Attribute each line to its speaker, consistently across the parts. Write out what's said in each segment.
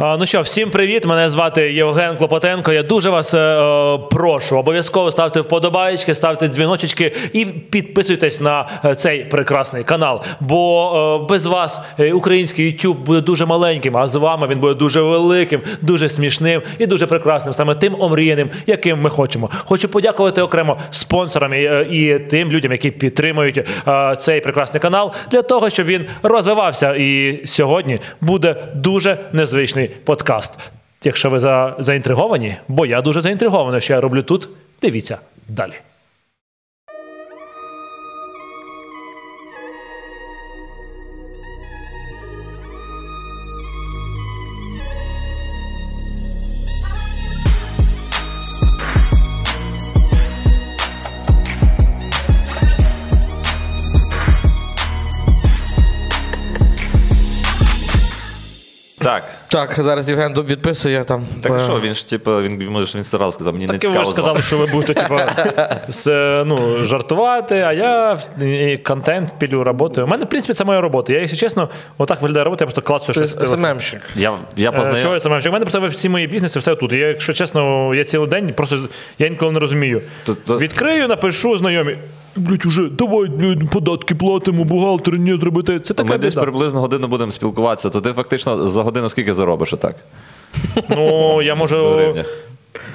Speaker 1: А, Ну що, всім привіт! Мене звати Євген Клопотенко. Я дуже вас е, е, прошу. Обов'язково ставте вподобайки, ставте дзвіночечки і підписуйтесь на е, цей прекрасний канал. Бо е, без вас е, український YouTube буде дуже маленьким, а з вами він буде дуже великим, дуже смішним і дуже прекрасним, саме тим омріяним, яким ми хочемо. Хочу подякувати окремо спонсорам і, е, і тим людям, які підтримують е, цей прекрасний канал, для того, щоб він розвивався. І сьогодні буде дуже незвичний подкаст. Якщо ви за, заінтриговані, бо я дуже заінтригований, що я роблю тут. Дивіться далі.
Speaker 2: Так.
Speaker 3: Так, зараз Євген до- відписує там.
Speaker 2: Так
Speaker 3: е,
Speaker 2: а що, він ж типу, він може ж він сразу сказав, мені не
Speaker 1: Так
Speaker 2: цікаво.
Speaker 1: ви ж сказали, що ви будете типа, з, е, ну, жартувати, а я в- і контент пілю роботу. У мене, в принципі, це моя робота. Я, якщо чесно, отак виглядає робота, я просто клацаю
Speaker 3: Ти
Speaker 1: щось. в телефон.
Speaker 3: СММщик.
Speaker 2: Я, я
Speaker 1: Е, Чого я
Speaker 2: познайом...
Speaker 1: саме? У мене просто всі мої бізнеси, все тут. Я, якщо чесно, я цілий день просто я інколи не розумію.
Speaker 2: То- то-
Speaker 1: Відкрию, напишу знайомі. Блять, уже давай блядь, податки платимо, бухгалтер не зробити. Це така
Speaker 2: Ми десь
Speaker 1: біда.
Speaker 2: приблизно годину будемо спілкуватися, то ти фактично за годину скільки заробиш отак?
Speaker 1: Ну я
Speaker 2: В
Speaker 1: можу.
Speaker 2: гривнях?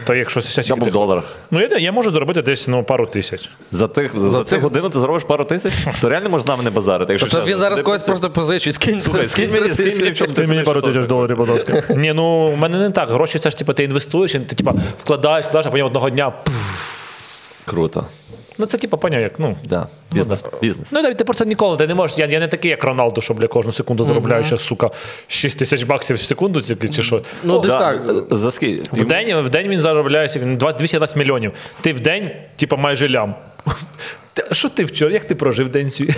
Speaker 1: Та якщо сясь-
Speaker 2: Або в доларах.
Speaker 1: Ну я, я можу зробити десь ну, пару тисяч.
Speaker 2: За, тих, за, цих
Speaker 3: цих-
Speaker 2: годину ти заробиш пару тисяч? То реально можеш з нами не базарити. Якщо
Speaker 3: Тобто
Speaker 2: чесно.
Speaker 3: він зараз
Speaker 2: Ти
Speaker 3: когось
Speaker 2: працюєш.
Speaker 3: просто позичить. Скинь,
Speaker 2: Слухай, скинь мені, скинь мені в чому
Speaker 1: Ти мені пару тисяч доларів, будь ласка. Ні, ну у мене не так. Гроші це ж типу, ти інвестуєш, ти типу, вкладаєш, вкладаєш, а потім одного дня. пф.
Speaker 2: Круто.
Speaker 1: Ну це типу, поняв, як ну.
Speaker 2: Да. Бізнес. Бізнес.
Speaker 1: Ну, навіть ти просто ніколи ти не можеш. Я, я не такий, як Роналду, що бля, кожну секунду заробляю ще, сука, 6 тисяч баксів в секунду, тільки чи що.
Speaker 3: Ну, десь
Speaker 2: Да.
Speaker 3: так.
Speaker 2: За скільки?
Speaker 1: В день, в день він заробляє сік- ну, 20 220 мільйонів. Ти в день, типа, майже лям. Та Що ти вчора? Як ти прожив день свій?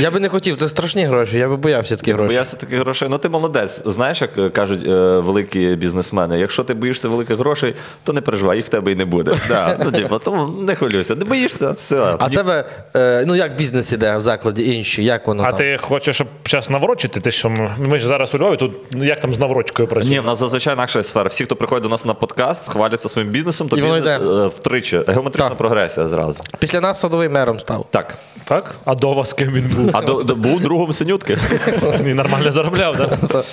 Speaker 3: Я би не хотів, це страшні гроші, я би боявся такі
Speaker 2: Бо
Speaker 3: гроші.
Speaker 2: я все таки грошей. Ну ти молодець. Знаєш, як е, кажуть е, великі бізнесмени, якщо ти боїшся великих грошей, то не переживай, їх в тебе і не буде. Да, ну, типу, тому не хвилюйся. Не боїшся, все.
Speaker 3: А тебе, е, ну як бізнес іде в закладі інші, як воно
Speaker 1: А
Speaker 3: там?
Speaker 1: ти хочеш, щоб зараз наворочити? Ти що ми- ми ж зараз у Львові, тут ну, як там з наврочкою працює?
Speaker 2: Ні, в нас зазвичай інакша сфера. Всі, хто приходить до нас на подкаст, хваляться своїм бізнесом, то
Speaker 3: І воно
Speaker 2: бізнес
Speaker 3: йде.
Speaker 2: е, втричі. Геометрична
Speaker 3: Так.
Speaker 2: прогресія зразу.
Speaker 3: Після нас садовий мером став.
Speaker 2: Так.
Speaker 1: Так? А до вас ким він був?
Speaker 2: А до, до- був другом синютки.
Speaker 1: І нормально заробляв, так?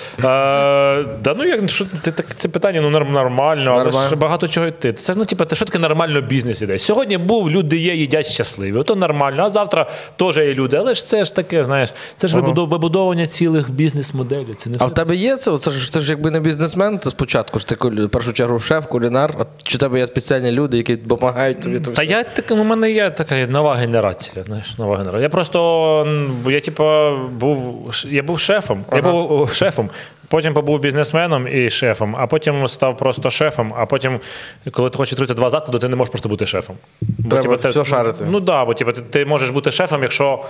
Speaker 1: Да ну як що ти так це питання? Ну норм- нормально, але
Speaker 3: Нормально.
Speaker 1: ж багато чого йти. Це ж ну, типу, ти що таке нормально бізнес іде? Сьогодні був, люди є, їдять щасливі. Ото нормально, а завтра теж є люди. Але ж це ж таке, знаєш, це ж вибудов- вибудовування цілих бізнес-моделей. Це не
Speaker 3: А
Speaker 1: все.
Speaker 3: в тебе є це? Це ж ти ж якби не бізнесмен, то спочатку ж ти кулі- в першу чергу шеф, кулінар. А чи в тебе є спеціальні люди, які допомагають тобі? то
Speaker 1: Та
Speaker 3: все?
Speaker 1: я так, у мене є така нова генерація. Знаєш, нова генерація. Я просто м, я типу, був ш- я був шефом. Я
Speaker 3: Ага.
Speaker 1: був о, шефом. Потім побув бізнесменом і шефом, а потім став просто шефом. А потім, коли ти хочеш відкрити два заклади, ти не можеш просто бути шефом. Бо,
Speaker 3: Треба
Speaker 1: типу, ти-
Speaker 3: все шарити.
Speaker 1: Ну так, да, бо типу, ти, ти можеш бути шефом, якщо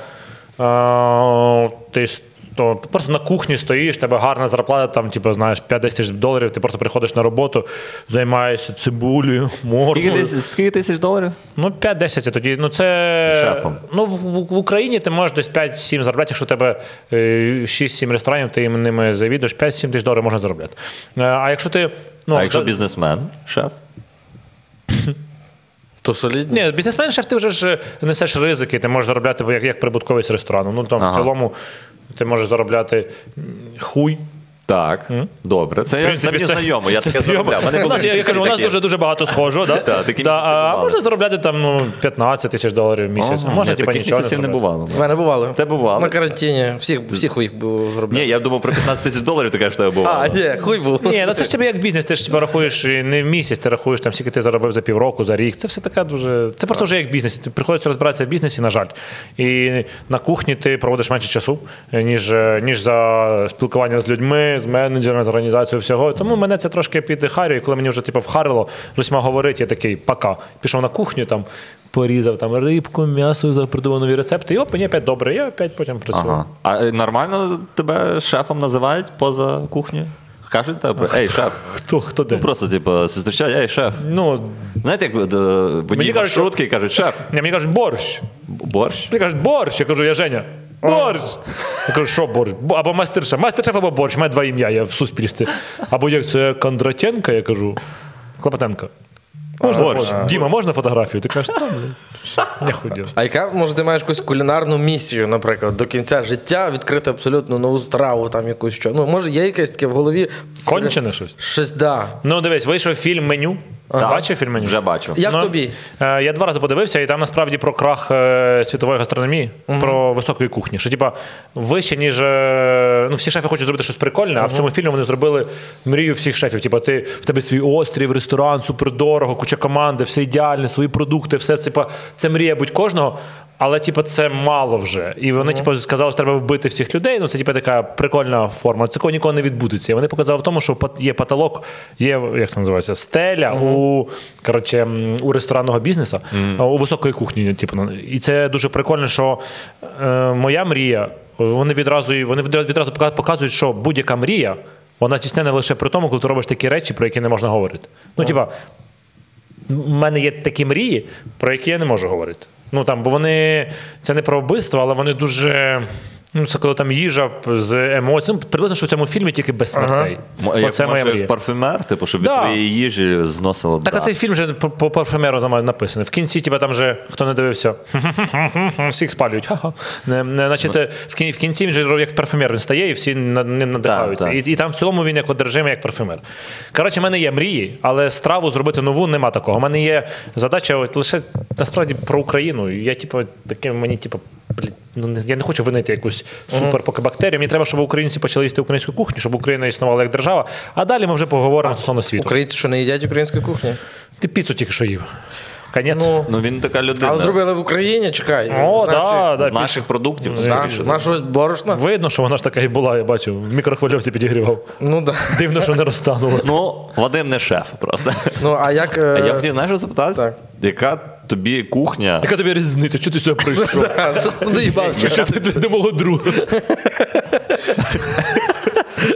Speaker 1: е, ти с- то просто на кухні стоїш, тебе гарна зарплата, там, типу, знаєш, 5-10 тисяч доларів, ти просто приходиш на роботу, займаєшся цибулею, моркою.
Speaker 2: скільки тисяч доларів?
Speaker 1: Ну, 5-10 це тоді. Ну, це.
Speaker 2: Шефом.
Speaker 1: Ну, в, в- в Україні ти можеш десь 5-7 заробляти, якщо в тебе е, 6-7 ресторанів, ти їм ними завідуєш, 5-7 тисяч доларів можна заробляти. Е, А якщо ти. Ну,
Speaker 2: А якщо
Speaker 1: за-
Speaker 2: бізнесмен, шеф?
Speaker 3: То солідні.
Speaker 1: Ні, бізнесмен шеф, ти вже ж несеш ризики, ти можеш заробляти як, як прибутковість ресторану. Ну, там в
Speaker 2: Ага.
Speaker 1: цілому ти можеш заробляти м, хуй.
Speaker 2: Так. Добре. Це, я, це мені знайомо. Я
Speaker 1: це
Speaker 2: таке
Speaker 1: знайомо.
Speaker 2: заробляв. У мене
Speaker 1: У нас,
Speaker 2: були
Speaker 1: я, я кажу, у нас
Speaker 2: такі.
Speaker 1: дуже дуже багато схожого. Да?
Speaker 2: Та, такі
Speaker 1: да,
Speaker 2: місяці
Speaker 1: а
Speaker 2: бували.
Speaker 1: можна заробляти там ну, 15 тисяч доларів в місяць.
Speaker 2: Ага,
Speaker 1: можна
Speaker 2: ні,
Speaker 1: типа
Speaker 2: таких
Speaker 1: нічого
Speaker 2: місяців не
Speaker 1: заробляти.
Speaker 2: бувало.
Speaker 3: В мене бували.
Speaker 2: Це бувало.
Speaker 3: На карантині. Всіх, всіх їх
Speaker 2: Ні,
Speaker 3: зробляв.
Speaker 2: я думав про 15 тисяч доларів, ти кажеш, що я був.
Speaker 3: А, ні, хуй був.
Speaker 1: Ні, ну це ж тебе як бізнес, ти ж тебе рахуєш і не в місяць, ти рахуєш там, скільки ти заробив за півроку, за рік. Це все така дуже. Це просто вже як бізнес. Ти приходиться розбиратися в бізнесі, на жаль. І на кухні ти проводиш менше часу, ніж, е, ніж за спілкування з людьми, з менеджерами, з організацією всього. Тому мене це трошки підхарює, і коли мені вже типу, вхарило з усіма говорити, я такий пока. Пішов на кухню там. Порізав там рибку, м'ясо, запридумав нові рецепти. І оп, мені опять добре, я опять потім працюю.
Speaker 2: Ага. А е, нормально тебе шефом називають поза кухнею? Кажуть тебе, ей, шеф.
Speaker 1: Хто хто де?
Speaker 2: Ну, Просто, типу, зустрічаю, ей, шеф.
Speaker 1: Ну,
Speaker 2: Знаєте, як е, водії
Speaker 1: кажуть, що-
Speaker 2: маршрутки кажуть, шеф,
Speaker 1: мені кажуть, борщ.
Speaker 2: борщ.
Speaker 1: Мені кажуть, борщ. Я кажу, я Женя. Борщ! Я кажу, що борщ? Бо- Або майстер-шеф. Майстер-шеф або борщ, має два ім'я, я в суспільстві. Або як це Кондратенко, я кажу. Клопотенко. Можна
Speaker 2: Борщ.
Speaker 1: фото? Діма, можна фотографію? Ти кажеш, там не ходив.
Speaker 3: А яка, може, ти маєш якусь кулінарну місію, наприклад, до кінця життя відкрити абсолютно нову страву, там якусь що. Ну, може, є якесь таке в голові.
Speaker 1: Кончене щось?
Speaker 3: Щось, да.
Speaker 1: Ну, дивись, вийшов фільм меню. Бачив фільм меню?
Speaker 2: Вже бачу.
Speaker 3: Як
Speaker 1: Ну,
Speaker 3: тобі?
Speaker 1: е, Я два рази подивився, і там насправді про крах е, світової гастрономії, про високої кухні. Що типа вище, ніж е, ну, всі шефи хочуть зробити щось прикольне, а в цьому фільмі вони зробили мрію всіх шефів. Типа, ти в тебе свій острів, ресторан, супердорого, куча команди, все ідеальне, свої продукти, все типа, це мрія будь кожного. Але типа це мало вже. І вони типу, сказали, що треба вбити всіх людей. Ну це типу, така прикольна форма. Цього ніколи не відбудеться. І вони показали в тому, що пат- є потолок, є як це називається, стеля у коротше м, у ресторанного бізнесу, а, у високої кухні. Типу, на- і це дуже прикольно, що е, моя мрія. Вони відразу і- вони відра- відразу пока- показують, що будь-яка мрія. Вона здійснена лише при тому, коли ти робиш такі речі, про які не можна говорити. Ну, типа, в мене є такі мрії, про які я не можу говорити. Ну там, бо вони це не про вбивство, але вони дуже. Ну, це коли там їжа п- з емоцій. Ну, приблизно, що в цьому фільмі тільки без смертей.
Speaker 2: М- е, Як
Speaker 1: Оце моя
Speaker 2: може,
Speaker 1: мрія.
Speaker 2: парфюмер, типу, щоб від
Speaker 1: Да.
Speaker 2: твоєї їжі зносило.
Speaker 1: Так, а
Speaker 2: Тобто, да.
Speaker 1: цей фільм вже по- по парфюмеру там написаний. В кінці тебе там же, хто не дивився, всіх спалюють. Ха-ха. Не, не, значить,
Speaker 2: Ну.
Speaker 1: в, кін, в кінці він же ро- як парфюмер він стає і всі над ним надихаються.
Speaker 2: Так, так.
Speaker 1: І, і там в цілому він як одержимий, як парфюмер. Коротше, в мене є мрії, але страву зробити нову нема такого. У мене є задача от, лише насправді про Україну. І Я, типу, таке мені, типу. блін, Ну, не- я не хочу винити якусь супер поки бактерію. Мені треба, щоб українці почали їсти українську кухню, щоб Україна існувала як держава. А далі ми вже поговоримо стосовно світу.
Speaker 3: Українці, що не їдять української кухні.
Speaker 1: Ти піцу тільки що їв. Конець.
Speaker 3: Ну,
Speaker 2: Ну він така людина.
Speaker 3: але зробили в Україні, чекай.
Speaker 1: О,
Speaker 3: Наші-
Speaker 1: да, да,
Speaker 2: З наших продуктів.
Speaker 1: Ну,
Speaker 3: Да,
Speaker 2: скоріше
Speaker 3: з
Speaker 2: за все.
Speaker 3: нашого борошна?
Speaker 1: Видно, що вона ж така і була, я бачу. В мікрохвильовці підігрівав.
Speaker 3: Ну да.
Speaker 1: Дивно, що не розтанула.
Speaker 2: Ну, Вадим не шеф просто.
Speaker 3: Ну, а як. е,
Speaker 2: А я хотів, знаєш, запитати,
Speaker 3: Так.
Speaker 2: яка тобі кухня?
Speaker 1: Яка тобі різниця? Чого ти сюди прийшов?
Speaker 3: А, що ти доїбався?
Speaker 1: Чи що ти до мого друга?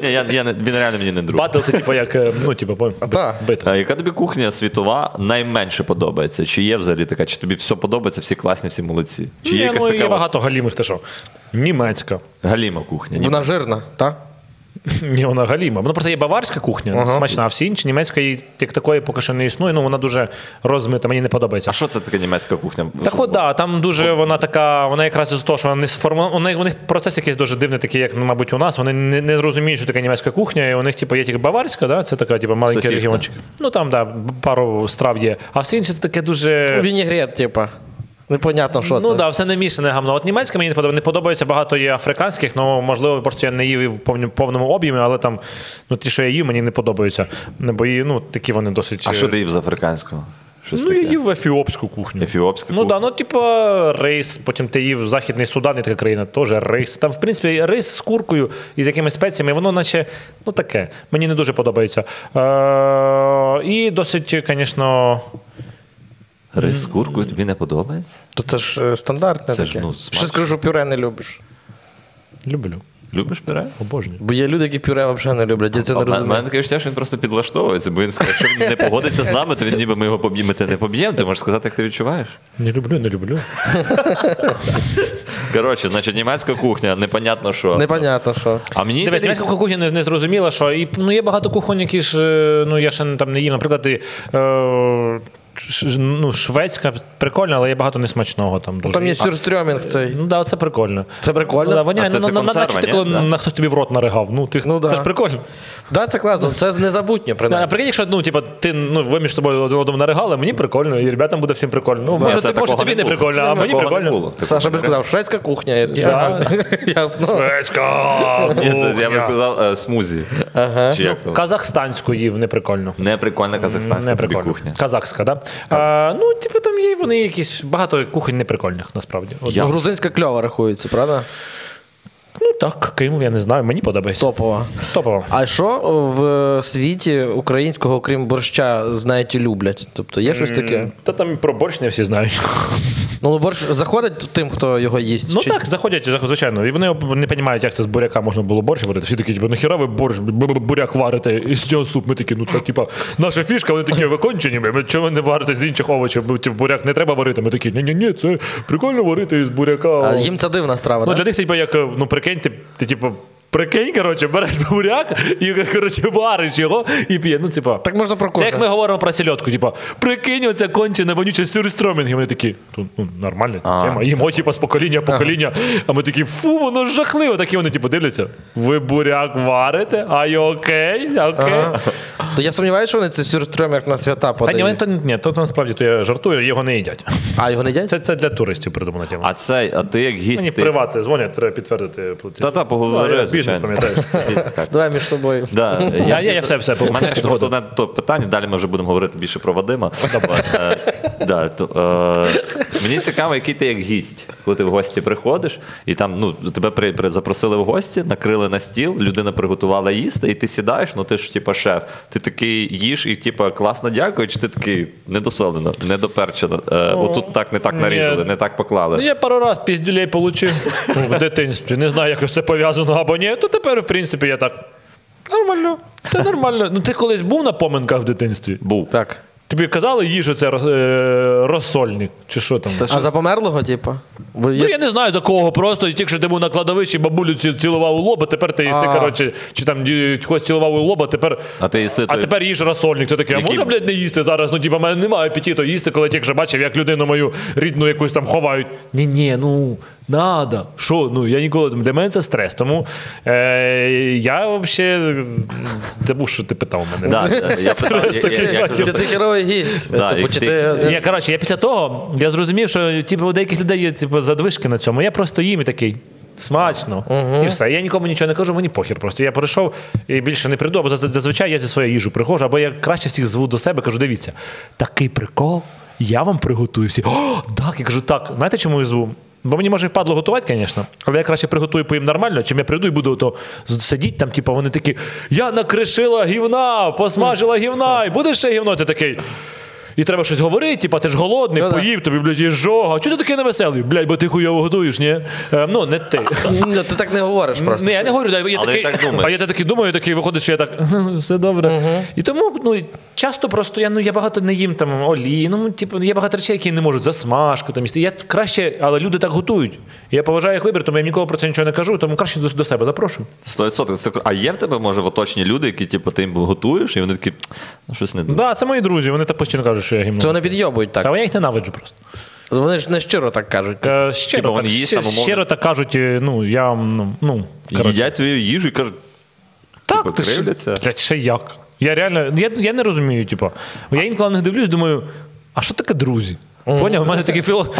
Speaker 2: Ні, я, я, не- він реально мені не друг.
Speaker 1: Батл це типу як, е, ну, типу, пом-
Speaker 3: Та.
Speaker 1: битва.
Speaker 2: А Е, яка тобі кухня світова найменше подобається? Чи є взагалі така? Чи тобі все подобається, всі класні, всі молодці? Чи є
Speaker 1: Ні,
Speaker 2: якась
Speaker 1: ну,
Speaker 2: така
Speaker 1: є
Speaker 2: от
Speaker 1: багато галімих, ти що? Німецька.
Speaker 2: галіма кухня? Ні.
Speaker 3: Вона жирна, так?
Speaker 1: Ні, вона галіма. Вона просто є баварська кухня,
Speaker 3: Ага.
Speaker 1: смачна, а всі інші німецька її як такої поки що не існує, ну вона дуже розмита, мені не подобається.
Speaker 2: А що це таке німецька кухня?
Speaker 1: Так от, да, там дуже вона така, вона якраз із того, що вона не сформована. У них, у них процес якийсь дуже дивний, такий, як, ну, мабуть, у нас. Вони не, не розуміють, що таке німецька кухня, і у них, типу, є тільки баварська, да? це така, типу, маленький
Speaker 2: Сосиска.
Speaker 1: регіончик. Ну там, да, пару страв є. А все інше це таке
Speaker 2: Ну,
Speaker 1: дуже.
Speaker 3: Вінігрет, типа. Непонятно, що це.
Speaker 1: Ну да, все не мішане гамно. От німецька мені не подобається. Не подобається багато є африканських, ну можливо, просто я не їв і в повні- повному об'ємі, але там ну ті, що я їв, мені не подобаються. Не, Бо і, ну такі вони досить.
Speaker 2: А
Speaker 1: е,
Speaker 2: що ти їв з африканського? Щось
Speaker 1: Ну, я
Speaker 2: таке?
Speaker 1: їв ефіопську кухню.
Speaker 2: Ефіопська
Speaker 1: Ну
Speaker 2: кухня.
Speaker 1: да, ну типу рис, потім ти їв Західний Судан, і така країна, теж рис. Там, в принципі, рис з куркою і з якимись спеціями, воно наче ну таке. Мені не дуже подобається. Е, і досить, звісно.
Speaker 2: Рис з куркою тобі не подобається?
Speaker 3: То це ж е, стандартне
Speaker 2: Це ж,
Speaker 3: таке.
Speaker 2: ну, смачно.
Speaker 3: Ще скажу, що пюре не любиш.
Speaker 1: Люблю.
Speaker 2: Любиш пюре?
Speaker 1: Обожнюю.
Speaker 3: Бо є люди, які пюре взагалі не люблять, я це
Speaker 2: У
Speaker 3: не
Speaker 2: мене
Speaker 3: розумію.
Speaker 2: таке відчуття, що він просто підлаштовується, бо він сказав, якщо він не погодиться з нами, то він ніби ми його поб'ємо. Ти не поб'ємо, ти можеш сказати, як ти відчуваєш.
Speaker 1: Не люблю, не люблю.
Speaker 2: Коротше, значить, німецька кухня, непонятно що.
Speaker 3: Непонятно, що.
Speaker 2: А мені
Speaker 1: Дивись, німецька кухня не, не зрозуміла, що і ну є багато кухонь, які ж е, ну я ще не- там не їв. Наприклад, і, е, ш- ну, шведська прикольна, але є багато несмачного там дуже.
Speaker 3: Ну, Там
Speaker 1: І-
Speaker 3: є сюрстрьомінг цей.
Speaker 1: Ну да, це прикольно.
Speaker 3: Це прикольно?
Speaker 1: Ну, да, воняє,
Speaker 2: А це-
Speaker 1: ну,
Speaker 2: це
Speaker 1: на- на-
Speaker 2: консерва,
Speaker 1: наче ти,
Speaker 2: ні?
Speaker 1: коли
Speaker 2: Да.
Speaker 1: на хтось тобі в рот наригав. Ну, ти,
Speaker 3: Ну, да.
Speaker 1: Це ж прикольно.
Speaker 3: Да, це класно, це з незабутнє,
Speaker 1: Да,
Speaker 3: принаймні.
Speaker 1: Наприклад, якщо ну, типа, ти ну, ви між собою один одному наригали, мені прикольно, і ребятам буде всім прикольно. Ну, може,
Speaker 2: це
Speaker 1: ти, може
Speaker 2: такого
Speaker 1: тобі не,
Speaker 2: було.
Speaker 1: прикольно, а мені
Speaker 2: Такого не
Speaker 1: прикольно.
Speaker 2: було. Такого
Speaker 3: Саша
Speaker 2: не
Speaker 3: би сказав, шведська кухня. Я такий, ага, Ясно.
Speaker 1: Шведська
Speaker 2: Ні, це я би
Speaker 1: кухня.
Speaker 2: сказав е, смузі. Ага. Чи як
Speaker 1: Ну,
Speaker 2: то?
Speaker 1: Казахстанську їв неприкольно.
Speaker 2: Неприкольна казахстанська
Speaker 1: Не
Speaker 2: тобі
Speaker 1: прикольно.
Speaker 2: кухня.
Speaker 1: Казахська, да? А, ну, типу, там є вони якісь багато кухонь неприкольних, насправді. От,
Speaker 3: Ну, грузинська кльова рахується, правда?
Speaker 1: Ну так, Ким, я не знаю, мені подобається.
Speaker 3: Топова.
Speaker 1: Топово.
Speaker 3: А що в світі українського, окрім борща, знають і люблять? Тобто є щось таке?
Speaker 1: Та там і про борщ не всі знають.
Speaker 3: Ну, борщ заходить тим, хто його їсть.
Speaker 1: Ну
Speaker 3: чи-
Speaker 1: так, заходять, зах- звичайно. І вони об- не розуміють, як це з буряка можна було борщ варити. Всі такі, типу, нахіра ви борщ, б- б- буряк варите, і з нього суп. Ми такі, ну це типа наша фішка, вони такі викончені. Ми, ми- чого ви не варите з інших овочів? Бо, типу, буряк не треба варити. Ми такі, ні-ні-ні, це прикольно варити із буряка.
Speaker 3: А Їм це дивна страва.
Speaker 1: Ну,
Speaker 3: да?
Speaker 1: для них, типу, як, е, ну прикинь, ти, ти типу, прикинь, коротше, береш буряк і коротше, вариш його і п'є. Ну, типу,
Speaker 3: Так можна про
Speaker 1: це
Speaker 3: кожне.
Speaker 1: як ми говоримо про сільотку, типу, прикинь, оце кончене вонюче сюрстромінг. І вони такі, ну, ну нормальна тема. Їмо, типу, з покоління в покоління. А ми такі, фу, воно жахливо. Такі вони, типу, дивляться. Ви буряк варите? Ай, окей, окей.
Speaker 3: Ага. То я сумніваюся, що вони це сюрстрем як на свята
Speaker 1: Та ні, вони
Speaker 3: подають.
Speaker 1: то ні, то насправді то я жартую, його не їдять.
Speaker 3: А його не їдять?
Speaker 1: Це, це для туристів придумана тема.
Speaker 2: А цей, а ти як гість.
Speaker 1: Мені
Speaker 2: ти-
Speaker 1: привати дзвонять, треба підтвердити платіж.
Speaker 2: Та-та,
Speaker 1: А, я
Speaker 2: поговори.
Speaker 1: бізнес
Speaker 2: звичайно.
Speaker 1: пам'ятаєш.
Speaker 3: Давай між собою.
Speaker 2: Да,
Speaker 1: Я, я, я все, все
Speaker 2: У мене ще просто
Speaker 1: згоден.
Speaker 2: одне то питання, далі ми вже будемо говорити більше про Вадима. Е, да, то, е, Мені цікаво, який ти як гість, коли ти в гості приходиш, і там ну, тебе при, при- запросили в гості, накрили на стіл, людина приготувала їсти, і ти сідаєш, ну ти ж типа шеф. Ти такий їш і типа класно дякую, чи ти такий недосолено, недоперчено. Е, Отут так не так
Speaker 1: Ні.
Speaker 2: нарізали, не так поклали.
Speaker 1: Ну, я пару раз піздюлей получив в дитинстві. Не знаю, якось це пов'язано або ні. То тепер, в принципі, я так. Нормально, це нормально. Ну ти колись був на поминках в дитинстві?
Speaker 2: Був.
Speaker 3: Так.
Speaker 1: Тобі казали їжу це роз- е, розсольник, чи що там?
Speaker 3: А за померлого, типу? Бо
Speaker 1: Ну
Speaker 3: є-
Speaker 1: я не знаю за кого просто. Тільки що ти був на кладовищі, бабулю ці- цілував у лоба, тепер ти їси,
Speaker 3: А.
Speaker 1: коротше, чи там ді- когось цілував у лоба, тепер.
Speaker 2: А ти їси
Speaker 1: А
Speaker 2: той-
Speaker 1: тепер їж розсольник. Ти такий, а
Speaker 2: Який-
Speaker 1: можна, блядь, не їсти зараз? Ну, типа, в мене немає апетиту їсти, коли я тільки вже бачив, як людину мою рідну якусь там ховають. Ні, ні, ну надо. Що? Ну я ніколи для мене це стрес. Тому е, я взагалі забув, що ти питав мене.
Speaker 2: Да, да, я питав, я- я- я- я кажу,
Speaker 3: Чи ти херовий гість?
Speaker 2: Да,
Speaker 3: Типу,
Speaker 2: і
Speaker 3: чи
Speaker 2: ти-
Speaker 3: ти-
Speaker 1: Я коротше, я після того я зрозумів, що типу, у деяких людей є типу, задвижки на цьому. Я просто їм і такий. Смачно. І все. Я нікому нічого не кажу, мені похер просто. Я прийшов і більше не прийду, або заз- зазвичай я зі своєю їжу приходжу, або я краще всіх зву до себе, кажу, дивіться, такий прикол, я вам приготую всі. О, так, я кажу, так. Знаєте, чому я зву? Бо мені може впадло готувати, звісно, але я краще приготую поїм нормально, чим я прийду і буду ото сидіти там, типу, вони такі, я накришила гівна, посмажила гівна, і буде ще гівно, ти такий. І треба щось говорити, типа ти ж голодний,
Speaker 3: Ну да.
Speaker 1: поїв, тобі, блядь, є жога. Чого ти такий невеселий? Блядь, бо ти хуйово годуєш, ні? Е, ну, не ти.
Speaker 3: Ну, Ти так не говориш просто.
Speaker 1: Не, я не говорю, да, я
Speaker 2: Але
Speaker 1: такий,
Speaker 2: я так думаю.
Speaker 1: а я такий думаю, такий виходить, що я так все добре. І тому ну часто просто я ну я багато не їм там олії. Ну типу є багато речей, які не можуть засмажку там їсти. Я краще, але люди так готують. Я поважаю їх вибір, тому я ніколи про це нічого не кажу, тому краще до, до себе запрошую.
Speaker 2: 100%. Це кр- А є в тебе, може, в оточні люди, які типу, ти їм готуєш, і вони такі, ну щось не
Speaker 1: Так, да, це мої друзі, вони так постійно кажуть, що я
Speaker 3: Це
Speaker 1: гімно.
Speaker 3: вони підйобують так.
Speaker 1: Та я їх ненавиджу просто.
Speaker 3: Вони ж не щиро так кажуть.
Speaker 1: Е, Щиро,
Speaker 2: Типа,
Speaker 1: так,
Speaker 2: вони їсть
Speaker 1: щиро,
Speaker 2: там, умовно?
Speaker 1: щиро так кажуть, е, ну я м, ну, ну коротше.
Speaker 2: їдять твою їжу і кажуть,
Speaker 1: Так,
Speaker 2: Типу,
Speaker 1: ти ж,
Speaker 2: кривляться?
Speaker 1: блядь, ще як. Я реально, я, я не розумію, типу. Я інколи на них дивлюсь, думаю, а що таке друзі? Поняв, у мене такий філо.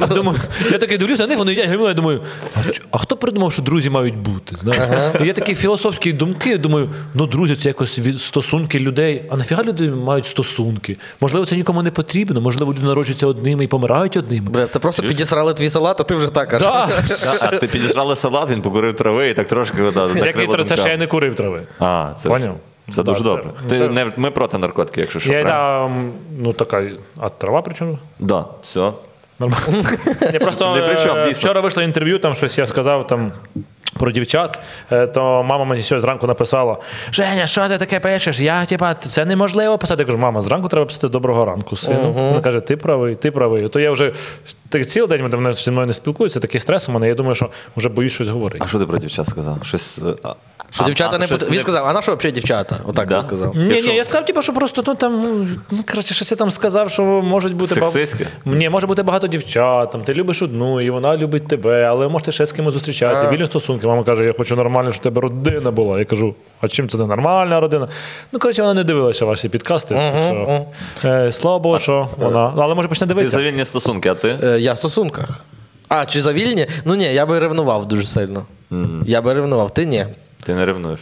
Speaker 1: Я Думаю, я такий дивлюся, на них вони їдять гімно, я думаю, а, ч- а хто придумав, що друзі мають бути? Знаєш? І Є такі філософські думки, я думаю, ну друзі, це якось від стосунки людей. А нафіга люди мають стосунки? Можливо, це нікому не потрібно, можливо, люди народжуються одними і помирають одними.
Speaker 3: Бля, це просто підісрали твій салат, а ти вже так кажеш.
Speaker 1: Да.
Speaker 2: «Та, а ти підіжрали салат, він покурив трави і так трошки вода.
Speaker 1: Який
Speaker 2: накрило
Speaker 1: тр- це
Speaker 2: думками».
Speaker 1: ще я не курив трави.
Speaker 2: А, це,
Speaker 1: Поняв.
Speaker 2: це
Speaker 1: Да,
Speaker 2: дуже
Speaker 1: це-
Speaker 2: добре. Ти
Speaker 1: Да.
Speaker 2: не, ми проти наркотики, якщо що.
Speaker 1: Я
Speaker 2: правильно?
Speaker 1: там, ну така, а трава при чому?
Speaker 2: Да, все.
Speaker 1: Нормально. Я просто
Speaker 2: Не при чому,
Speaker 1: е,
Speaker 2: дійсно.
Speaker 1: вчора вийшло інтерв'ю, там щось я сказав там. Про дівчат, Е, то мама мені сьогодні зранку написала: Женя, що ти таке пишеш? Я типа, це неможливо писати. Я кажу, мама, зранку треба писати доброго ранку. Сину. Вона каже, ти правий, ти правий. То я вже ти- цілий день мене зі мною не спілкуються, такий стрес у мене. Я думаю, що вже боюсь щось говорити.
Speaker 2: А що ти про дівчат сказав? Щось. е, а-
Speaker 3: Що
Speaker 2: а-
Speaker 3: дівчата
Speaker 2: а,
Speaker 3: не
Speaker 2: щось
Speaker 3: пот- Він сказав, а на що взагалі дівчата? Отак
Speaker 2: Да.
Speaker 3: він сказав.
Speaker 1: Ні,
Speaker 2: Якщо-
Speaker 1: ні, я сказав, типу, що просто ну, там, ну, коротше, щось я там сказав, що можуть бути баб-
Speaker 2: Сексистське?
Speaker 1: Ні, може бути багато дівчат, там, ти любиш одну, і вона любить тебе, але можете ще з кимось зустрічатися, вільні стосунки. Мама каже, я хочу нормально, щоб у тебе родина була. Я кажу, а чим це не нормальна родина? Ну, коротше, вона не дивилася ваші підкасти. так що, е, слава Богу, що вона. Але може почне
Speaker 2: Ти
Speaker 1: дивитися.
Speaker 2: за вільні стосунки, а ти?
Speaker 3: Е, Я в стосунках. А, чи за вільні? Ну ні, я би ревнував дуже сильно. Я би ревнував, ти ні.
Speaker 2: Ти не ревнуєш.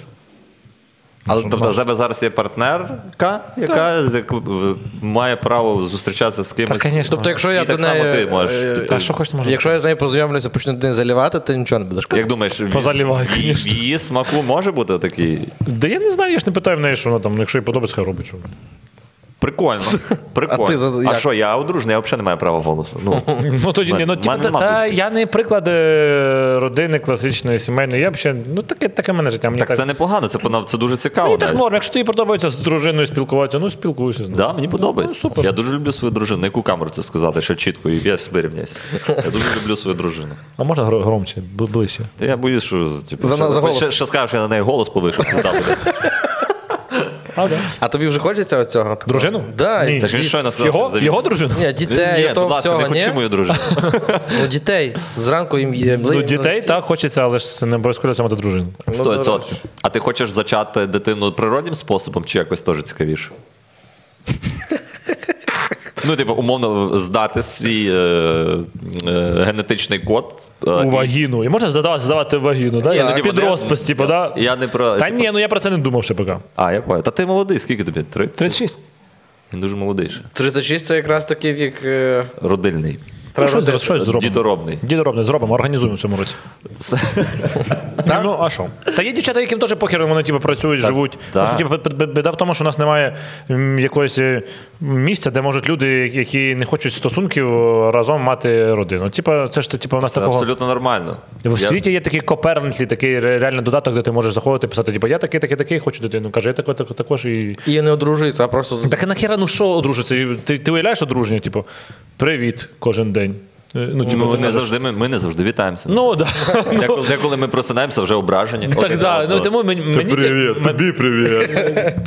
Speaker 3: Але
Speaker 2: Тобто, в тебе зараз є партнерка, яка з яку- в- має право зустрічатися з
Speaker 1: Та,
Speaker 2: кимось.
Speaker 1: звісно.
Speaker 3: Тобто, якщо я
Speaker 2: І так
Speaker 3: до
Speaker 2: само
Speaker 3: неї,
Speaker 2: ти можеш.
Speaker 3: е,
Speaker 2: Ти-
Speaker 1: Та що хочеш, може.
Speaker 3: Якщо я з нею познайомлюся, почну день залівати, ти нічого не будеш
Speaker 2: Як
Speaker 3: казати.
Speaker 2: думаєш, в-
Speaker 1: Позаливай,
Speaker 2: в її- в
Speaker 1: конечно.
Speaker 2: її смаку може бути такий?
Speaker 1: Да я не знаю, я ж не питаю в неї, що вона там, якщо їй подобається, хай робить що.
Speaker 2: Прикольно. Прикольно.
Speaker 3: А ти за-
Speaker 2: а
Speaker 3: як?
Speaker 2: що, я одружений, я взагалі не маю права голосу. Ну,
Speaker 1: Ну тоді ні, ну
Speaker 2: Мене
Speaker 1: типу, та,
Speaker 2: нема
Speaker 1: та
Speaker 2: душі.
Speaker 1: я не приклад е, родини класичної сімейної. Я б ще ну таке таке мене життя. Мені
Speaker 2: так
Speaker 1: так,
Speaker 2: це непогано, це пона- це дуже цікаво.
Speaker 3: Ну,
Speaker 1: Мені теж
Speaker 2: навіть.
Speaker 1: норм. Якщо тобі подобається з дружиною спілкуватися, ну спілкуйся з нею.
Speaker 2: Да, мені подобається.
Speaker 1: Ну, супер.
Speaker 2: Я дуже люблю свою дружину. На Яку камеру це сказати, що чітко і я вирівняюсь. Я дуже люблю свою дружину.
Speaker 1: А можна гро- громче, бл- ближче.
Speaker 2: Та я боюсь, що типу,
Speaker 3: За-
Speaker 2: що,
Speaker 3: за голос.
Speaker 2: ще, ще скажеш, я на неї голос повишу. пізда буде.
Speaker 1: А, да.
Speaker 3: А тобі вже хочеться оцього? такого?
Speaker 1: Дружину?
Speaker 3: Да,
Speaker 1: Ні.
Speaker 3: і-
Speaker 2: Та ж він щойно сказав, що
Speaker 1: Його,
Speaker 2: завів.
Speaker 1: його дружину?
Speaker 3: Ні, дітей,
Speaker 2: Ні,
Speaker 3: того
Speaker 2: будь ласка, не
Speaker 3: всього,
Speaker 2: хочи
Speaker 3: ні?
Speaker 2: мою дружину.
Speaker 3: Ну, дітей. Зранку їм є
Speaker 1: Ну, дітей так хочеться, але ж це не обов'язково мати дружину.
Speaker 2: Сто відсотків. А ти хочеш зачати дитину природнім способом, чи якось теж цікавіше? Ну, типу, умовно, здати свій е, е, генетичний код. е,
Speaker 1: У
Speaker 2: і-
Speaker 1: вагіну. І можна задавати здавати вагіну, да?
Speaker 2: Ні, ну,
Speaker 1: Я
Speaker 2: типу,
Speaker 1: під
Speaker 2: ну, я-
Speaker 1: розпис, типу, да?
Speaker 2: Я не про.
Speaker 1: Та
Speaker 2: типу,
Speaker 1: ні, ну я про це не думав ще поки.
Speaker 2: А, я пам'ятаю. Та ти молодий, скільки тобі? Три?
Speaker 1: 36.
Speaker 2: Він дуже молодий ще.
Speaker 3: 36 це якраз такий вік. е,
Speaker 2: Родильний.
Speaker 1: Ну,
Speaker 3: Треба
Speaker 1: що
Speaker 3: розділ-
Speaker 1: зараз щось зробимо?
Speaker 2: Дідоробний.
Speaker 1: Дідоробний зробимо, організуємо в цьому році. Ну, а що? Та є дівчата, яким теж похер, вони типу, працюють, живуть.
Speaker 2: да.
Speaker 1: Просто типу, б- б- біда в тому, що у нас немає м, якогось е, місця, де можуть люди, які не хочуть стосунків, е, разом мати родину. Типа, це ж типу, у нас
Speaker 2: Це
Speaker 1: такого.
Speaker 2: абсолютно нормально.
Speaker 1: В
Speaker 2: Я-
Speaker 1: світі є такий коперниклі, такий ре- реально додаток, де ти можеш заходити писати, типу, я такий, такий, такий, хочу дитину. Каже, я такий, такий, також і.
Speaker 3: І не одружується, а просто.
Speaker 1: Так нахера, ну що одружиться? Ти, ти уявляєш одруження, типу, привіт кожен день. Е, Ну, типу,
Speaker 2: Ну,
Speaker 1: ти
Speaker 2: не
Speaker 1: кажеш,
Speaker 2: завжди ми, ми не завжди вітаємося.
Speaker 1: Ну, да.
Speaker 2: Деколи, деколи ми просинаємося вже ображені.
Speaker 1: Так,
Speaker 2: Один
Speaker 1: да.
Speaker 2: одного.
Speaker 1: Ну, тому мені- мені... ті- мен-
Speaker 2: тобі привіт.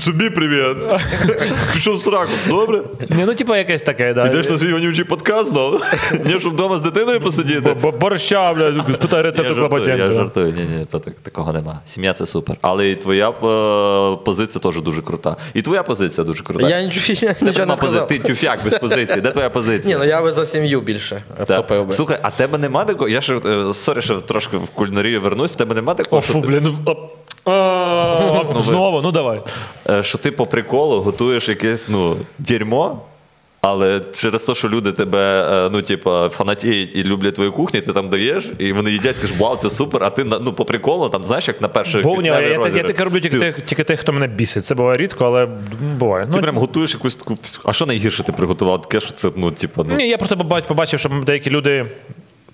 Speaker 2: Тобі привіт. Пішов в сраку, добре?
Speaker 1: Ні, ну, типу, якесь таке, да.
Speaker 2: свій вонючий подкаст знову? Ні, щоб вдома з дитиною посидіти.
Speaker 1: Бо- Борща, блядь, спитай
Speaker 2: Я
Speaker 1: рецепт у
Speaker 2: жартую, я
Speaker 1: Клопотенка.
Speaker 2: жартую, ні, ні, то так, такого нема. Сім'я це супер. Але і твоя е, позиція теж дуже крута. І твоя позиція дуже крута.
Speaker 3: Я нічого, я
Speaker 2: Де нема
Speaker 3: нічого не
Speaker 2: пози-
Speaker 3: сказав.
Speaker 2: Ти тюфяк без позиції. Де твоя позиція?
Speaker 3: Ні, ну я би за сім'ю більше
Speaker 2: Так.
Speaker 3: втопив би.
Speaker 2: Слухай, а тебе нема такого? Я ще е, сорі, що трошки в кулінарію вернусь. В тебе нема такого,
Speaker 1: О,
Speaker 2: що
Speaker 1: фу,
Speaker 2: ти-
Speaker 1: блін. ну, оп. А, Знову, ну давай.
Speaker 2: Е, що ти по приколу готуєш якесь ну, дерьмо, але через те, що люди тебе е, ну, типу, фанатіють і люблять твою кухню, ти там даєш, і вони їдять, кажуть, вау, це супер, а ти на- ну, по приколу, там, знаєш, як на перших
Speaker 1: Повня,
Speaker 2: квітневих
Speaker 1: я, я, я
Speaker 2: розіграх.
Speaker 1: таке роблю тільки
Speaker 2: ти,
Speaker 1: тих, тільки тих, хто мене бісить. Це буває рідко, але буває.
Speaker 2: ти
Speaker 1: Ну,
Speaker 2: прям готуєш якусь таку. вс- А що найгірше ти приготував? Таке, що це, ну, типу, ну.
Speaker 1: Ні, я просто побач- побачив, що деякі люди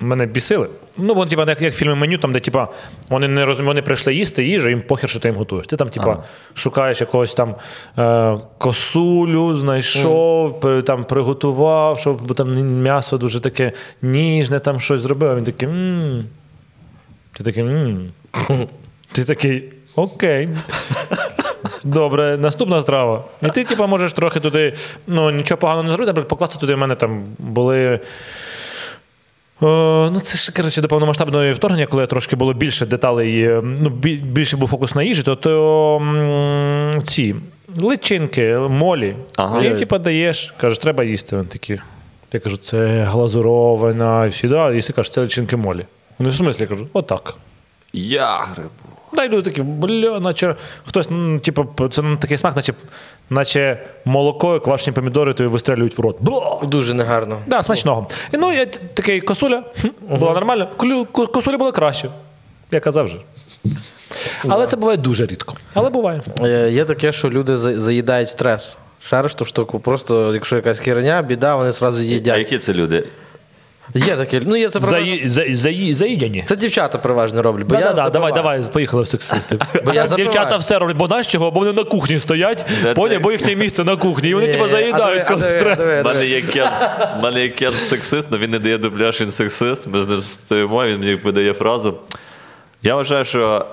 Speaker 1: мене бісили. Ну, вони, типа, як, як фільми меню, там, де типа, вони не розум... вони прийшли їсти їжу, їм похер, що ти їм готуєш. Ти там, типа, шукаєш якогось там е, косулю, знайшов, пе- там приготував, щоб бо там м'ясо дуже таке ніжне, там щось зробив. А він такий. м Ти такий. м Ти такий. Окей. Добре, наступна страва. І ти, типу, можеш трохи туди, ну нічого поганого не зробити, але покласти туди в мене там були. Е, Ну, це ж коротше до повномасштабного вторгнення, коли трошки було більше деталей, е, ну, бі- більше був фокус на їжі, то, то м, ці личинки, молі.
Speaker 2: Ага.
Speaker 1: Їм, типу, даєш, кажеш, треба їсти. Вони такі. Я кажу, це глазурована, і всі, да, і ти кажеш, це личинки молі. Вони в смислі Я кажу, отак.
Speaker 2: Я грибу.
Speaker 1: Да, і люди такі, бля, наче хтось, ну, типу, п- це ну, такий смак, наче, наче молоко і квашені помідори тобі вистрілюють в рот. Бо!
Speaker 3: Дуже негарно.
Speaker 1: Да, смачного. І, ну, я т- такий косуля, хм, була нормально. Кулю- ку- Косуля була краще. Я казав вже. Але це буває дуже рідко. Але буває.
Speaker 3: Е, Є таке, що люди за- заїдають стрес. Шариш ту штуку, просто якщо якась херня, біда, вони зразу
Speaker 2: А
Speaker 3: їдять.
Speaker 2: які це люди?
Speaker 3: Є таке, ну є це переважно.
Speaker 1: Заї- за- заї- Заїдяні.
Speaker 3: Це дівчата переважно роблять. Бо
Speaker 1: Да, да,
Speaker 3: я
Speaker 1: да, давай,
Speaker 3: забиваю.
Speaker 1: давай, поїхали в сексисти.
Speaker 3: Бо я
Speaker 1: Дівчата
Speaker 3: забиваю.
Speaker 1: все роблять, бо знаєш чого? Бо вони на кухні стоять,
Speaker 2: Да,
Speaker 1: поня,
Speaker 2: це-
Speaker 1: бо їхнє місце на кухні. І вони
Speaker 3: Ні,
Speaker 1: типу
Speaker 3: Е, а диви-
Speaker 1: заїдають,
Speaker 3: а
Speaker 1: коли
Speaker 3: диви-
Speaker 1: стрес.
Speaker 3: диви-
Speaker 2: У мене є кент, в мене є кент сексист, але він не дає дубляж, він сексист. Ми з ним стоїмо, він мені видає фразу. Я вважаю, що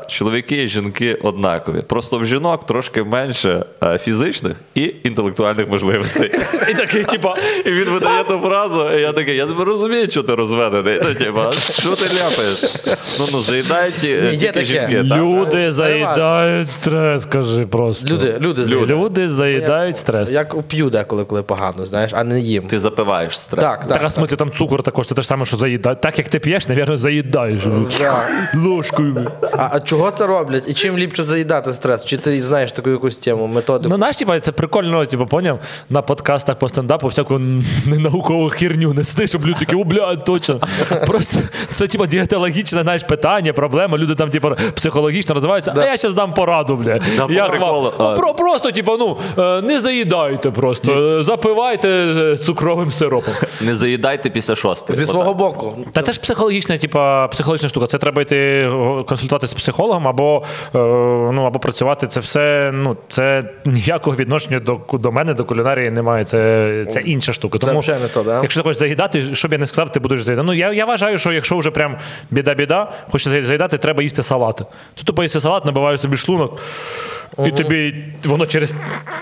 Speaker 2: е, чоловіки і жінки однакові. Просто в жінок трошки менше е, фізичних і інтелектуальних можливостей.
Speaker 1: І такий, типу, типа,
Speaker 2: І він видає ту фразу, і я такий, я тебе розумію, що ти розведений. Ну, типа, що ти ляпаєш? Ну ну заїдають ті,
Speaker 3: Ні, є
Speaker 2: тільки
Speaker 3: таке.
Speaker 2: жінки. так?
Speaker 1: Люди
Speaker 3: переважно.
Speaker 1: заїдають стрес, кажи просто.
Speaker 3: Люди, люди,
Speaker 1: Люди,
Speaker 3: заїдають.
Speaker 1: заїдають стрес.
Speaker 3: Як уп'ю деколи, коли погано, знаєш, а не їм.
Speaker 2: Ти запиваєш стрес.
Speaker 3: Так,
Speaker 1: Так, а
Speaker 3: так.
Speaker 1: в смислі там цукор також, це те ж саме, що заїдають. Так як ти п'єш, навірно, заїдаєш.
Speaker 3: Да.
Speaker 1: ложкою.
Speaker 3: А, а чого це роблять? І чим ліпше заїдати стрес? Чи ти знаєш таку якусь тему, методику?
Speaker 2: типу.
Speaker 1: Ну, знаєш, типа, це прикольно, типу, поняв, на подкастах по стендапу всяку н- ненаукову херню нести, щоб люди такі, о, блядь, точно. Просто це типу, дієтологічне знаєш, питання, проблема. Люди там типу, психологічно розвиваються, а я зараз дам пораду, блядь.
Speaker 2: Да, по
Speaker 1: Як вам?
Speaker 2: приколу,
Speaker 1: Ну,
Speaker 2: а.
Speaker 1: про- просто, типу, ну, е, не заїдайте просто, е, запивайте е, цукровим сиропом.
Speaker 2: Не заїдайте після
Speaker 1: Ну,
Speaker 2: шостої.
Speaker 3: Зі
Speaker 2: Отак.
Speaker 3: свого боку.
Speaker 1: Та це ж психологічна, типа психологічна штука. Це треба йти о, консультуватися з психологом або, е, ну, або працювати. Це все ну, це ніякого відношення до, ку- до мене, до кулінарії немає. Це, це інша штука.
Speaker 3: Це
Speaker 1: Тому,
Speaker 3: взагалі не то, да?
Speaker 1: якщо ти хочеш заїдати, що б я не сказав, ти будеш заїдати. Ну я, я вважаю, що якщо вже прям біда-біда, хочеш заї- заїдати, треба їсти салат. Ти тупо їсти салат, набиваєш собі шлунок, і тобі воно через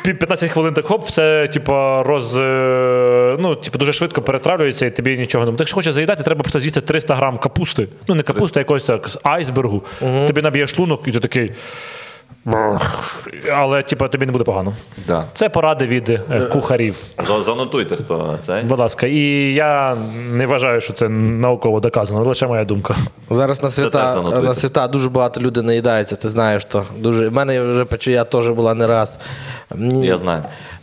Speaker 1: пі- 15 хвилин так хоп, все типа роз. е, Ну, типу, дуже швидко перетравлюється, і тобі нічого не буде. Якщо хочеш заїдати, треба просто з'їсти 300 грам капусти. Ну, не капусти, а якогось так, з айсбергу. Тобі наб'є шлунок, і ти такий. «Бррр». Але типу, тобі не буде погано.
Speaker 2: Да.
Speaker 1: Це поради від е, кухарів.
Speaker 2: За- Занотуйте, хто це.
Speaker 1: Будь ласка, і я не вважаю, що це науково доказано, лише моя думка.
Speaker 3: Зараз на
Speaker 2: теж
Speaker 3: свята,
Speaker 2: занотуйте.
Speaker 3: на свята дуже багато людей наїдається, ти знаєш то. Дуже. В мене вже печія теж була не раз. Мені-
Speaker 2: Я знаю.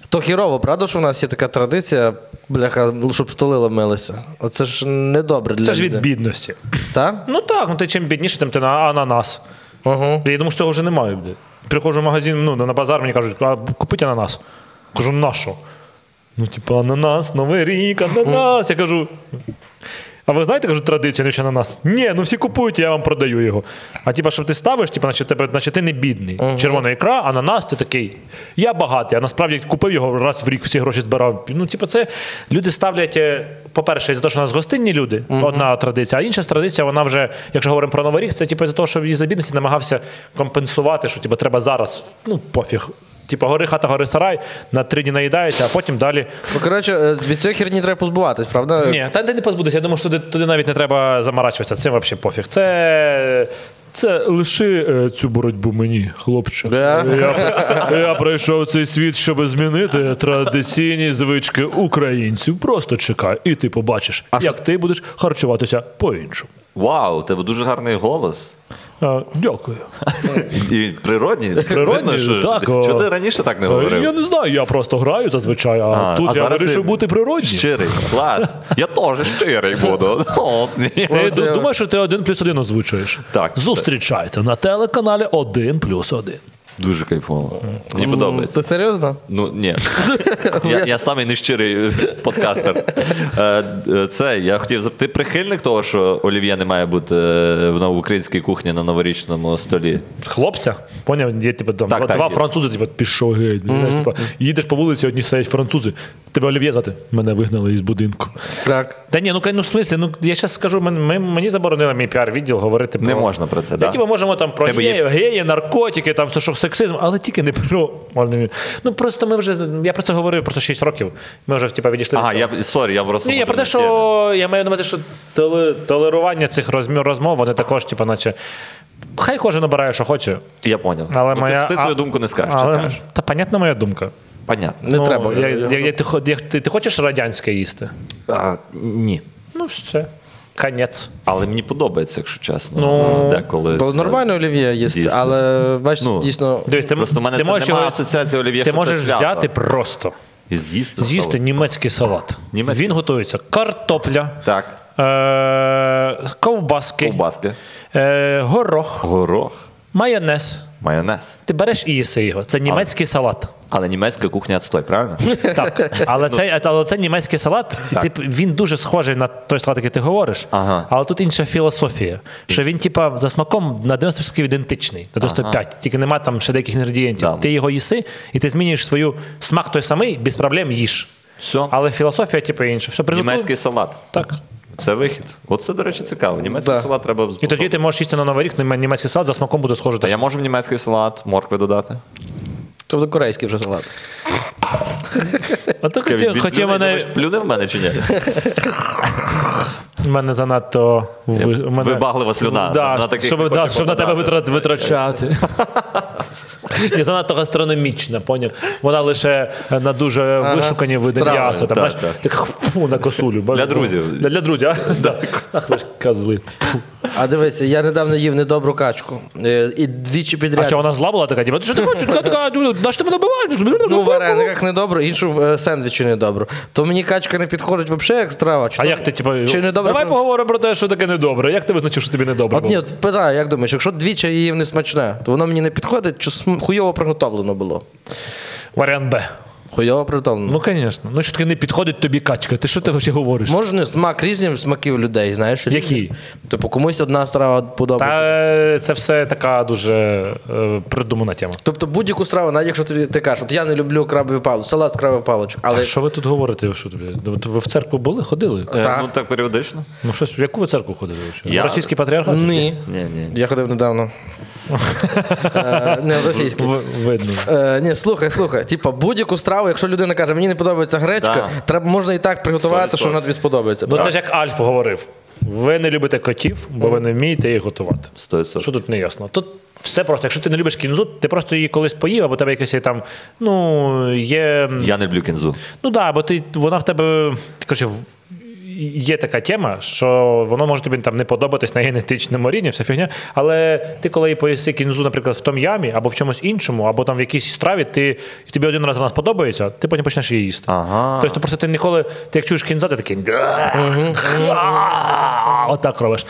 Speaker 3: То хірово, правда, що в нас є така традиція, бляха, щоб столи ломилися. Оце ж недобре для
Speaker 1: Це ж від
Speaker 3: людей.
Speaker 1: бідності.
Speaker 3: Та?
Speaker 1: Ну так, ну ти чим бідніше, тим ти на ананас.
Speaker 3: Угу.
Speaker 1: Я думаю, що цього вже немає. блядь. Приходжу в магазин, ну на базар мені кажуть, а купіть ананас. Кажу, на що? Ну, типу, ананас, новий рік, ананас. Я кажу. А ви знаєте, кажу, традицію, не ананас? Ні, ну всі купують, я вам продаю його. А типа, що ти ставиш, типа, наче, тебе, наче ти не бідний. Червона ікра, ананас, ти такий. Я багатий, а насправді купив його раз в рік, всі гроші збирав. Ну, типа, це люди ставлять, е, по-перше, за те, що у нас гостинні люди, одна традиція, а інша традиція, вона вже, якщо говоримо про Новий рік, це типу, за те, що за бідності намагався компенсувати, що типу, треба зараз, ну, пофіг. Типа, гори хата, гори сарай, на три дні наїдається, а потім далі
Speaker 3: Ну, коротше, е, від цієї херні треба позбуватись, правда?
Speaker 1: ні, та ти не позбудешся. Я думаю, що туди, туди навіть не треба заморачуватися. Це взагалі пофіг. Це. Це лиши е, цю боротьбу мені, хлопче.
Speaker 3: Да?
Speaker 1: Я, я прийшов цей світ, щоб змінити традиційні звички українців. Просто чекай, і ти побачиш, як ти будеш харчуватися по-іншому.
Speaker 2: Вау, у тебе дуже гарний голос.
Speaker 1: Е, дякую.
Speaker 2: І природній.
Speaker 1: Природній, ну,
Speaker 2: Видно, що-
Speaker 1: так, о.
Speaker 2: Чого ти раніше так не
Speaker 1: Е, я
Speaker 2: говорив?
Speaker 1: не знаю, я просто граю зазвичай, а,
Speaker 2: А,
Speaker 1: тут
Speaker 2: а
Speaker 1: я
Speaker 2: зараз
Speaker 1: вирішив
Speaker 2: ти-
Speaker 1: бути природній.
Speaker 2: Щирий, клас. Я теж щирий буду. О, ні.
Speaker 1: Ти
Speaker 3: Це-
Speaker 1: ду- думаєш, що ти один плюс один озвучуєш?
Speaker 2: Так.
Speaker 1: Зустрічайте на телеканалі один плюс один.
Speaker 2: Дуже кайфово.
Speaker 1: Ну,
Speaker 2: Мені
Speaker 3: М,
Speaker 2: подобається.
Speaker 3: Ти серйозно?
Speaker 2: Ну ні. Я, я самий нещирий подкастер. Е, е, Це я хотів зап- Ти прихильник того, що олів'є не має бути е, в нов- в українській кухні на новорічному столі.
Speaker 1: хлопця. Поняв, є типу, там,
Speaker 2: Так,
Speaker 1: два,
Speaker 2: так,
Speaker 1: два
Speaker 2: є.
Speaker 1: французи, типу, пішов геть. знаєш, Типу, їдеш по вулиці, одні стоять французи. Тебе Олів'є звати? Мене вигнали із будинку.
Speaker 3: Так.
Speaker 1: Та ні, ну ка- ну в смислі, ну я зараз скажу, мен- ми- мені заборонили мій піар-відділ говорити про.
Speaker 2: Не можна про це,
Speaker 1: Да.
Speaker 2: да?
Speaker 1: Типу, можемо там про
Speaker 2: Тебе є-
Speaker 1: геїв, геї, наркотики, там все, що сексизм, але тільки не про. Ну просто ми вже. Я про це говорив просто 6 років. Ми вже типу, відійшли. від
Speaker 2: Ага,
Speaker 1: цього.
Speaker 2: я сорі, я просто.
Speaker 1: Ні, я
Speaker 2: може,
Speaker 1: про те,
Speaker 2: не щирий.
Speaker 1: що я маю на увазі, що толе- толерування цих розмі- розмов, вони також, типу, наче. Хай кожен обирає, що хоче.
Speaker 2: Я поняв.
Speaker 1: Але
Speaker 2: Ну,
Speaker 1: моя...
Speaker 2: ти, ти свою
Speaker 1: а-
Speaker 2: думку не скажеш, чи
Speaker 1: але-
Speaker 2: скажеш?
Speaker 1: Та понятна моя думка.
Speaker 2: Понятно.
Speaker 3: Не треба.
Speaker 1: Ну, Я, я, я, ти, хо- як ти, ти хочеш радянське їсти?
Speaker 2: А, ні.
Speaker 1: Ну, все. Конець.
Speaker 2: Але мені подобається, якщо чесно. е,
Speaker 1: Ну,
Speaker 2: деколи.
Speaker 3: Бо
Speaker 2: це-
Speaker 3: нормально олів'є їсти,
Speaker 2: З'їсти.
Speaker 3: але бачиш,
Speaker 2: Ну.
Speaker 3: дійсно.
Speaker 1: Дивись, ти,
Speaker 2: Просто в мене
Speaker 1: ти
Speaker 2: це
Speaker 1: можеш
Speaker 2: немає
Speaker 1: його-
Speaker 2: асоціації олів'є,
Speaker 1: Ти
Speaker 2: що це
Speaker 1: можеш
Speaker 2: свято.
Speaker 1: взяти просто.
Speaker 2: І з'їсти.
Speaker 1: З'їсти
Speaker 2: стало.
Speaker 1: німецький салат.
Speaker 2: Німецький.
Speaker 1: Він готується. Картопля.
Speaker 2: Так.
Speaker 1: Е- ковбаски.
Speaker 2: Ковбаски.
Speaker 1: Е- горох.
Speaker 2: Горох.
Speaker 1: Майонез.
Speaker 2: Майонез.
Speaker 1: Ти береш і їси його. Це німецький салат.
Speaker 2: Але німецька кухня отстой, правильно?
Speaker 1: Так, але це, але це німецький салат, і
Speaker 2: Ну. Так.
Speaker 1: тип, він дуже схожий на той салат, який ти говориш.
Speaker 2: Ага.
Speaker 1: Але тут інша філософія. Що він, типа, за смаком на 90% ідентичний, на 95%, тільки нема там ще деяких інгредієнтів.
Speaker 2: Да.
Speaker 1: Ти його їси, і ти змінюєш свою смак той самий, без проблем їж.
Speaker 2: Все.
Speaker 1: Але філософія, типу, інша. Все приготуй.
Speaker 2: Німецький салат.
Speaker 1: Так.
Speaker 2: Це вихід. Оце, до речі, цікаво. Німецький
Speaker 3: Да.
Speaker 2: салат треба.
Speaker 1: І тоді ти можеш їсти на Новий рік нім- німецький салат, за смаком буде схоже.
Speaker 2: А
Speaker 1: теж.
Speaker 2: я можу в німецький салат моркви додати?
Speaker 3: Тобто корейський вже салат.
Speaker 1: А ти
Speaker 2: Кевін,
Speaker 1: хотів,
Speaker 2: від-
Speaker 1: хотів
Speaker 2: плюни,
Speaker 1: мене,
Speaker 2: думаєш, плюни в мене чи ні?
Speaker 1: мене занадто ви, мене...
Speaker 2: Вибаглива слюна.
Speaker 1: Ну, Да,
Speaker 2: Ну, На таких
Speaker 1: щоб,
Speaker 2: не
Speaker 1: да,
Speaker 2: хоче
Speaker 1: щоб на тебе
Speaker 2: попадати.
Speaker 1: витрат, витрачати. Ні, занадто гастрономічна, поняв? Вона лише е, на дуже вишукані види
Speaker 3: страви,
Speaker 1: м'яса. Там,
Speaker 2: так,
Speaker 1: знаєш,
Speaker 2: так.
Speaker 1: так. хфу, на косулю. Бачиш? Ну,
Speaker 2: друзів.
Speaker 1: Для, для друзів, а? Ах ви ж козли. Фу.
Speaker 3: А дивися, я недавно їв недобру качку. Е, І двічі підряд.
Speaker 1: А що вона зла була така? Типа, ти що така, така, така, ну, на що ти мене биваєш?
Speaker 3: Ну, в варениках недобро, іншу в е, сендвічі недобро. То мені качка не підходить взагалі як страва. Чи
Speaker 1: А
Speaker 3: то-
Speaker 1: як ти, типа,
Speaker 3: чи недобре
Speaker 1: давай
Speaker 3: прям-
Speaker 1: поговоримо про те, що таке недобре. Як ти визначив, що тобі недобре
Speaker 3: От ні,
Speaker 1: було?
Speaker 3: от питаю, як думаєш, якщо двічі я їв не смачне, то воно мені не підходить, чи см- хуйово приготовлено було?
Speaker 1: Варіант Б.
Speaker 3: Хуйово приготовлено.
Speaker 1: Ну, звісно. Ну, що таке не підходить тобі качка. Ти що ти взагалі говориш?
Speaker 3: Можна смак різні смаків людей, знаєш?
Speaker 1: Який?
Speaker 3: різні. Типу, комусь одна страва подобається.
Speaker 1: Та е, це все така дуже е, придумана тема.
Speaker 3: Тобто будь-яку страву, навіть якщо тобі ти кажеш, от я не люблю крабові палички, салат з крабових паличок, але
Speaker 1: А що ви тут говорите? Що тобі? Ну, от Ви в церкву були, ходили?
Speaker 2: Е,
Speaker 3: Так.
Speaker 2: Ну так періодично.
Speaker 1: Ну, щось, в яку ви церкву ходили? взагалі?
Speaker 2: Я-
Speaker 1: В Російський патріархат?
Speaker 3: ні.
Speaker 1: ну,
Speaker 2: Ні, ні.
Speaker 3: Я ходив недавно. Е, Не російський.
Speaker 1: В- Видно.
Speaker 3: Е, Ні, слухай, слухай. Типа, будь-яку страву, якщо людина каже, мені не подобається гречка,
Speaker 2: Да.
Speaker 3: треба можна і так приготувати, що вона тобі сподобається.
Speaker 1: Ну, це ж як Альф говорив. Ви не любите котів, бо ви не вмієте їх готувати. Що
Speaker 2: 100%.
Speaker 1: тут не ясно? Тут все просто. Якщо ти не любиш кінзу, ти просто її колись поїв, або тебе якесь є там, ну, є.
Speaker 2: Я не люблю кінзу.
Speaker 1: Ну да, бо ти вона в тебе. Коротше, в- є така тема, що воно може тобі там не подобатись на генетичному рівні, вся фігня. Але ти, коли поїси кінзу, наприклад, в том ямі, або в чомусь іншому, або там в якійсь страві, ти і тобі один раз вона сподобається, ти потім почнеш її їсти.
Speaker 2: Ага.
Speaker 1: Тобто просто ти ніколи, ти як чуєш кінза, ти такий. Отак робиш.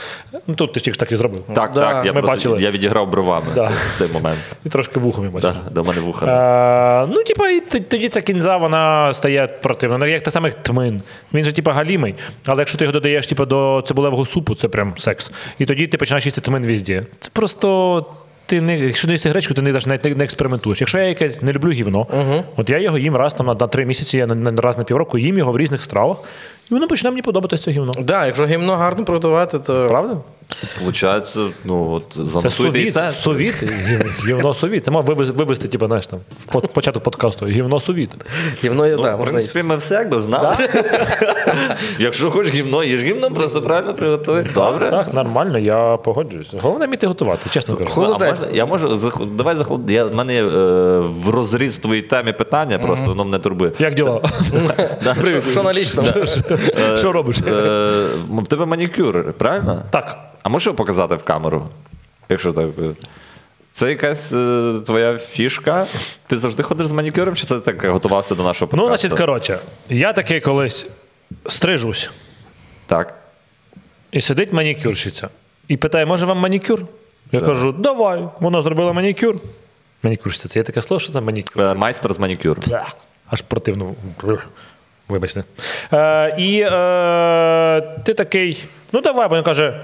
Speaker 1: Ну тут ти ж тільки ж так і зробив.
Speaker 2: Так,
Speaker 3: Да,
Speaker 2: так, я
Speaker 1: ми
Speaker 2: просто
Speaker 1: бачили.
Speaker 2: я відіграв бровами
Speaker 1: Да.
Speaker 2: цей, цей момент.
Speaker 1: І трошки вухами бачиш.
Speaker 2: Да, до мене вуха.
Speaker 1: Е, ну, типа, і т- тоді ця кінза вона стає противна. Ну, як та саме тмин. Він же, типа, галімий. Але якщо ти його додаєш типа, до цибулевого супу, це прям секс. І тоді ти починаєш їсти тмин візді. Це просто. Ти не, якщо не їсти гречку, ти не, навіть не, не експериментуєш. Якщо я якесь не люблю гівно, от я його їм раз там, на, на три місяці, я на, на- раз на півроку їм його в різних стравах, і воно починає мені подобатися це гівно.
Speaker 3: Так, якщо гімно гарно приготувати, то
Speaker 1: Правда?
Speaker 2: Получається, ну от
Speaker 1: Це
Speaker 2: занотуйте і
Speaker 1: сувіт,
Speaker 2: це.
Speaker 1: сувіт, гів- гівно сувіт. Це мав вивез- вивести, типу, знаєш, там, в по- початок подкасту. Гівно сувіт.
Speaker 3: гімно є,
Speaker 2: Ну,
Speaker 3: так,
Speaker 2: в
Speaker 3: можна
Speaker 2: принципі,
Speaker 3: їсти.
Speaker 2: ми все якби знали. Якщо хочеш гімно, їж гімно, просто правильно приготуй. Добре.
Speaker 1: Так, нормально, я погоджуюсь. Головне вміти готувати, чесно кажу.
Speaker 3: Ху- Холодець.
Speaker 2: А може- Я можу зах- давай заход. Я в мене є, е, в розріз твоїй темі питання, просто воно мене турбує.
Speaker 1: Як діла?
Speaker 2: Привіт.
Speaker 3: Що на лічному?
Speaker 1: Що робиш?
Speaker 2: е, В тебе манікюр, правильно?
Speaker 1: Так.
Speaker 2: А можеш його показати в камеру? Якщо так. е, Це якась е, твоя фішка. Ти завжди ходиш з манікюром, чи це так готувався до нашого
Speaker 1: Ну,
Speaker 2: подкасту?
Speaker 1: значить, коротше, я таки колись стрижусь,
Speaker 2: Так.
Speaker 1: і сидить манікюрщиця. І питає, може вам манікюр? Я кажу, давай. Вона зробила манікюр. Манікюрщиця, це є таке слово, що це манікюр.
Speaker 2: Е, Майстер з манікюру.
Speaker 1: Бля, Аж противно. Бля. Вибачте. Е, і е, ти такий, ну давай, бо він каже: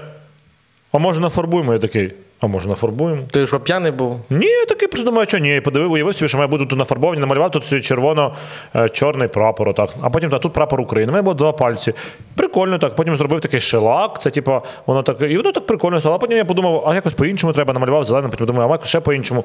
Speaker 1: а може нафарбуємо? Я такий, а може нафарбуємо?
Speaker 3: Ти що п'яний був?
Speaker 1: Ні, я такий просто думаю, що ні. Подивив, уявив собі, що має бути тут нафарбовані, намалював тут червоно-чорний прапор. Отак. А потім та, тут прапор України. У мене було два пальці. Прикольно так. Потім зробив такий шелак. Це типу, воно так, і воно так прикольно стало. А потім я подумав, а якось по-іншому треба, намалював зеленим, потім думаю, а якось ще по-іншому.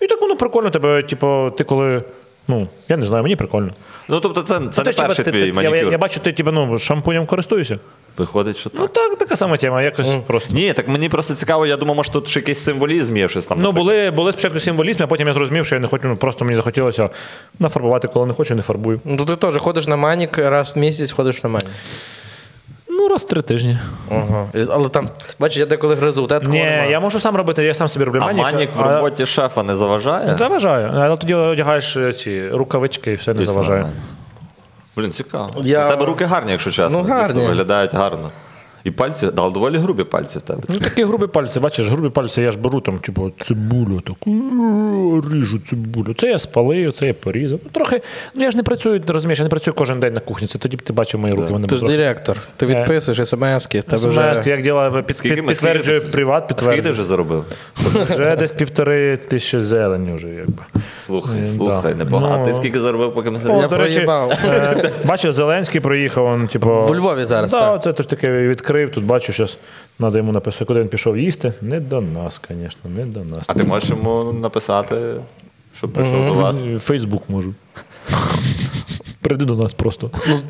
Speaker 1: І так воно прикольно тебе, типу, ти коли. Ну, я не знаю, мені прикольно.
Speaker 2: Ну, тобто, це, це
Speaker 1: Ти
Speaker 2: не
Speaker 1: ж, типу,
Speaker 2: перший
Speaker 1: ти-
Speaker 2: твій
Speaker 1: ти- я,
Speaker 2: манікюр.
Speaker 1: я, я бачу, ти типу, ну, шампунем користуєшся.
Speaker 2: Виходить, що
Speaker 1: Ну
Speaker 2: так.
Speaker 1: так, така сама тема, якось просто.
Speaker 2: Ні, так мені просто цікаво, я думав, може тут ще якийсь символізм є щось там.
Speaker 1: Ну, були, були спочатку символізми, а потім я зрозумів, що я не хочу, ну просто мені захотілося нафарбувати, коли не хочу, не фарбую.
Speaker 3: Ну то ти теж ходиш на манік, раз в місяць ходиш на манік.
Speaker 1: Ну, раз в три тижні.
Speaker 3: Ага. І- Але там, бачиш, я деколи гризу, те такого
Speaker 1: Ні,
Speaker 3: нема.
Speaker 1: я можу сам робити, я сам собі роблю
Speaker 2: а
Speaker 1: манік.
Speaker 2: манік в роботі шефа не заважає?
Speaker 1: А, заважає. Але тоді одягаєш е, ці рукавички і все не
Speaker 2: Дійсно,
Speaker 1: заважає.
Speaker 2: нормально. Блін, цікаво.
Speaker 3: Я-
Speaker 2: У тебе руки гарні, якщо чесно.
Speaker 3: Ну,
Speaker 2: Дійсно,
Speaker 3: гарні.
Speaker 2: виглядають гарно. І пальці, да, але доволі грубі пальці в тебе.
Speaker 1: Ну, такі грубі пальці, бачиш, грубі пальці, я ж беру там, типу, цибулю, таку ріжу цибулю. Це я спалив, це я порізав. Ну, трохи, ну я ж не працюю, ти розумієш, я не працюю кожен день на кухні. Це тоді б ти бачив мої руки. Вони
Speaker 3: Ти ж
Speaker 1: трохи-
Speaker 3: директор,
Speaker 1: Е.
Speaker 3: ти відписуєш смс-ки, тебе
Speaker 1: Знаєш,
Speaker 3: вже.
Speaker 1: як діла під,
Speaker 2: Скільки
Speaker 1: під,
Speaker 2: ми- скільки
Speaker 1: підтверджує
Speaker 2: ти-
Speaker 1: приват,
Speaker 2: А Скільки ти
Speaker 1: підтверджує.
Speaker 2: вже заробив?
Speaker 1: Вже десь півтори тисячі зелені вже якби.
Speaker 2: Слухай, слухай, непогано.
Speaker 1: Ну,
Speaker 2: А ти скільки заробив, поки ми
Speaker 1: О,
Speaker 3: Я
Speaker 1: до речі,
Speaker 3: проїбав.
Speaker 1: е, бачив, Зеленський проїхав. Он, типу,
Speaker 3: В Львові зараз,
Speaker 1: Да,
Speaker 3: так.
Speaker 1: Оце теж таке відкрив. Тут бачу, зараз треба йому написати, куди він пішов їсти. Не до нас, звісно, не до нас.
Speaker 2: А ти можеш йому написати, щоб прийшов до вас?
Speaker 1: Фейсбук можу. прийди до нас просто.
Speaker 3: Ну.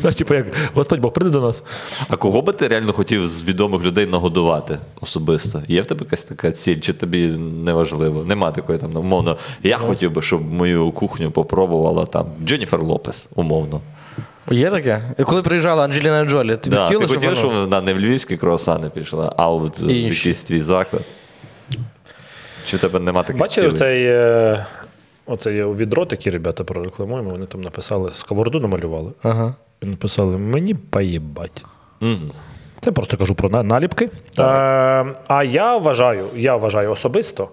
Speaker 1: Знаєш, типу, як Господь Бог, прийди до нас.
Speaker 2: А кого би ти реально хотів з відомих людей нагодувати особисто? Є в тебе якась така ціль, чи тобі не важливо? Нема такої там, умовно. Я хотів би, щоб мою кухню попробувала там Дженніфер Лопес, умовно.
Speaker 3: Є таке? Коли приїжджала Анджеліна Джолі, тобі
Speaker 2: Да, ти
Speaker 3: хотілося,
Speaker 2: хотів,
Speaker 3: щоб
Speaker 2: щоб
Speaker 3: вона-
Speaker 2: вона не в львівські круасани пішла, а от в
Speaker 3: Інші.
Speaker 2: якийсь твій заклад. Чи в тебе нема таких
Speaker 1: Бачив
Speaker 2: цілей?
Speaker 1: оцей, е, оцей відро, такі ребята прорекламуємо, вони там написали, сковороду намалювали.
Speaker 3: Ага.
Speaker 1: І написали: мені поїбать.
Speaker 2: Мгм.
Speaker 1: Це просто кажу про на- наліпки. Е, а я вважаю, я вважаю особисто,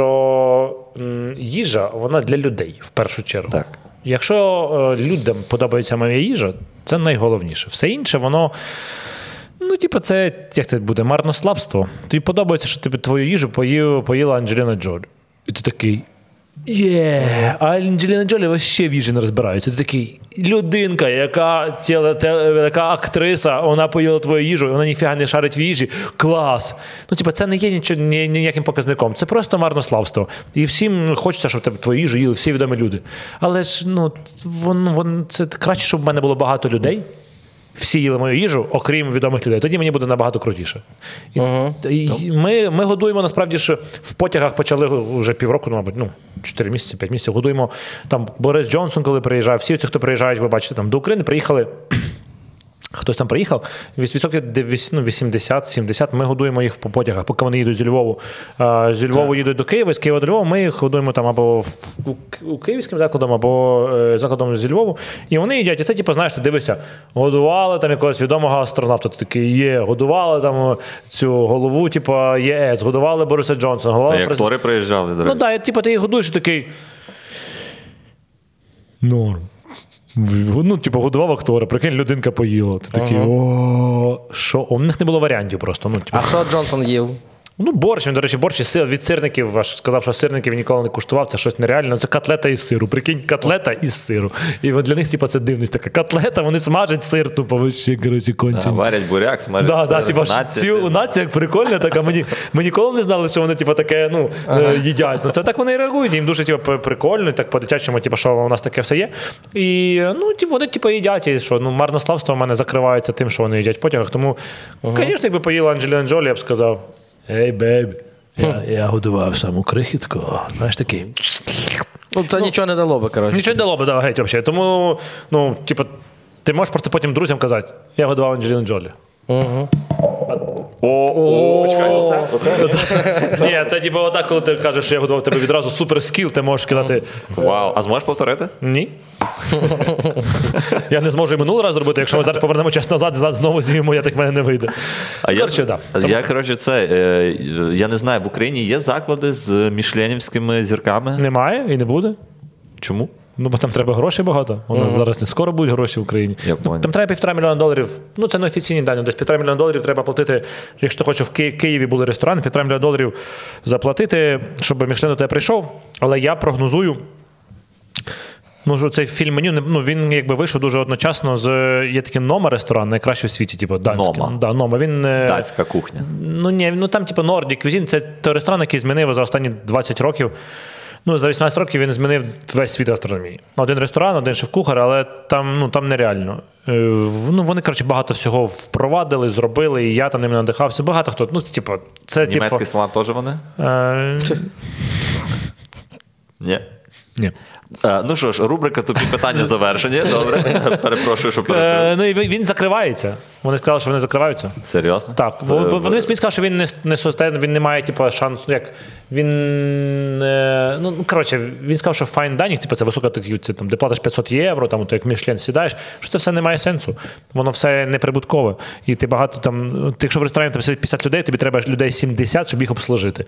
Speaker 1: що м, їжа вона для людей в першу чергу.
Speaker 2: Так.
Speaker 1: Якщо е, людям подобається моя їжа, це найголовніше. Все інше, воно. Ну, типу, це як це буде марнославство. Тобі подобається, що тобі твою їжу поїв, поїла Анджеліна Джолі. І ти такий. Є, а Анджеліна Джолі вообще в їжі не розбирається. Ти такий людинка, яка тіле, те, яка актриса, вона поїла твою їжу, і вона ніфіга не шарить в їжі. Клас. Ну, типу, це не є нічого ні, ніяким показником. Це просто марнославство. І всім хочеться, щоб тебе твою їжу їли всі відомі люди. Але ж ну вон, вон, це краще, щоб в мене було багато людей всі їли мою їжу, окрім відомих людей. Тоді мені буде набагато крутіше. І, і ми, ми годуємо насправді ж в потягах почали вже півроку, ну, мабуть, ну, 4 місяці, 5 місяців. Годуємо там Борис Джонсон, коли приїжджав, всі ці, хто приїжджають, ви бачите, там до України приїхали. Хтось там приїхав, від- відсотків де віс- ну, 80-70 ми годуємо їх по потягах, поки вони їдуть зі Львову. А, Зі Львову їдуть до Києва, з Києва до Львова ми їх годуємо там або в, у, К- у київським закладом, або е, закладом зі Львову. І вони їдять. І це, типу, знаєш, ти дивишся, годували там якогось відомого астронавта. Ти такий є, годували там е, цю голову, типу, ЄС, годували Бориса Джонсона,
Speaker 2: Та
Speaker 1: годували
Speaker 2: як
Speaker 1: президента.
Speaker 2: актори приїжджали, до речі.
Speaker 1: Ну так, да, і, типу, ти їх годуєш і такий. Норм. Ну, типу, годував актора, прикинь, людинка поїла. Ти такий, о, що? У них не було варіантів просто. Ну, типу,
Speaker 3: А що Джонсон їв?
Speaker 1: ну борщ, він, до речі, борщ із сир- від сирників аж сказав, що сирників ніколи не куштував, це щось нереальне. Ну, Це котлета із сиру. Прикинь, котлета із сиру. І от для них, типу, це дивність така. Котлета, вони смажать сир, тупо вище, коротше,
Speaker 2: А,
Speaker 1: кончені.
Speaker 2: Варять буряк, смажать.
Speaker 1: Да, да,
Speaker 2: сир,
Speaker 1: типа ж
Speaker 2: нація,
Speaker 1: ці
Speaker 2: ти-
Speaker 1: нація як прикольна така. Мені ми ніколи не знали, що вони типа таке ну е, їдять. Ну це так вони і реагують. Їм дуже типа прикольно, і так по-дитячому, типа, що у нас таке все є. І е, ну ті вони типа їдять. І що ну марнославство в мене закривається тим, що вони їдять в потягах. Тому, звісно, якби поїла Анджеліна Джолі, я б сказав: Ей, бебі, я, я годував саму крихітку. Знаєш такий.
Speaker 3: Ну, це нічого не дало би, коротше.
Speaker 1: Нічого не дало би да, геть взагалі. Тому, ну, типу, ти можеш просто потім друзям казати, я годував Анджеліну Джолі.
Speaker 2: О, о, чекай, оце? Оце?
Speaker 1: Ні, це типу отак, коли ти кажеш, що я годував тебе відразу супер скіл, ти можеш кидати.
Speaker 2: Вау, а зможеш повторити?
Speaker 1: Ні. Я не зможу і минулий раз зробити, якщо ми зараз повернемо час назад, за- знову знімемо, я так в мене не вийде.
Speaker 2: А
Speaker 1: Коротше, да.
Speaker 2: я, я, коротше, це, е, я не знаю, в Україні є заклади з мішленівськими зірками.
Speaker 1: Немає і не буде.
Speaker 2: Чому?
Speaker 1: Ну, бо там треба грошей багато. У нас зараз не скоро будуть гроші в Україні.
Speaker 2: Я
Speaker 1: ну,
Speaker 2: понял.
Speaker 1: там треба півтора мільйона доларів. Ну, це не офіційні дані. Десь півтора мільйона доларів треба платити. Якщо ти хочеш в Ки- Києві були ресторани, півтора мільйона доларів заплатити, щоб Мішлен до тебе прийшов. Але я прогнозую. Ну, що цей фільм меню не- ну, він якби вийшов дуже одночасно з є такий нома ресторан, найкращий в світі, типу данський.
Speaker 2: Нома.
Speaker 1: Да, Нома. Він е,
Speaker 2: Датська кухня.
Speaker 1: Ну ні, ну там, типу, Nordic Cuisine, це той ресторан, який змінив за останні 20 років. Ну, за 18 років він змінив весь світ астрономії. Один ресторан, один шеф-кухар, але там, ну, там нереально. Е, в- Ну, вони, коротше, багато всього впровадили, зробили, і я там ними надихався. Багато хто. Ну, це, типу, це типу.
Speaker 2: Німецький салат теж вони?
Speaker 1: Е,
Speaker 2: Ні.
Speaker 1: ні.
Speaker 2: Е, ну що ж, рубрика тобі питання завершені. Добре. Перепрошую, що перебив.
Speaker 1: Е, ну і він він закривається. Вони сказали, що вони закриваються.
Speaker 2: Серйозно?
Speaker 1: Так, бо,
Speaker 2: Е,
Speaker 1: бо вони він сказав, що він не, с- не сустен, він не має типу, шансу. Ну, як він е, ну ну, коротше, він сказав, що fine dining, типу, це висока такі, це, там, де платиш 500 євро, там от як мішлен сідаєш, що це все не має сенсу. Воно все неприбуткове. І ти багато там, ти, якщо в ресторані там сидить 50 людей, тобі треба людей 70, щоб їх обслужити.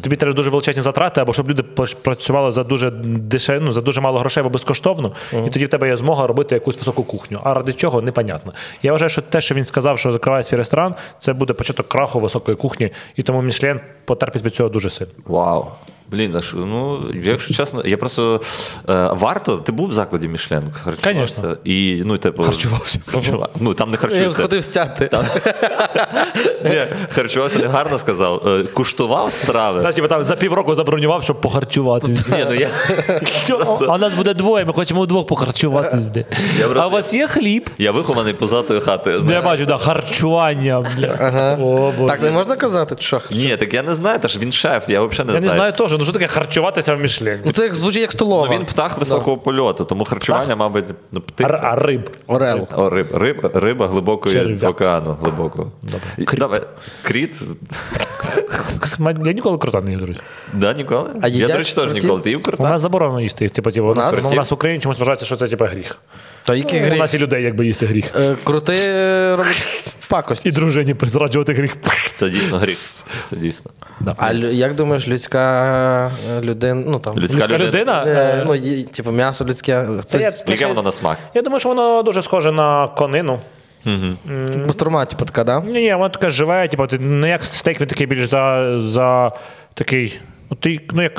Speaker 1: Тобі треба дуже величезні затрати, або щоб люди пла- працювали за дуже дешев, ну, за дуже мало грошей, або безкоштовно, і тоді в тебе є змога робити якусь високу кухню. А ради чого непонятно. Я вважаю, що те, що він сказав, що закриває свій ресторан, це буде початок краху високої кухні, і тому Мішлен потерпить від цього дуже сильно.
Speaker 2: Вау. Блін, а що, ну, якщо чесно, я просто е, варто, ти був в закладі Мішлен? Харчувався?
Speaker 1: Конечно.
Speaker 2: І, ну, типу, харчувався. Ну, там не
Speaker 3: Я
Speaker 2: харчуєшся.
Speaker 3: сходив стяти.
Speaker 2: Ні, харчувався не гарно сказав. Е, Куштував страви.
Speaker 1: Знаєш, типу, там за півроку забронював, щоб похарчувати.
Speaker 2: Ні, ну я.
Speaker 1: Чо? А у нас буде двоє, ми хочемо вдвох похарчувати. бля.
Speaker 2: Я просто-
Speaker 1: А у вас є хліб?
Speaker 2: Я вихований позатою хатою.
Speaker 1: Я
Speaker 2: знаєш.
Speaker 1: бачу, да, харчування, бля. О, Боже.
Speaker 3: Так не можна казати, що хар-
Speaker 2: Ні, так я не знаю, та ж він шеф, я взагалі не
Speaker 1: Я
Speaker 2: знаю.
Speaker 1: не знаю теж, ну що таке харчуватися в Мішлен?
Speaker 3: Ну, Це як звучить як столова.
Speaker 2: Він птах високого польоту, тому харчування, мабуть, ну, птиця.
Speaker 1: Р- А риб.
Speaker 3: Орел.
Speaker 2: О, риб, риб, риба глибокої
Speaker 1: Черв'як.
Speaker 2: океану глибокого. Добре. Кріт. Давай. Кріт?
Speaker 1: Я ніколи крутан не їв, до речі.
Speaker 2: Да, ніколи?
Speaker 3: А
Speaker 2: я,
Speaker 3: їдять
Speaker 2: до речі, теж
Speaker 3: крутів?
Speaker 2: ніколи. Ти їв
Speaker 1: У
Speaker 2: крута?
Speaker 1: нас заборонено їсти. Типу, типу, у
Speaker 3: нас?
Speaker 1: нас, ну, у нас в Україні чомусь вважається, що це типу, гріх.
Speaker 3: Та який
Speaker 1: Ну, У
Speaker 3: гріх?
Speaker 1: нас і людей якби їсти гріх.
Speaker 3: Е, Крути робить пакості.
Speaker 1: І дружині зраджувати гріх.
Speaker 2: Це дійсно гріх. Це дійсно.
Speaker 3: А лю- як думаєш, людська людина, ну там
Speaker 2: Людська,
Speaker 1: Людська людина?
Speaker 3: е,
Speaker 1: е,
Speaker 3: ну, є, типу, м'ясо людське, це,
Speaker 1: я-
Speaker 3: з-
Speaker 2: Яке воно на смак?
Speaker 1: Я думаю, що воно дуже схоже на конину.
Speaker 3: бастурма, типу, така, да?
Speaker 1: Ні, ні, воно таке живе, типу, ти не як стейк, він такий більш за, за такий. ну, Ти, ну як.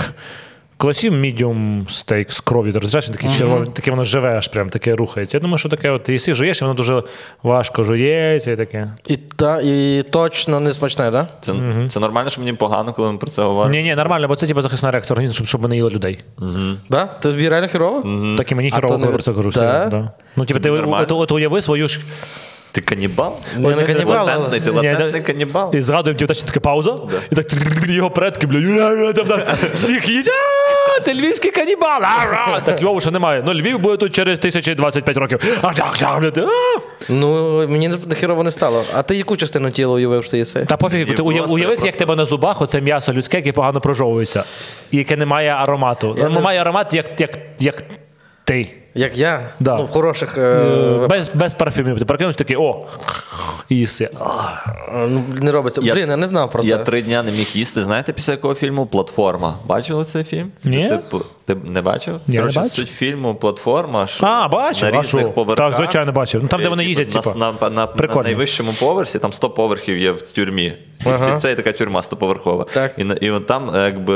Speaker 1: Колись їв мідіум стейк з кров'ю, ти розумієш, він такий червоний, таке воно живе аж прям, таке рухається. Я думаю, що таке, от ти їсти жуєш, і воно дуже важко жується і таке.
Speaker 3: І, та, і точно не смачне, да?
Speaker 2: Це, це нормально, що мені погано, коли ми про це говоримо?
Speaker 1: Ні, ні, нормально, бо це типу захисна реакція організму, щоб, щоб ми не їли людей.
Speaker 3: да? Ти тобі реально хірово?
Speaker 1: Так і мені
Speaker 3: А
Speaker 1: хірово,
Speaker 3: то не-
Speaker 1: коли про це кажу.
Speaker 3: Да?
Speaker 1: серйозно, Да? Ну, типу, ти
Speaker 2: нормально.
Speaker 1: от, от уяви свою ж.
Speaker 2: Ти канібал?
Speaker 3: Ну, я не канібал, але-
Speaker 2: Латентний, ти
Speaker 1: Ні,
Speaker 2: латентний
Speaker 1: да-
Speaker 2: канібал.
Speaker 1: І згадуємо, типу, та ще така пауза, і так його предки, бля, «Ля-ля-ля», там, так, всіх їдять. «А, Це львівський канібал. а-ра». Так Львову ще немає. Ну, Львів буде тут через 1025 років. А, жах, жах, бля, ти, а.
Speaker 3: Ну, мені не не хірово не стало. А ти яку частину тіла уявив, що ти їси?
Speaker 1: Та пофіг, ти уяв-
Speaker 2: просто,
Speaker 1: уяви, як
Speaker 2: просто.
Speaker 1: тебе на зубах оце м'ясо людське, яке погано прожовується, і яке не має аромату. Воно має аромат, як, як, як ти.
Speaker 3: Як я?
Speaker 1: Да.
Speaker 3: Ну, в хороших. Е...
Speaker 1: Без, без парфюмів. Ти прокинувся такий, о, і їси.
Speaker 3: Ну, не робиться.
Speaker 2: Я-
Speaker 3: Блін, я не знав про це.
Speaker 2: Я три дня не міг їсти. Знаєте, після якого фільму Платформа. Бачили цей фільм?
Speaker 1: Ні.
Speaker 2: Типу, ти не бачив?
Speaker 1: Ні, не
Speaker 2: Коротше,
Speaker 1: бачив.
Speaker 2: Суть фільму Платформа. Що
Speaker 1: А, бачив,
Speaker 2: на
Speaker 1: а що?
Speaker 2: різних поверхах.
Speaker 1: Так, звичайно, бачив. Ну, там, де вони
Speaker 2: Типу,
Speaker 1: їздять,
Speaker 2: на-
Speaker 1: типу.
Speaker 2: На, на, на
Speaker 1: Прикольно.
Speaker 2: найвищому поверсі, там 100 поверхів є в тюрмі.
Speaker 3: Ага.
Speaker 2: Це є така тюрма 100-поверхова.
Speaker 3: Так.
Speaker 2: І, на- і от там е, якби,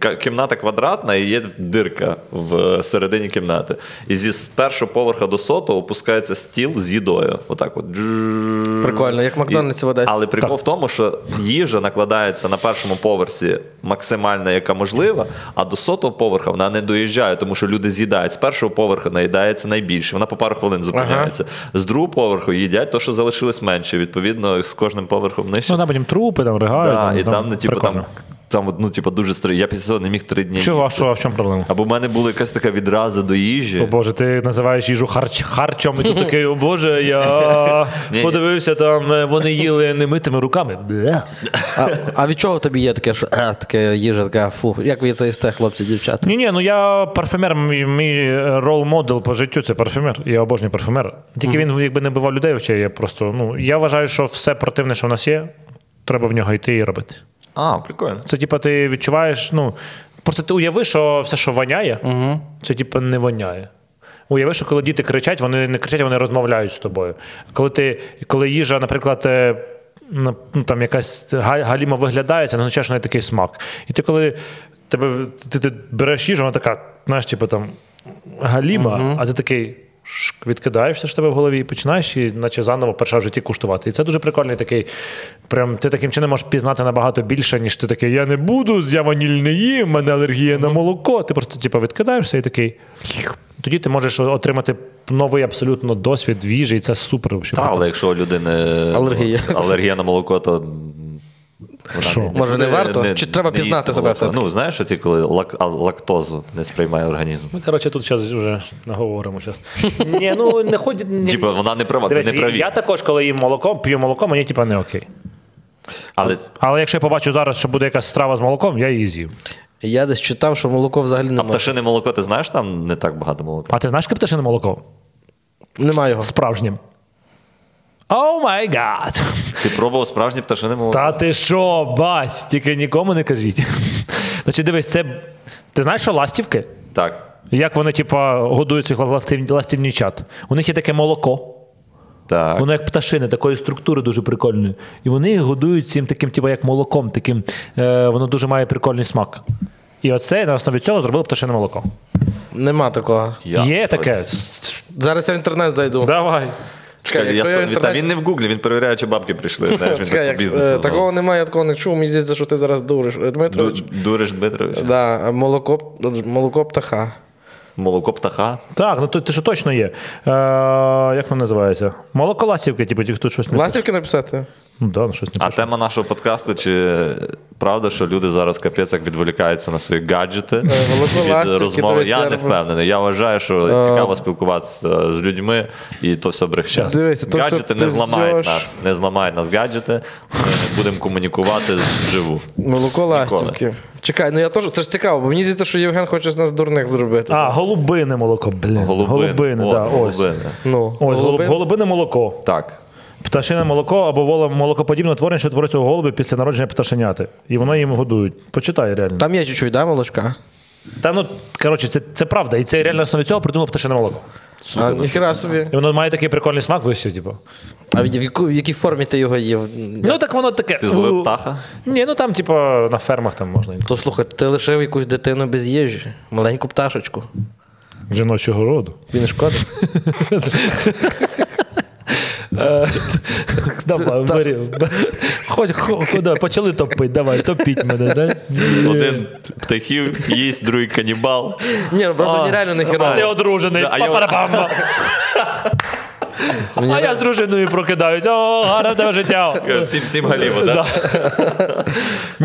Speaker 2: ка- кімната квадратна і є дирка в середині кімнати. І зі з першого поверха до сотого опускається стіл з їдою. Отак от. Джу-
Speaker 3: Прикольно, як Макдональдс
Speaker 2: І-
Speaker 3: в Одесі.
Speaker 2: Але прикол в тому, що їжа накладається на першому поверсі максимально, яка можлива, а до сотого поверха вона не доїжджає, тому що люди з'їдають. З першого поверха наїдається найбільше. Вона по пару хвилин зупиняється. З другого поверху їдять те, що залишилось менше. Відповідно, з кожним поверхом нижче.
Speaker 1: Ну, там потім трупи, там ригають.
Speaker 2: Да, і там, ну, типу, там,
Speaker 1: прикольно.
Speaker 2: там, ну, типу, дуже стри. Я після цього не міг три дні.
Speaker 1: Чого, а
Speaker 2: їсти.
Speaker 1: що, а в чому проблема?
Speaker 2: Або в мене була якась така відраза до їжі.
Speaker 1: О Боже, ти називаєш їжу харч, харчом, і тут такий, о Боже, я
Speaker 2: Ні, ні.
Speaker 1: подивився, там е, вони їли немитими руками. Бля.
Speaker 3: А, а від чого тобі є таке, що е, таке їжа, така фу. Як ви це їсте, хлопці, дівчата?
Speaker 1: Ні, ні, ну я парфюмер, мій, мій рол модел по життю це парфюмер. Я обожнюю парфюмер. Тільки він якби не бивав людей, взагалі, я просто, ну, я вважаю, що все противне, що в нас є, треба в нього йти і робити.
Speaker 2: А, прикольно.
Speaker 1: Це типу, ти відчуваєш, ну просто ти уяви, що все, що воняє, це типу не воняє. Уяви, що коли діти кричать, вони не кричать, вони розмовляють з тобою. Коли ти, коли їжа, наприклад, е, на- ну, там якась га- галімо виглядає, це не означає, що в неї такий смак. І ти, коли тебе ти, ти береш їжу, вона така, знаєш, типу там галіма, а ти такий. шк, Відкидаєшся ж в тебе в голові і починаєш, і наче заново перша в житті куштувати. І це дуже прикольний такий. Прям ти таким чином можеш пізнати набагато більше, ніж ти такий, я не буду, я ваніль не їм, в мене алергія на молоко. Ти просто типу, відкидаєшся і такий. Тоді ти можеш отримати новий абсолютно досвід в їжі, і це супер. вообще.
Speaker 2: Та, але якщо у людини
Speaker 3: Алергія.
Speaker 2: алергія на молоко, то. вона
Speaker 1: Що?
Speaker 3: Може, не
Speaker 2: буде-
Speaker 3: варто? Чи треба
Speaker 2: їсти
Speaker 3: пізнати себе
Speaker 2: молоко.
Speaker 3: все-таки?
Speaker 2: Ну, знаєш, що ти коли лак- а- лактозу не сприймає організм.
Speaker 1: Ми, коротше, тут зараз вже наговоримо. Щас. Ні, ну не ходять. ні.
Speaker 2: Типа, Типу, вона не права, ти
Speaker 1: Дивись,
Speaker 2: не праві.
Speaker 1: я також, коли їм молоко, п'ю молоко, мені типа не окей.
Speaker 2: Але
Speaker 1: Але якщо я побачу зараз, що буде якась страва з молоком, я її з'їм.
Speaker 3: Я десь читав, що молоко взагалі
Speaker 2: а
Speaker 3: немає.
Speaker 2: пташине молоко, ти знаєш, там не так багато молока.
Speaker 1: А ти знаєш каптешине молоко?
Speaker 3: Немає його.
Speaker 1: Справжнім. О май гад!
Speaker 2: Ти пробував справжнє пташине молоко?
Speaker 1: Та ти що, бась, тільки нікому не кажіть. Значить, дивись, це. Ти знаєш, що ластівки?
Speaker 2: Так.
Speaker 1: Як вони, типа, годують цих ластів- ластівнічат? У них є таке молоко.
Speaker 2: Так.
Speaker 1: Воно як пташини, такої структури дуже прикольної. І вони їх годують цим таким, типу, як молоком, таким. Е, воно дуже має прикольний смак. І оце і на основі цього зробили пташине молоко.
Speaker 3: Нема такого.
Speaker 2: Я
Speaker 1: Є
Speaker 2: в шоці.
Speaker 1: таке. С-
Speaker 3: Зараз я в інтернет зайду.
Speaker 1: Давай.
Speaker 2: Чекай, я
Speaker 3: якщо я в
Speaker 2: сто- Та
Speaker 3: інтернеті-
Speaker 2: він не в гуглі, він перевіряє, чи бабки прийшли. Знаєш, він
Speaker 3: Чекай,
Speaker 2: так
Speaker 3: як,
Speaker 2: по бізнесу.
Speaker 3: е,
Speaker 2: знову.
Speaker 3: такого немає, я такого не чув. Мені здається, що ти зараз дуриш. Е,
Speaker 2: Ду-
Speaker 3: Дмитрович.
Speaker 2: Дуриш Дмитрович,
Speaker 3: Да, молоко, молоко птаха.
Speaker 2: молоко птаха.
Speaker 1: Так, ну то ти що точно є. Е, як воно називається? Молоко ласівки, типу, ті, хто щось не.
Speaker 3: Ласівки написати?
Speaker 1: Ну, да, ну, щось не
Speaker 2: А
Speaker 1: пише.
Speaker 2: тема нашого подкасту: чи правда, що люди зараз капець як відволікаються на свої гаджети
Speaker 3: Володимир
Speaker 2: від
Speaker 3: Ластівки,
Speaker 2: розмови?
Speaker 3: дивись,
Speaker 2: Я не
Speaker 3: зараз-
Speaker 2: впевнений. Я вважаю, що цікаво спілкуватися з людьми, і то все брехня.
Speaker 3: Дивися, то, що
Speaker 2: гаджети
Speaker 3: ти
Speaker 2: не зламають
Speaker 3: зьош-
Speaker 2: нас, не зламають нас гаджети. Ми будемо комунікувати вживу.
Speaker 3: Молоко ластівки. Чекай, ну я теж. Це ж цікаво, бо мені здається, що Євген хоче з нас дурних зробити.
Speaker 1: А, голубине молоко, блін. голубине
Speaker 2: О,
Speaker 1: да, ось.
Speaker 2: голубини.
Speaker 3: Ну,
Speaker 1: Ось, голуб,
Speaker 3: голубин-
Speaker 1: голубине молоко.
Speaker 2: Так.
Speaker 1: Пташине молоко або воле молокоподібне утворення, що твориться у голубі після народження пташеняти. І воно їм годують. Почитай реально. Та,
Speaker 3: Там є чуть-чуть, да, молочка?
Speaker 1: ну коротше, це, це правда. І це реально на основі цього придумав пташине молоко.
Speaker 3: А, ніхера собі.
Speaker 1: І воно має такий прикольний смак, ось все, типу.
Speaker 3: А в, яку- в якій формі ти його їв?
Speaker 1: Ну так воно таке.
Speaker 2: Ти зловив
Speaker 1: Ну,
Speaker 2: птаха?
Speaker 1: Ні, ну там, типу, на фермах там можна.
Speaker 3: То слухай, ти лишив якусь дитину без їжі, маленьку пташечку.
Speaker 1: Жіночого роду.
Speaker 3: Він шкодить.
Speaker 1: Давай, бери. Хоч, хо- хо- давай, почали топити, давай, топіть мене, да? Е.
Speaker 2: Один птахів їсть, другий канібал.
Speaker 3: Ні, ну просто
Speaker 2: А,
Speaker 3: мені реально
Speaker 1: Ти
Speaker 3: нахера.
Speaker 1: одружений,
Speaker 2: Да, а я-
Speaker 1: папарабамба. А я з дружиною прокидаюсь. О, гарне в тебе життя.
Speaker 2: Всім всім галіво, да?
Speaker 1: Да.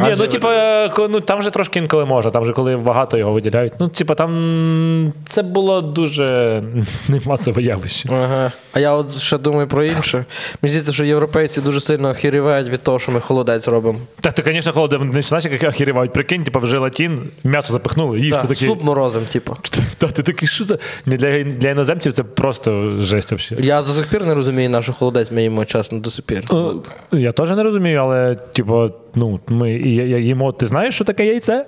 Speaker 1: Ні, ну типа, ко- ну там же трошки інколи можна, там же коли багато його виділяють. Ну, типа, там це було дуже немасове явище.
Speaker 3: Ага. А я от ще думаю про інше. Мені здається, що європейці дуже сильно охерівають від того, що ми холодець робимо.
Speaker 1: Та ти, звісно, коли вони знаєш, як охерівають, прикинь, типа в желатин, м'ясо запихнули, їж ти
Speaker 3: Так,
Speaker 1: такий.
Speaker 3: суп морозом, типу.
Speaker 1: Та ти такий, що це? Ні, для, для іноземців це просто жесть взагалі.
Speaker 3: Я до сих пір не розумію, на що холодець ми їмо чесно до сих пір.
Speaker 1: Е, Я теж не розумію, але типу, ну, ми і я, я їмо, ти знаєш, що таке яйце?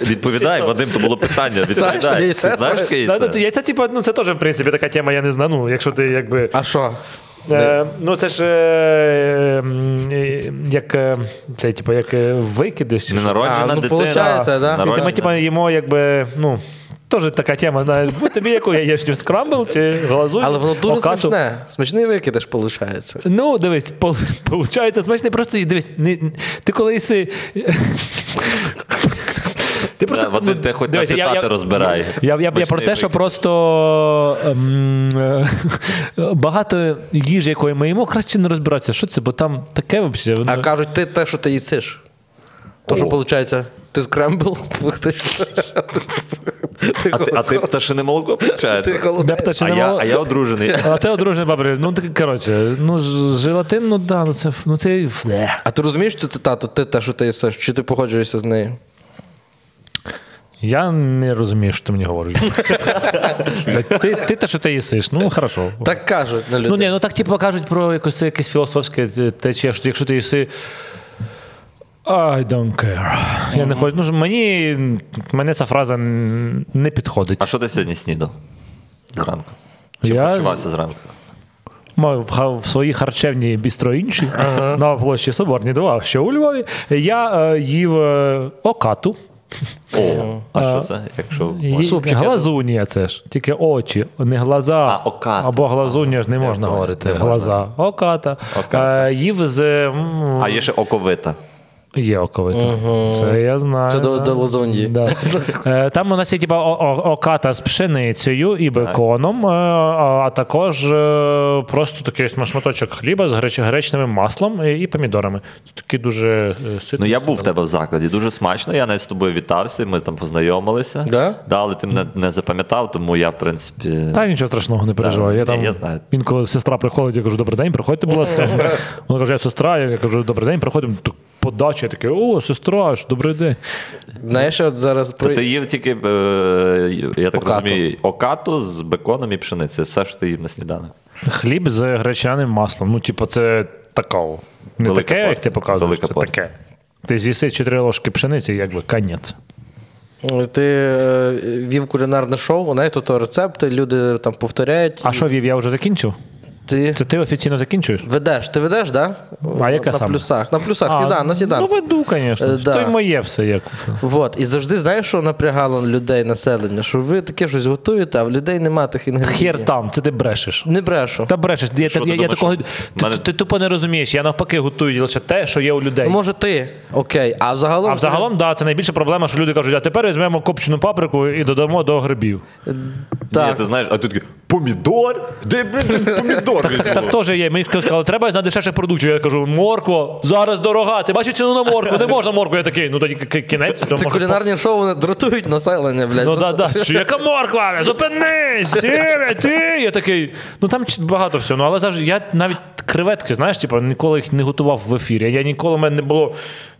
Speaker 2: Відповідай, Вадим, то було питання.
Speaker 3: що
Speaker 2: Відповідай.
Speaker 3: яйце?
Speaker 2: Ти знаєш, яке
Speaker 1: Да, да, це
Speaker 2: яйце?
Speaker 1: яйце, типу, ну це теж, в принципі, така тема, я не знаю. Ну, якщо ти якби.
Speaker 3: А що?
Speaker 1: Е, ну, це ж е, м, е, як е, це, типу, як е, викидиш. чи що?
Speaker 3: А,
Speaker 2: Ненароджена
Speaker 3: ну,
Speaker 2: дитина.
Speaker 3: получається, да.
Speaker 1: І ти, ми, типу,
Speaker 2: Народжена.
Speaker 1: їмо, якби, ну. Теж така тема, знаєш, бо тобі яку яєчню скрамбл чи глазуй.
Speaker 3: Але воно дуже
Speaker 1: окату.
Speaker 3: смачне. Смачний викидиш, виходить.
Speaker 1: Ну, дивись, пол- получається смачне, просто і дивись, не, ти коли їси. Ти
Speaker 2: Да, Вадим,
Speaker 1: ну,
Speaker 2: ти хоч на
Speaker 1: дивись, я- я-
Speaker 2: цитати розбирай.
Speaker 1: Я, я, я про
Speaker 2: Смачний
Speaker 1: те, що
Speaker 2: викид.
Speaker 1: просто ем, е, багато їжі, якої ми їмо, краще не розбиратися, що це, бо там таке взагалі.
Speaker 3: А кажуть, ти те, що ти їсиш. То, що виходить, ти скрембл, ти що?
Speaker 2: А ти- А ти пташине молоко
Speaker 3: Ти
Speaker 2: получається?
Speaker 1: Де
Speaker 3: холодець.
Speaker 2: А
Speaker 1: пташине
Speaker 2: я,
Speaker 1: молоко?
Speaker 2: а я одружений.
Speaker 1: А ти одружений бабрі. Ну так коротше, ну ж- желатин, ну да, ну це ф- ну це. ф-
Speaker 3: А ти розумієш цю цитату, ти те, що ти їсиш, чи ти погоджуєшся з нею?
Speaker 1: Я не розумію, що ти мені говориш. ти, ти те, що ти їсиш, ну хорошо.
Speaker 3: Так кажуть на
Speaker 1: Ну
Speaker 3: людей.
Speaker 1: ні, ну так типу кажуть про якось це якесь філософське е, течія, що якщо ти їси. I don't care. Я не хочу. Ну, мені, мене ця фраза н- не підходить.
Speaker 2: А що ти сьогодні снідав? Зранку. Чи
Speaker 1: Я
Speaker 2: почувався зранку?
Speaker 1: мав в ха- в своїй харчевні бістро інші на площі Соборні 2, що у Львові. Я е, їв е, окату.
Speaker 2: О, а що це? Якщо
Speaker 1: І
Speaker 3: Супчик,
Speaker 1: глазунія це ж. Тільки очі, не глаза.
Speaker 2: А, оката.
Speaker 1: Або глазунія ж не можна
Speaker 2: понял,
Speaker 1: говорити.
Speaker 2: не можна.
Speaker 1: глаза. Оката.
Speaker 2: Оката.
Speaker 1: Е, їв з. м,
Speaker 2: А є ще оковита.
Speaker 1: Є оковита. Це я знаю.
Speaker 3: Це до-
Speaker 1: да.
Speaker 3: до лазуньї.
Speaker 1: Да. Е, Там у нас є типа о- о- оката з пшеницею і беконом, е, а а також е, просто такий ось шматочок хліба з греч- гречневим маслом і і помідорами. Це такий дуже е,
Speaker 2: Ну
Speaker 1: ситний.
Speaker 2: я був в тебе в закладі, дуже смачно. Я навіть з тобою вітався, ми там познайомилися.
Speaker 3: Да?
Speaker 2: Да, але ти мене не запам'ятав, тому я, в принципі.
Speaker 1: Та нічого страшного, не переживай. Я
Speaker 2: ні,
Speaker 1: там
Speaker 2: я знаю.
Speaker 1: інколи сестра приходить, я кажу, добрий день, приходьте, будь ласка. Вона каже, я сестра, я кажу, добрий день, приходимо. Так Подача, я такий, о, сестра, ж, добрий день.
Speaker 3: Знаєш, от зараз
Speaker 2: То
Speaker 3: про.
Speaker 2: ти їв тільки, е, я так
Speaker 3: Окату.
Speaker 2: розумію, окату з беконом і пшеницею. Все, що ти їв на сніданок.
Speaker 1: Хліб з гречаним маслом. Ну, типу, це такого. Не
Speaker 2: Велика
Speaker 1: таке, як
Speaker 2: порція.
Speaker 1: ти показуєш,
Speaker 2: Велика
Speaker 1: це
Speaker 2: порція.
Speaker 1: таке. Ти з'їси 4 ложки пшениці, якби конець.
Speaker 3: Ти е, вів кулінарне шоу, знаєш, тут рецепти, люди там повторяють.
Speaker 1: А що вів, я вже закінчив?
Speaker 3: Ти ти
Speaker 1: Це ти офіційно закінчуєш?
Speaker 3: ведеш. Ти ведеш, да?
Speaker 1: А яке
Speaker 3: на
Speaker 1: саме?
Speaker 3: плюсах. На плюсах, сідан, на сідан.
Speaker 1: Ну, веду, звісно.
Speaker 3: Е, да.
Speaker 1: То й моє все як.
Speaker 3: Вот. І завжди знаєш, що напрягало людей населення, що ви таке щось готуєте, а в людей нема тих інгредієнтів.
Speaker 1: Хер там, це ти брешеш.
Speaker 3: Не брешу.
Speaker 1: Та брешеш, я,
Speaker 2: Що
Speaker 1: так- я,
Speaker 2: ти
Speaker 1: я
Speaker 2: думаєш,
Speaker 1: такого.
Speaker 2: що-
Speaker 1: Ти,
Speaker 2: Мене-
Speaker 1: ти, тупо не розумієш. Я навпаки готую лише те, що є у людей.
Speaker 3: Ну, Може ти, окей. А взагалом.
Speaker 1: А взагалом, да, це найбільша проблема, що люди кажуть, а тепер візьмемо копчену паприку і додамо до грибів.
Speaker 2: Ні,
Speaker 3: Так.
Speaker 2: ти знаєш, а тут такий помідор? Де блін помідор?
Speaker 1: Так
Speaker 2: візьму?»
Speaker 1: теж є. Мені сказали, треба на дешевших продуктів. Я кажу, морква, зараз дорога. Ти бачив ціну на моркву, не можна моркву. Я такий, ну тоді к- к- кінець. то
Speaker 3: Це
Speaker 1: може,
Speaker 3: кулінарні шоу вони дратують населення, блядь.
Speaker 1: Ну да, да. Що, яка морква? Зупинись! Ти, ти! Я такий. Ну там ч- багато всього. Ну але завжди я навіть креветки, знаєш, типу, ніколи їх не готував в ефірі. Я ніколи в мене не було.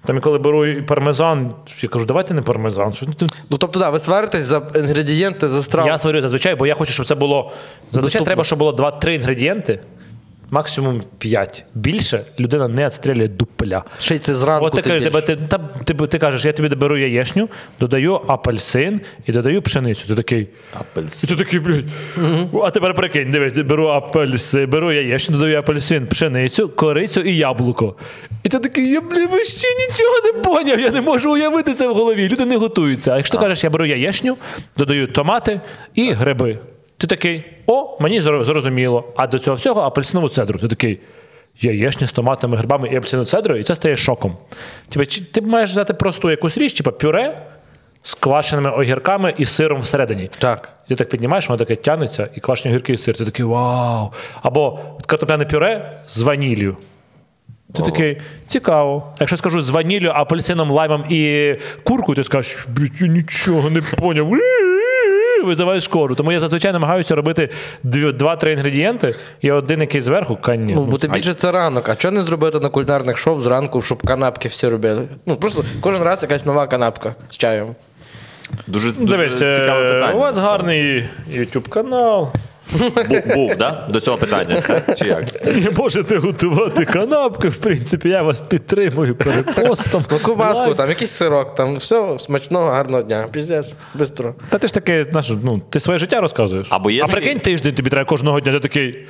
Speaker 1: Там, коли беру і пармезан, я кажу, давайте не пармезан. Що ти
Speaker 3: Ну тобто, да, ви сваритесь за інгредієнти, за страву.
Speaker 1: Я сварю зазвичай, бо я хочу, щоб це було. Зазвичай
Speaker 3: Доступно.
Speaker 1: треба, щоб було 2-3 інгредієнти, максимум 5. Більше людина не відстрілює дупля.
Speaker 3: Ще й це зранку.
Speaker 1: От ти
Speaker 3: ти
Speaker 1: кажеш,
Speaker 3: більш.
Speaker 1: тебе, ти, та, ти, ти кажеш, я тобі беру яєчню, додаю апельсин і додаю пшеницю. Ти такий. І
Speaker 2: Апельсин.
Speaker 1: ти такий, блядь. А тепер прикинь, дивись, беру апельсин, беру яєчню, додаю апельсин, пшеницю, корицю і яблуко. І ти такий, я блін, ви ще нічого не поняв, я не можу уявити це в голові. Люди не готуються. А якщо ти кажеш, я беру яєчню, додаю томати і гриби. Ти такий, о, мені зро- зрозуміло. А до цього всього апельсинову цедру. Ти такий. Яєчня з томатами, грибами і апельсиновою цедрою, і це стає шоком. Типа, чи- ти маєш взяти просту якусь річ, типа пюре з квашеними огірками і сиром всередині.
Speaker 3: Так.
Speaker 1: Ти так піднімаєш, воно таке тянеться, і квашні гірки і сир. Ти такий вау. Або картопляне пюре з ваніллю. Ти такий цікаво. Якщо скажу з ваніллю, апельсином, лаймом і куркою, ти скажеш, блядь, я нічого не поняв. Визиваєш шкоду. Тому я зазвичай намагаюся робити дві- два-три інгредієнти, і один, який зверху,
Speaker 3: Ну,
Speaker 1: кані.
Speaker 3: бо ти більше це ранок. А чого не зробити на кулінарних шоу зранку, щоб канапки всі робили? Ну просто кожен раз якась нова канапка з чаєм.
Speaker 2: Дуже, дуже
Speaker 1: Дивись, е,
Speaker 2: цікаве питання.
Speaker 1: у вас гарний YouTube канал.
Speaker 2: Бу- був, да? До цього питання. Це- Чи як?
Speaker 1: Не можете готувати канапки. В принципі, я вас підтримую перед постом.
Speaker 3: Ну, кубаску, там якийсь сирок, там все смачного, гарного дня. Піздець, бистро.
Speaker 1: Та ти ж таке, знаєш, ну, ти своє життя розказуєш.
Speaker 2: Або є
Speaker 1: а
Speaker 2: такі-
Speaker 1: прикинь тиждень, тобі треба кожного дня, ти такий.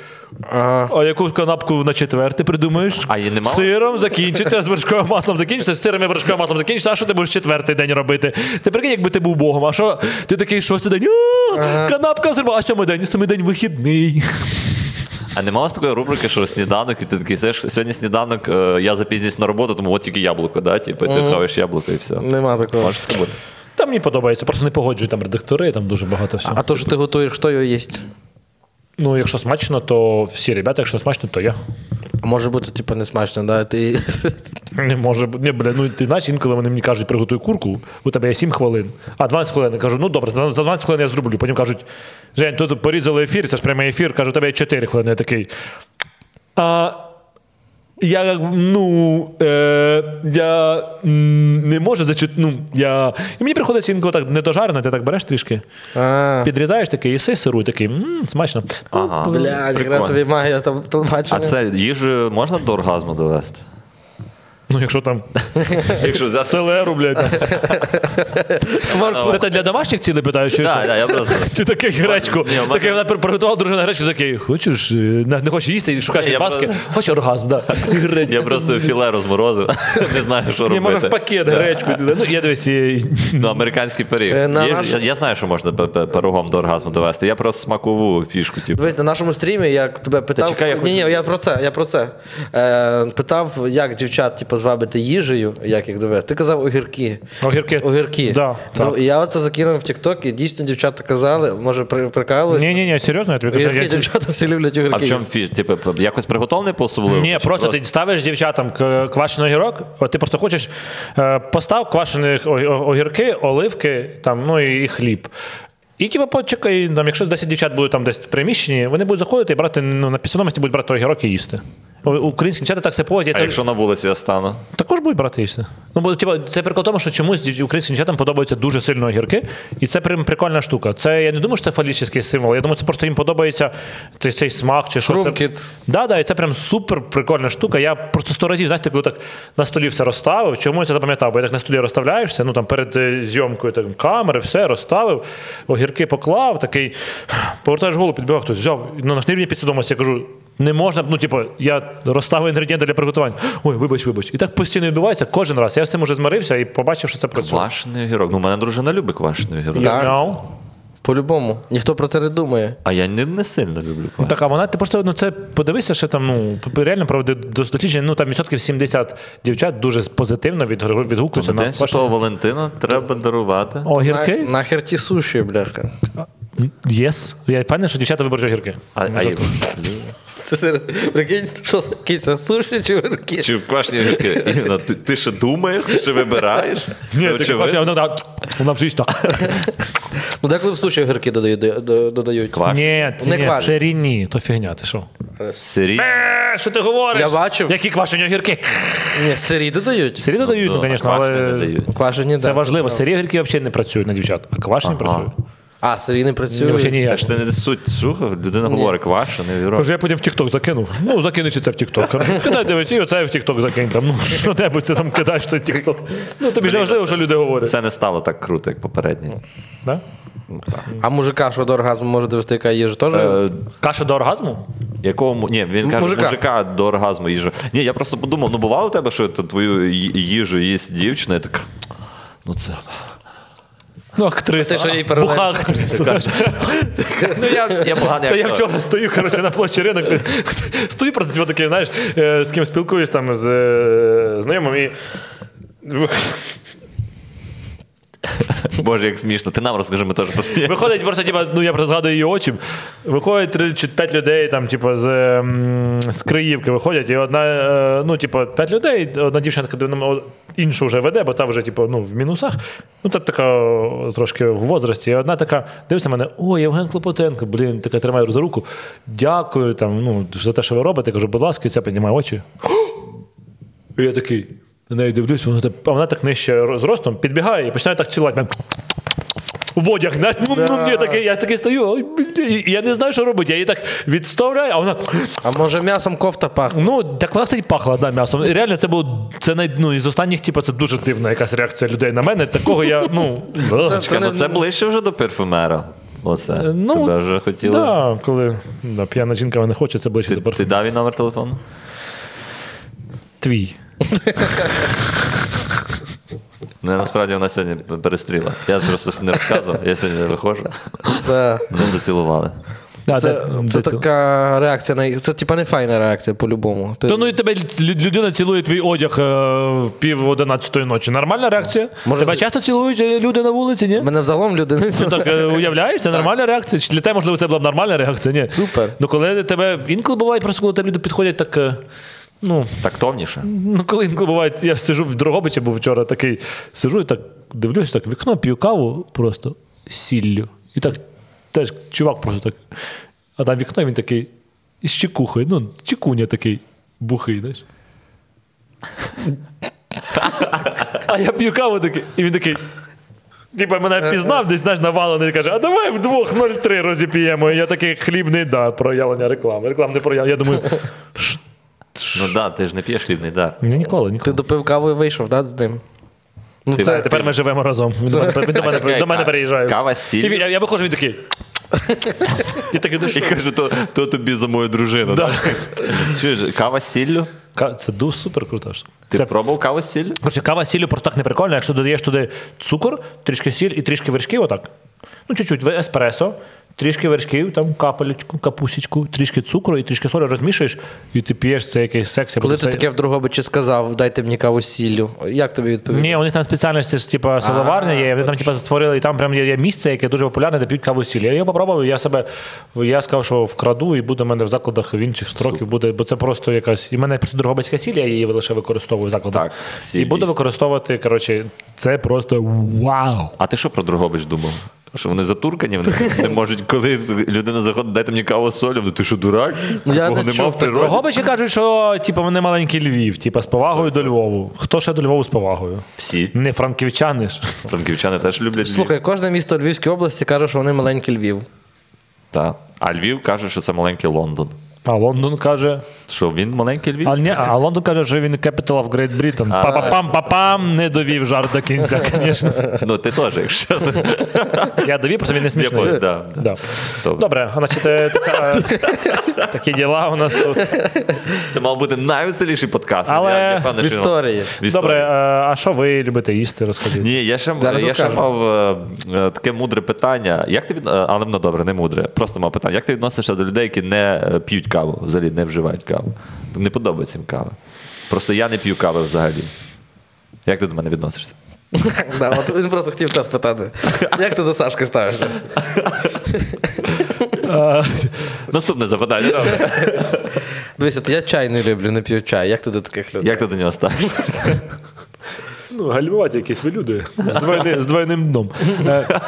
Speaker 1: А яку канапку на четвер ти придумаєш?
Speaker 2: А її нема?
Speaker 1: Сиром закінчиться, з вершковим маслом закінчиться, з сиром і вершковим маслом закінчиться, а що ти будеш четвертий день робити? Ти прикинь, якби ти був Богом, а що ти такий шостий день? «А, Канапка з риба, а сьомий день, сьомий день вихідний.
Speaker 2: А нема у вас такої рубрики, що сніданок, і ти такий, знаєш, сьогодні сніданок, е, я запізнююсь на роботу, тому от тільки яблуко, да? Типу, ти хаваєш яблуко і все.
Speaker 3: Нема такого.
Speaker 2: Може це бути?
Speaker 1: Та мені подобається, просто не погоджую там редактори, там дуже багато всього.
Speaker 3: А то, що ти готуєш, хто його їсть?
Speaker 1: Ну, якщо смачно, то всі ребята, якщо смачно, то я.
Speaker 3: А Може бути, типу, не смачно, да? Ти...
Speaker 1: Не може бу- Ні, бля, ну ти знаєш, інколи вони мені кажуть, приготуй курку, у тебе є 7 хвилин, а 12 хвилин. Я кажу, ну добре, за за 12 хвилин я зроблю. Потім кажуть, Жень, тут порізали ефір, це ж прямий ефір, кажу, у тебе є 4 хвилини. Я такий. А, я, ну, е, я м, не можу зачити, ну, я... І мені приходиться інколи так недожарено, ти так береш трішки,
Speaker 3: А,
Speaker 1: підрізаєш такий, іси сиру, і такий, м, смачно.
Speaker 2: Ага.
Speaker 3: блядь,
Speaker 2: Прикольно.
Speaker 3: якраз собі має там
Speaker 2: А
Speaker 3: телебачення.
Speaker 2: це їжу можна до оргазму довести?
Speaker 1: Ну, якщо там
Speaker 2: Якщо взяти.
Speaker 1: селеру, блядь. Це те для домашніх цілей питаю, чи що?
Speaker 2: Так, так, я просто.
Speaker 1: Чи такий гречку?
Speaker 2: Ні, у мене-
Speaker 1: Такий вона при- приготувала дружина гречку, такий, хочеш, е, не не хочеш їсти, і шукаєш
Speaker 2: Ні, я
Speaker 1: баски,
Speaker 2: просто-
Speaker 1: хочеш оргазм, да. І гречку.
Speaker 2: Я просто філе розморозив, не знаю, що
Speaker 1: Ні, може в
Speaker 2: робити.
Speaker 1: пакет гречку. туди. Ну, я дивись, і-
Speaker 2: Ну, американський пиріг.
Speaker 3: Е, на
Speaker 2: Є ж-
Speaker 3: наш-
Speaker 2: я, я знаю, що можна пе- пе- пирогом до оргазму довести. Я просто смакову фішку, типу.
Speaker 3: Дивись, на нашому стрімі я тебе питав.
Speaker 2: чекай, я
Speaker 3: ні,
Speaker 2: хочу-
Speaker 3: ні, я про це, я про це. Е, питав, як дівчат типу, звабити їжею, як їх довести. Ти казав огірки.
Speaker 1: Огірки.
Speaker 3: Огірки.
Speaker 1: Да,
Speaker 3: Ну,
Speaker 1: так.
Speaker 3: і я оце закинув в Тікток, і дійсно дівчата казали, може, при- прикалують.
Speaker 1: Ні, ні, ні, серйозно, я тобі кажу,
Speaker 3: Огірки,
Speaker 1: я ці-
Speaker 3: дівчата всі люблять огірки.
Speaker 2: А в чому
Speaker 3: їсти.
Speaker 2: фіш? Типу, п- якось приготовлений по особливо?
Speaker 1: Ні, просто ти ставиш дівчатам к- квашений огірок, от ти просто хочеш е, постав квашені огірки, оливки, там, ну і, і хліб. І типу, почекай, там, якщо 10 дівчат будуть там десь в приміщенні, вони будуть заходити і брати ну, на підсвідомості будуть брати огірок і їсти. О, Українські дівчата так себе поводять. я
Speaker 2: А
Speaker 1: це-
Speaker 2: якщо на вулиці я стану?
Speaker 1: Також будуть брати їсти. Ну, бо типу, це прикол в тому, що чомусь дів- українським дівчатам подобаються дуже сильно огірки, і це прям прикольна штука. Це я не думаю, що це фалічний символ. Я думаю, це просто їм подобається цей, цей смак чи що. Це...
Speaker 3: Хрумкіт.
Speaker 1: Да, да, і це прям супер прикольна штука. Я просто сто разів, знаєте, коли так на столі все розставив, чому я це запам'ятав? Бо я так на столі розставляєшся, ну там перед е, зйомкою там, камери, все розставив, огірки поклав, такий повертаєш голову, підбігав, хтось взяв. Ну, на рівні підсвідомості я кажу. Не можна, ну типу, я розставив інгредієнти для приготування. Ой, вибач, вибач. І так постійно відбувається кожен раз. Я з цим уже змирився і побачив, що це працює.
Speaker 2: Квашений огірок. Ну, мене дружина любить квашений огірок.
Speaker 1: You
Speaker 3: Так.
Speaker 1: know?
Speaker 3: По-любому. Ніхто про це не думає.
Speaker 2: А я не, не сильно люблю квашений.
Speaker 1: Ну, Так, а вона ти просто ну це подивися, що там ну реально проведе дослідження. Ну там відсотків 70 дівчат дуже позитивно відгру- відгукуються
Speaker 2: На
Speaker 1: на
Speaker 2: День
Speaker 1: ваш
Speaker 2: Святого Валентина треба дарувати.
Speaker 1: огірки.
Speaker 3: На, нахер ті суші, бляха.
Speaker 1: Єс. Я впевнений, що дівчата виберуть огірки.
Speaker 2: А, а є-
Speaker 3: Це сер- прикинь, що це киця, суші чи вирки?
Speaker 2: Чи квашні огірки? Ірина, ти, ти ще думаєш, ти ще вибираєш?
Speaker 1: Ні, ти кажеш,
Speaker 2: очевидно.
Speaker 1: вона, вона, вона вже їсть так.
Speaker 3: Ну деколи в суші гірки додають. до- до- додають.
Speaker 2: Кваш.
Speaker 1: Ні,
Speaker 3: Не
Speaker 1: ні,
Speaker 3: кваш.
Speaker 1: це ріні, то фігня, ти що?
Speaker 2: Сирі.
Speaker 1: Е, Що ти говориш?
Speaker 3: Я бачив.
Speaker 1: Які квашені огірки?
Speaker 3: Ні, сирі додають.
Speaker 1: Сирі додають, ну,
Speaker 2: Ну,
Speaker 1: звісно,
Speaker 2: а квашні
Speaker 1: але
Speaker 2: не дають.
Speaker 3: Квашені,
Speaker 1: це важливо. Сирі огірки взагалі не працюють на дівчат, а квашені працюють.
Speaker 3: А, сирі не
Speaker 1: Ні, взагалі
Speaker 3: працюють.
Speaker 1: ніяк.
Speaker 2: Та ж ти не суть слухав, людина говорить квашений огірок.
Speaker 1: Каже, я потім в Тікток закинув. Ну, закинеш і це в Тікток. Кидай дивись, і оце в Тікток закинь. Там, ну, що небудь ти там кидаєш, то Тікток. Ну, тобі ж не важливо, що люди говорять.
Speaker 2: Це не стало так круто, як попереднє.
Speaker 1: Да?
Speaker 3: А мужика, що до оргазму може довести, яка їжа теж?
Speaker 2: Е,
Speaker 1: Каша до оргазму?
Speaker 2: Якого му- ні, він каже,
Speaker 3: Мужика.
Speaker 2: мужика. до оргазму їжу. Ні, я просто подумав, ну бувало у тебе, що ти твою ї- їжу їсть дівчина, і так. Ну це.
Speaker 1: Ну, актриса.
Speaker 3: Це що їй паралельно.
Speaker 1: Буха актриса. знаєш.
Speaker 2: Ну я, я поганий.
Speaker 1: Це я
Speaker 2: актор.
Speaker 1: вчора стою, коротше, на площі ринок. Стою просто типу, такий, знаєш, е, з ким спілкуюсь там з е, знайомим і.
Speaker 2: Боже, як смішно. Ти нам розкажи, ми теж посміємо.
Speaker 1: Виходить просто, типа, ну я просто згадую її очі. Виходить три чи п'ять людей, там, типа, з, ем, з Криївки виходять, і одна, е, ну, типа, п'ять людей, одна дівчина така дивно, о, іншу вже веде, бо та вже, типу, ну, в мінусах. Ну, та така о, трошки в возрасті. І одна така дивиться на мене: о, Євген Клопотенко, блін, така тримає за руку. Дякую там, ну, за те, що ви робите. Кажу, будь ласка, і ця піднімає очі. І я такий. На неї дивлюсь, вона так, а вона так нижче роз- зростом підбігає і починає так цілувати мене. В одяг. знаєш, Ну, ну, я, такий, я такий стою, ой, блін, і я не знаю, що робити. Я її так відставляю, а вона.
Speaker 3: А може м'ясом кофта пахне?
Speaker 1: Ну, так вона тоді пахла да, м'ясом. І реально, це було це най, ну, із останніх, типу, це дуже дивна якась реакція людей на мене. Такого я, ну. да.
Speaker 2: Чекай, ну це ближче вже до парфумера. Оце.
Speaker 1: Ну,
Speaker 2: Тебе вже хотіли.
Speaker 1: Да, коли да, п'яна жінка мене хоче, це ближче
Speaker 2: Ти,
Speaker 1: до
Speaker 2: ти
Speaker 1: парфуму.
Speaker 2: дав їй номер телефону?
Speaker 1: Твій.
Speaker 2: Ну, я насправді вона сьогодні перестріла. Я просто не розказував, я сьогодні виходжу.
Speaker 3: Да.
Speaker 2: Мене зацілували.
Speaker 1: Да,
Speaker 3: Це,
Speaker 1: да,
Speaker 3: це
Speaker 1: да, ціл-
Speaker 3: така реакція на це, типа не файна реакція по-любому. Ти-
Speaker 1: Та ну і тебе лю- людина цілує твій одяг е, в пів одинадцятої ночі. Нормальна реакція?
Speaker 3: Може,
Speaker 1: тебе
Speaker 3: це-
Speaker 1: часто цілують е, люди на вулиці, ні?
Speaker 3: Мене взагалом люди не
Speaker 1: Ну так е, уявляєш, це нормальна реакція. Чи для тебе, можливо, це була б нормальна реакція? Ні.
Speaker 3: Супер.
Speaker 1: Ну коли тебе інколи буває, просто коли тебе люди підходять так. е, Ну,
Speaker 2: Тактовніше.
Speaker 1: ну коли інколи буває, я сижу в Дрогобичі, був вчора такий, сижу і так дивлюсь, так в вікно п'ю каву просто з сіллю. І так теж чувак просто так. А там вікно і він такий з чекухою. Ну, чекуня такий бухий, знаєш. А я п'ю каву такий, і він такий. Типа мене пізнав, десь знаєш, навалений і каже, а давай вдвох 0,3 розіп'ємо. І я такий хлібний, да, проявлення реклами. Рекламне проявлення. Я думаю, «Ш-
Speaker 2: Ну так, да, ти ж не п'єш хлібний, да.
Speaker 1: ні, ніколи, ніколи.
Speaker 3: Ти допив каву і вийшов, да, з ним? Ну,
Speaker 2: Ти-
Speaker 1: Це, тепер ми живемо разом. Він до мене, він до мене,
Speaker 2: чекай,
Speaker 1: до мене
Speaker 2: ка-
Speaker 1: переїжджає.
Speaker 2: кава з
Speaker 1: І
Speaker 2: сіллю?
Speaker 1: він- я, я виходжу, він такий. І такий, ну
Speaker 2: І
Speaker 1: що?
Speaker 2: каже, то, то тобі за мою дружину.
Speaker 1: Да.
Speaker 2: Чуєш, кава з сіллю?
Speaker 1: Ка- Це дуже супер круто.
Speaker 2: Ти
Speaker 1: Це
Speaker 2: пробував каву з сіллю?
Speaker 1: Короче, кава з сіллю просто так не прикольно, якщо додаєш туди цукор, трішки сіль і трішки вершків, отак. Ну, чуть-чуть ви- еспресо, трішки вершків, там капелечку, капусічку, трішки цукру і трішки солі розмішуєш, і ти п'єш це якийсь секс. я
Speaker 3: Коли ти
Speaker 1: буду це-
Speaker 3: таке в Другобичі сказав, дайте мені каву з сіллю. Як тобі відповів?
Speaker 1: Ні, у них там спеціальності ж типа силоварня є. Вони там типа створили, і там прям є, є місце, яке дуже популярне, де п'ють каву з сіллю. Я його попробував, я себе я сказав, що вкраду, і буде в мене в закладах в інших строків буде, бо це просто якась. І в мене просто Дрогобицька сіль, я її лише використовую в закладах.
Speaker 2: Так, сіль
Speaker 1: і буду
Speaker 2: дійсно.
Speaker 1: використовувати. Коротше, це просто вау!
Speaker 2: А ти що про Дрогобич думав? Тому що вони затуркані, вони не можуть, коли людина заходить, дайте мені каву з солі, вони, ти що дурак?
Speaker 3: Ну, я
Speaker 2: Такого
Speaker 3: не
Speaker 2: нема
Speaker 3: чув
Speaker 2: в
Speaker 3: такого.
Speaker 2: природі.
Speaker 1: Гобичі кажуть, що типу, вони маленький Львів, типу, з повагою до Львову. Хто ще до Львову з повагою?
Speaker 2: Всі.
Speaker 1: Не франківчани ж.
Speaker 2: Франківчани теж люблять Львів.
Speaker 3: Слухай, кожне місто Львівської області каже, що вони маленький Львів.
Speaker 2: Та. А Львів каже, що це маленький Лондон.
Speaker 1: А Лондон каже.
Speaker 2: Що він маленький Львів?
Speaker 1: А, ні, а Лондон каже, що він capital of Great Britain. Па-па-пам, па-пам, не довів жарт до кінця, звісно.
Speaker 2: Ну ти теж, якщо чесно.
Speaker 1: Я довів, просто він не смішний.
Speaker 2: Я по- да, да.
Speaker 1: Да.
Speaker 2: Добре.
Speaker 1: Добре, значить, е, така, такі діла у нас тут.
Speaker 2: Це мав бути найвеселіший подкаст.
Speaker 1: Але
Speaker 2: Я- я певний,
Speaker 3: в
Speaker 2: що-
Speaker 3: історії.
Speaker 2: В історії.
Speaker 1: Добре, е, а що ви любите їсти, розкажіть?
Speaker 2: Ні, я ще,
Speaker 3: Зараз
Speaker 2: я ще
Speaker 3: розкажу.
Speaker 2: мав е, е, таке мудре питання. Як ти від... е, Але ну, добре, не мудре. Просто мав питання. Як ти відносишся до людей, які не е, п'ють каву, взагалі не вживають каву? Не подобається їм кава. Просто я не п'ю кави взагалі. Як ти до мене відносишся?
Speaker 3: Да, от Він просто хотів тебе спитати. Як ти до Сашки ставишся?
Speaker 2: Наступне запитання. Добре.
Speaker 3: Дивися, то я чай не люблю, не п'ю чай. Як ти до таких людей?
Speaker 2: Як ти до нього ставишся?
Speaker 1: Ну, гальмувати якісь ви люди з, двойни, з двойним дном. Е,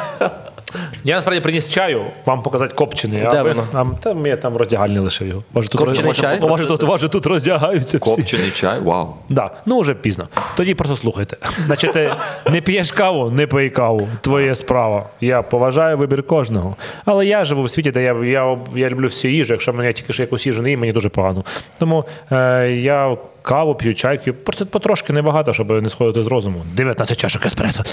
Speaker 1: Я насправді приніс чаю, вам показати копчений.
Speaker 3: Де
Speaker 1: а ви,
Speaker 3: воно?
Speaker 1: а, там я там роздягальні лишив його. Може, тут,
Speaker 3: Копчений
Speaker 1: роз-
Speaker 3: чай?
Speaker 1: може, тут, може, тут роздягаються всі.
Speaker 2: Копчений чай? Вау.
Speaker 1: Да. Ну, вже пізно. Тоді просто слухайте. Значить, ти не п'єш каву, не пий каву. Твоє справа. Я поважаю вибір кожного. Але я живу в світі, де я, я, я люблю всю їжу. Якщо мене тільки що якусь їжу не їм, мені дуже погано. Тому е, я каву п'ю, чай п'ю. Просто потрошки небагато, щоб не сходити з розуму. 19 чашок еспресо.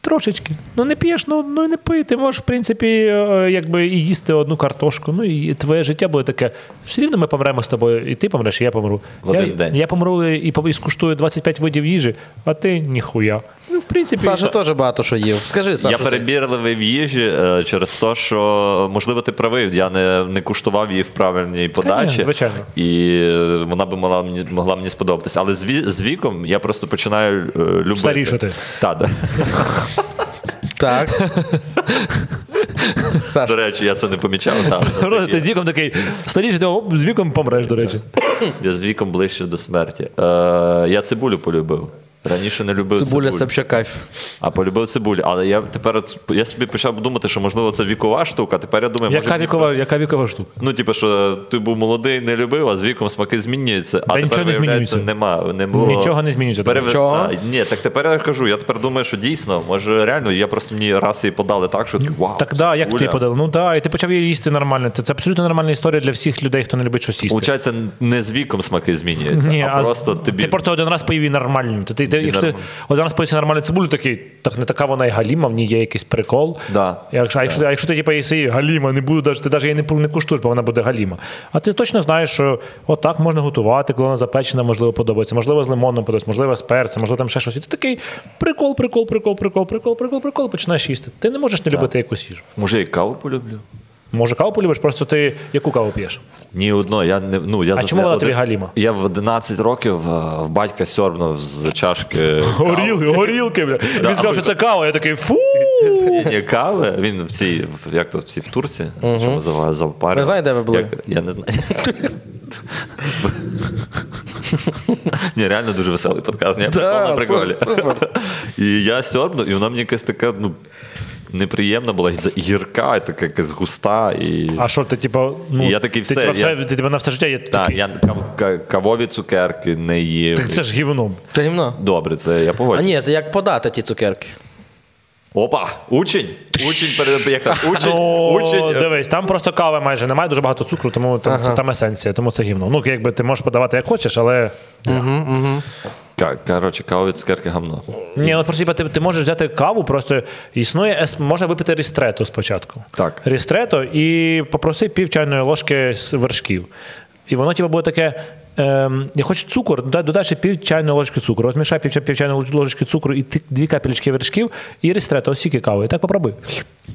Speaker 1: Трошечки. Ну не п'єш, ну, ну і не пий. Ти можеш, в принципі, е, якби і їсти одну картошку. Ну і твоє життя буде таке. Все рівно ми помремо з тобою, і ти помреш, і я помру.
Speaker 2: В один
Speaker 1: я,
Speaker 2: день.
Speaker 1: я помру і, пов- і скуштую 25 видів їжі, а ти ніхуя. Ну, в принципі,
Speaker 3: Саша теж багато що їв. Скажи, Саша.
Speaker 2: я
Speaker 3: ти.
Speaker 2: перебірливий в їжі е, через те, що можливо ти правий. Я не, не куштував її в правильній подачі.
Speaker 1: звичайно.
Speaker 2: І е, вона би могла мені могла мені сподобатися. Але з, ві- з віком я просто починаю е, любити.
Speaker 1: Старішати.
Speaker 2: Та, да.
Speaker 3: Так.
Speaker 2: До
Speaker 3: Саша,
Speaker 2: речі, я це не помічав. Та,
Speaker 1: Рози, ти з віком такий, старіше, ти оп, з віком помреш, до речі.
Speaker 2: Я з віком ближче до смерті. Е, я цибулю полюбив. Раніше не любив
Speaker 3: цибуля,
Speaker 2: цибулю.
Speaker 3: це взагалі кайф.
Speaker 2: А полюбив цибулю. Але я тепер от- я собі почав думати, що можливо це вікова штука. Тепер я думаю,
Speaker 1: Яка
Speaker 2: може,
Speaker 1: вікова, яка вікова штука?
Speaker 2: Ну, типу, що ти був молодий, не любив, а з віком смаки змінюються. А
Speaker 1: Та
Speaker 2: тепер
Speaker 1: нічого не
Speaker 2: виявляється,
Speaker 1: змінюється.
Speaker 2: нема. Не було.
Speaker 1: Нічого не змінюється.
Speaker 2: Перев-
Speaker 3: Нічого?
Speaker 2: А, ні, так тепер я кажу, я тепер думаю, що дійсно, може реально, я просто мені раз її подали так, що ти вау.
Speaker 1: Так, да, як ти
Speaker 2: цибуля.
Speaker 1: подав? Ну да, і ти почав її їсти нормально. Це, це абсолютно нормальна історія для всіх людей, хто не любить щось їсти.
Speaker 2: Получається, не з віком смаки змінюються,
Speaker 1: Ні,
Speaker 2: а,
Speaker 1: а з-
Speaker 2: просто тобі.
Speaker 1: Ти просто один раз поїв і нормально. Ти, ти, ти, якщо ти
Speaker 2: нормально.
Speaker 1: один раз поїси нормальну цибулю, такий, так не така вона і галіма, в ній є якийсь прикол.
Speaker 2: Да.
Speaker 1: Якщо, а, якщо, а якщо ти типу, їси її, галіма, не буду, даже, ти навіть її не, пу- не куштуєш, бо вона буде галіма. А ти точно знаєш, що отак можна готувати, коли вона запечена, можливо, подобається, можливо, з лимоном подобається, можливо, з перцем, можливо, там ще щось. І ти такий прикол, прикол, прикол, прикол, прикол, прикол, прикол, починаєш їсти. Ти не можеш не любити якусь їжу.
Speaker 2: Може, я каву полюблю?
Speaker 1: Може, каву полюбиш, просто ти яку каву п'єш?
Speaker 2: Ні, одно, я не ну я
Speaker 1: А
Speaker 2: за
Speaker 1: чому
Speaker 2: це
Speaker 1: вона
Speaker 2: один-
Speaker 1: тобі галіма?
Speaker 2: Я в 11 років е, в батька сьорбнув з чашки. каву.
Speaker 1: Горілки, горілки, бля. Він сказав, що це кава. Я такий фу.
Speaker 2: Ні, кави. Він в цій, в- як то в цій в Турці, що називає запарі.
Speaker 3: Не знаю, де ви були.
Speaker 2: я не знаю. Ні, реально дуже веселий подкаст. Ні, прикол на приколі.
Speaker 3: супер.
Speaker 2: І я сьорбнув, і вона мені якась така, ну. Неприємна була і за- і гірка, і така якась густа, і
Speaker 1: А що ти, типу, ну,
Speaker 2: І я такий,
Speaker 1: ти,
Speaker 2: все,
Speaker 1: типу, все,
Speaker 2: я-
Speaker 1: ти, типу, на все життя є
Speaker 2: та,
Speaker 1: такий.
Speaker 2: я кав- ка- кавові цукерки не їв.
Speaker 1: Так це ж гівно.
Speaker 3: Та гімно.
Speaker 2: Добре, це я
Speaker 3: А
Speaker 2: погоджуюсь.
Speaker 3: ні, це як подати ті цукерки.
Speaker 2: Опа! Учень! Учень перед як там учень,
Speaker 1: Ну,
Speaker 2: учень. е,
Speaker 1: дивись, там просто кави майже немає, дуже багато цукру, тому там, це, там есенція, тому це гівно. Ну, якби ти можеш подавати як хочеш, але.
Speaker 2: Ка- Коротше, кавові цукерки гамно.
Speaker 1: Ні, ну просто типу, ти, ти можеш взяти каву, просто існує ес- можна випити рістрето спочатку.
Speaker 2: Так.
Speaker 1: Рістрето і попроси пів чайної ложки з вершків. І воно типу, буде таке. Ем, я хочу цукор, додай, додай ще пів чайної ложки цукру. Розмішай пів, пів чайної лож- ложки цукру і ти, дві капелечки вершків, і рістрето, ось стільки кави. І так попробуй.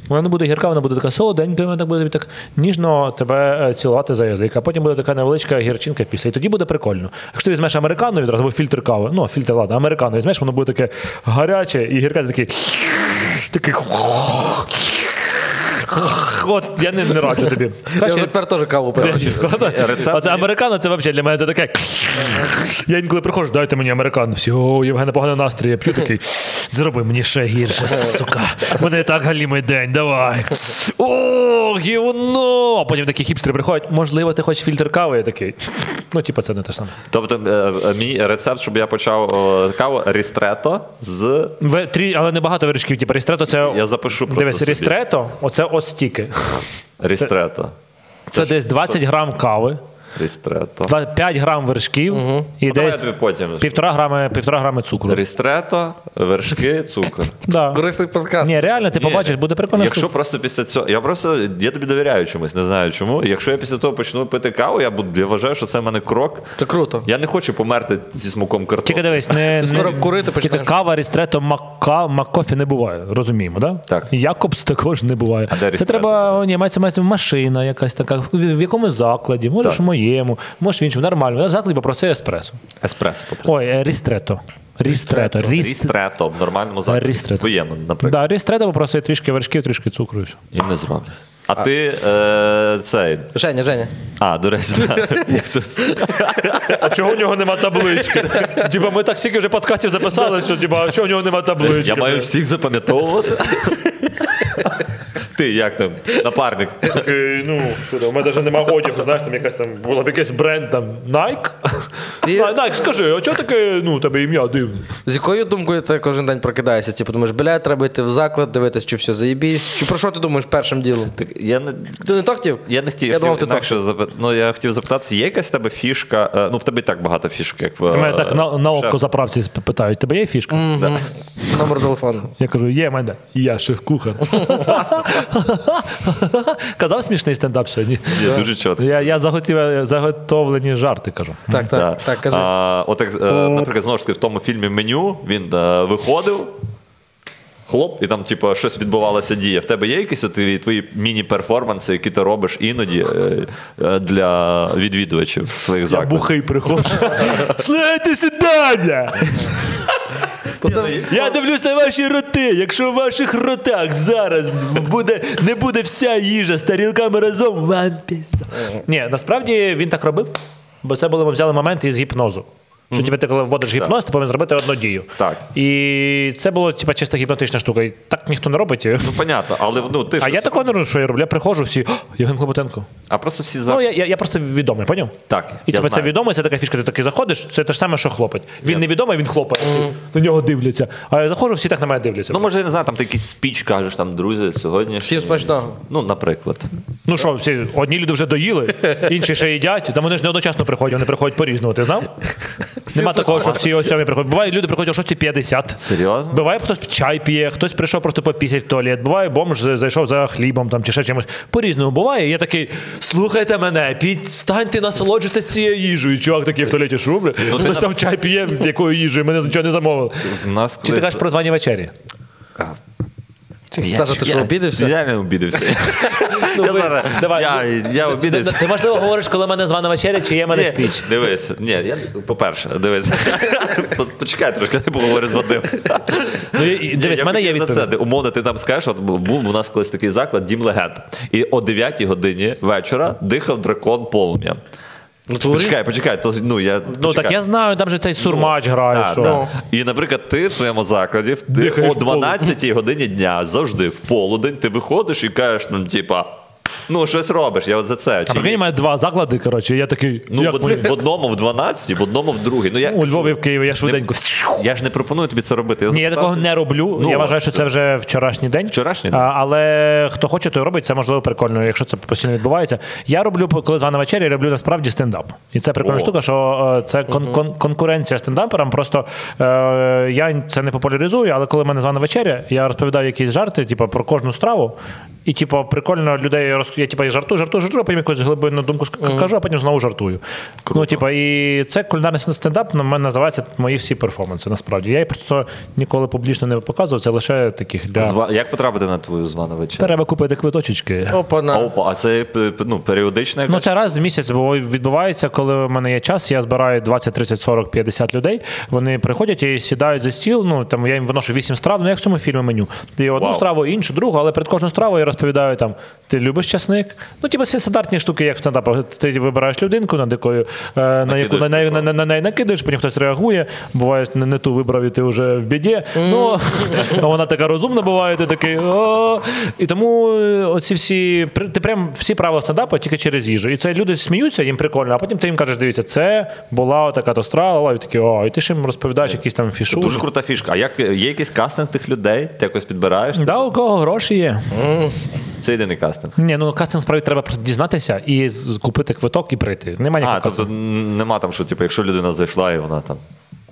Speaker 1: Вона не буде гірка, вона буде така солоденька, вона так буде тобі так ніжно тебе е, цілувати за язик, а потім буде така невеличка гірчинка після. І тоді буде прикольно. Якщо ти візьмеш американу відразу, або фільтр кави, ну, фільтр, ладно, американу візьмеш, воно буде таке гаряче і гірка, ти такий. такий От я не, не раджу тобі.
Speaker 3: Я
Speaker 1: Краще,
Speaker 3: тепер теж каву
Speaker 1: Де-
Speaker 3: пив.
Speaker 1: Правда?
Speaker 2: Рецепт
Speaker 1: Оце
Speaker 2: є.
Speaker 1: американо, це взагалі для мене це таке. Я інколи приходжу, дайте мені американ. Всі, о, Євгена поганий настрій, я п'ю такий. Зроби мені ще гірше, сука. Мене і так галімий день, давай. О, гівно! А потім такі хіпстери приходять, можливо, ти хочеш фільтр кави, я такий. Ну, типа, це не те ж саме.
Speaker 2: Тобто, е, е, мій рецепт, щоб я почав о, каву рістрето з.
Speaker 1: Ве- трі- але не багато вершків, типу, рістрето це.
Speaker 2: Я запишу просто
Speaker 1: Дивись,
Speaker 2: собі.
Speaker 1: рістрето, оце от стільки.
Speaker 2: Рістрето.
Speaker 1: Це десь 20 грам кави,
Speaker 2: Рістрето.
Speaker 1: 5 грам вершків і
Speaker 2: Ну, Давай я
Speaker 1: десь
Speaker 2: тобі потім.
Speaker 1: півтора грами, півтора грами цукру.
Speaker 2: Рістрето, вершки, цукор.
Speaker 1: Да.
Speaker 3: Корисний подкаст.
Speaker 1: Ні, реально, ти
Speaker 2: Ні,
Speaker 1: побачиш, буде прикольно.
Speaker 2: Якщо
Speaker 1: штука.
Speaker 2: просто після цього. Я просто я тобі довіряю чомусь, не знаю чому. Якщо я після того почну пити каву, я буду я вважаю, що це в мене крок.
Speaker 3: Це круто.
Speaker 2: Я не хочу померти зі смаком
Speaker 1: Тільки
Speaker 2: картоплі.
Speaker 1: дивись, не,
Speaker 3: скоро
Speaker 1: не-
Speaker 3: курити
Speaker 1: тільки
Speaker 3: почнеш.
Speaker 1: кава, рістретто, мака, маккофі не буває, розуміємо, да?
Speaker 2: Так.
Speaker 1: Якобс також не буває.
Speaker 2: де
Speaker 1: Це
Speaker 2: рістретто?
Speaker 1: треба, о, ні, мається, мається машина якась така, в, в якому закладі, можеш
Speaker 2: Так.
Speaker 1: в моєму, можеш в іншому, нормально. В закладі попроси еспресо.
Speaker 2: Еспресо попросив.
Speaker 1: Ой, е, рістретто. Рістретто. Ріст... Е,
Speaker 2: Рістрето в нормальному закладі.
Speaker 1: Рістретто.
Speaker 2: Воєнно, наприклад.
Speaker 1: Да, рістретто попроси трішки вершків, трішки цукру. і все.
Speaker 2: І не зроблю. А, ти е, цей.
Speaker 3: Женя, Женя.
Speaker 2: А, до речі, да.
Speaker 1: А чого у нього нема таблички? Типа ми так стільки вже подкастів записали, що типа, чого у нього нема таблички?
Speaker 2: я маю всіх запам'ятовувати. Ти як там? Напарник.
Speaker 1: Окей, ну, що там, у мене навіть нема одягу, знаєш, там якась там була б якийсь бренд там Nike.
Speaker 3: Ти-
Speaker 1: Най- Nike, скажи, а чого таке, ну, тебе ім'я дивне?
Speaker 3: З якою думкою ти кожен день прокидаєшся? Типу, думаєш, бля, треба йти в заклад, дивитись, чи все заєбісь. Чи про що ти думаєш першим ділом?
Speaker 2: Так, я не,
Speaker 3: Ти не то хотів?
Speaker 2: Я не хотів,
Speaker 3: Я думав, ти так.
Speaker 2: інакше запит... ну, я хотів запитатися, є якась в тебе фішка? Е, Ну, в тебе і так багато фішок, як в.
Speaker 1: У мене
Speaker 2: е,
Speaker 1: так на, на
Speaker 2: шеф.
Speaker 1: око заправці сп- питають, тебе є фішка?
Speaker 2: Да.
Speaker 3: Номер телефону.
Speaker 1: Я кажу, є в мене, я шеф-кухар. Казав смішний стендап сьогодні.
Speaker 2: Є дуже чітко.
Speaker 1: Я, я заготів, заготовлені жарти кажу.
Speaker 3: Так,
Speaker 2: Да.
Speaker 3: так, так, кажи.
Speaker 2: А, от, як, е, наприклад, знову ж таки, в тому фільмі меню він е, виходив. Хлоп, і там, типу, щось відбувалася дія. В тебе є якісь от твої, твої міні-перформанси, які ти робиш іноді е, е, для відвідувачів своїх закладів?
Speaker 1: бухий приходжу. Слухайте сюди! Я дивлюсь на ваші роти. Якщо в ваших ротах зараз буде, не буде вся їжа з тарілками разом, вам пізда. Ні, насправді він так робив, бо це були ми взяли моменти із гіпнозу. Що тебе ти коли вводиш гіпноз, ти повинен зробити одну дію.
Speaker 2: Так.
Speaker 1: І це було типа чисто гіпнотична штука. І так ніхто не робить.
Speaker 2: Ну, понятно, але ну, ти
Speaker 1: А
Speaker 2: ж-
Speaker 1: я такого не роблю, що я роблю. Я приходжу всі, «О, Євген Клопотенко.
Speaker 2: а просто всі за...
Speaker 1: Ну, я, я, я просто відомий, поняв?
Speaker 2: Так,
Speaker 1: І
Speaker 2: я
Speaker 1: тебе це
Speaker 2: знаю.
Speaker 1: відомий, це така фішка, ти такий заходиш, це те ж саме, що хлопець. Він невідомий, він хлопає. Всі на нього дивляться. А я заходжу, всі так на мене дивляться.
Speaker 2: Ну,
Speaker 1: Ну,
Speaker 2: може, я не знаю, там ти якийсь спіч кажеш, там, друзі, сьогодні.
Speaker 3: Всім смачного.
Speaker 2: Ну, наприклад.
Speaker 1: Ну що, всі одні люди вже доїли, інші ще їдять. Там вони ж не одночасно приходять, вони приходять по-різному, ти знав? Нема такого, що всі о сьомій приходять. Буває, люди приходять о 6.50.
Speaker 2: Серйозно?
Speaker 1: Буває, хтось чай п'є, хтось прийшов просто попісять в туалет. Буває, бомж за- зайшов за хлібом там чи ще чимось. По-різному буває. І Я такий, слухайте мене, підстаньте насолоджуйтесь цією їжею. І Чувак такий в туалеті шубля.
Speaker 2: Ну, ти
Speaker 1: Хтось
Speaker 2: на-
Speaker 1: там чай п'є, якою їжею, мене нічого не замовили.
Speaker 2: У нас
Speaker 1: Чи ти
Speaker 2: колись-
Speaker 1: кажеш про звані вечері?
Speaker 3: Саша, ти що обідався?
Speaker 2: Я не обідався. Я зараз-
Speaker 1: Ну, давай, ну,
Speaker 2: я- Я обідався.
Speaker 1: Ти можливо говориш, коли мене звана вечеря, чи є мене
Speaker 2: Ні,
Speaker 1: спіч.
Speaker 2: Дивись, ні, я по-перше, дивись. По- Почекай трошки, я поговорю з Вадимом.
Speaker 1: Ну, і- і дивись, в
Speaker 2: Я
Speaker 1: мене є
Speaker 2: хотів за
Speaker 1: відповідь.
Speaker 2: це. Ти, Умовно, ти там скажеш, от був у нас колись такий заклад Дім легенд. І о 9 годині вечора дихав дракон полум'я.
Speaker 3: Ну, то
Speaker 2: Почекай, почекай, то ну я
Speaker 1: Ну так я знаю, там же цей сурмач грає.
Speaker 2: Так,
Speaker 1: що.
Speaker 2: так. І, наприклад, ти в своєму закладі в- ти
Speaker 1: Дихаєш
Speaker 2: о 12 годині дня завжди в полудень ти виходиш і кажеш нам, типа, ну щось робиш, я от за це.
Speaker 1: А
Speaker 2: Чи ні?
Speaker 1: прикинь, має два заклади, коротше, і я такий.
Speaker 2: Ну,
Speaker 1: як
Speaker 2: в,
Speaker 1: мені?
Speaker 2: в одному в 12, в одному в другій. Ну, я,
Speaker 1: У Львові в Києві я швиденько.
Speaker 2: я ж не пропоную тобі це робити.
Speaker 1: Ні, я
Speaker 2: запитав-
Speaker 1: такого не роблю.
Speaker 2: Ну,
Speaker 1: я вважаю, що це вже вчорашній день.
Speaker 2: Вчорашній
Speaker 1: а,
Speaker 2: день.
Speaker 1: але хто хоче, той робить це можливо прикольно, якщо це постійно відбувається. Я роблю, коли з вами вечері, роблю насправді стендап. І це прикольна
Speaker 2: О.
Speaker 1: штука, що е, це кон- кон- конкуренція стендаперам. Просто е, я це не популяризую, але коли в мене з вами вечеря, я розповідаю якісь жарти, типу, про кожну страву. І, типу, прикольно людей роз... я типу, жартую, жартую, жартую, а потім якусь глибинну думку ск- кажу, а потім знову жартую. Ну, типу, і це кулінарний стендап на мене називається мої всі перформанси. Насправді. Я їх просто ніколи публічно не показував, це лише таких для.
Speaker 2: Зва- Як потрапити на твою звану вечерю?
Speaker 1: Треба купити квиточечки.
Speaker 2: А,
Speaker 3: Опана.
Speaker 2: Опа, а це п- п- ну, періодична якась?
Speaker 1: Ну, це раз в місяць бо відбувається, коли в мене є час. Я збираю 20, 30, 40, 50 людей. Вони приходять і сідають за стіл. Ну там я їм виношу 8 страв. Ну як в цьому фільмі меню. Ти одну
Speaker 2: Вау.
Speaker 1: страву, іншу, другу, але перед кожною стравою я розповідаю там: ти любиш час помічник. Ну, типу, всі стандартні штуки, як в стендапах. Ти вибираєш людинку, над якою, е, на яку на, неї- на, на, на неї накидаєш, потім хтось реагує. Буває, не, не ту вибрав, і ти вже в біді. Ну, а вона така розумна буває, ти такий. «О». І тому е, оці всі. при- Ти прям всі правила стендапу тільки через їжу. І це люди сміються, їм прикольно, а потім ти їм кажеш, дивіться, це була така то страва, і такі, о, і ти ж їм розповідаєш якісь там фішу.
Speaker 2: Дуже крута фішка. А як е, є якийсь кастинг тих людей? Ти якось підбираєш?
Speaker 1: Да, у кого гроші є.
Speaker 2: Це єдиний кастинг.
Speaker 1: Ні, ну кастинг справді треба просто дізнатися і з- купити квиток і прийти. Немає
Speaker 2: А,
Speaker 1: ніякого
Speaker 2: тобто
Speaker 1: кастингу.
Speaker 2: н- нема там, що типу, якщо людина зайшла і вона там.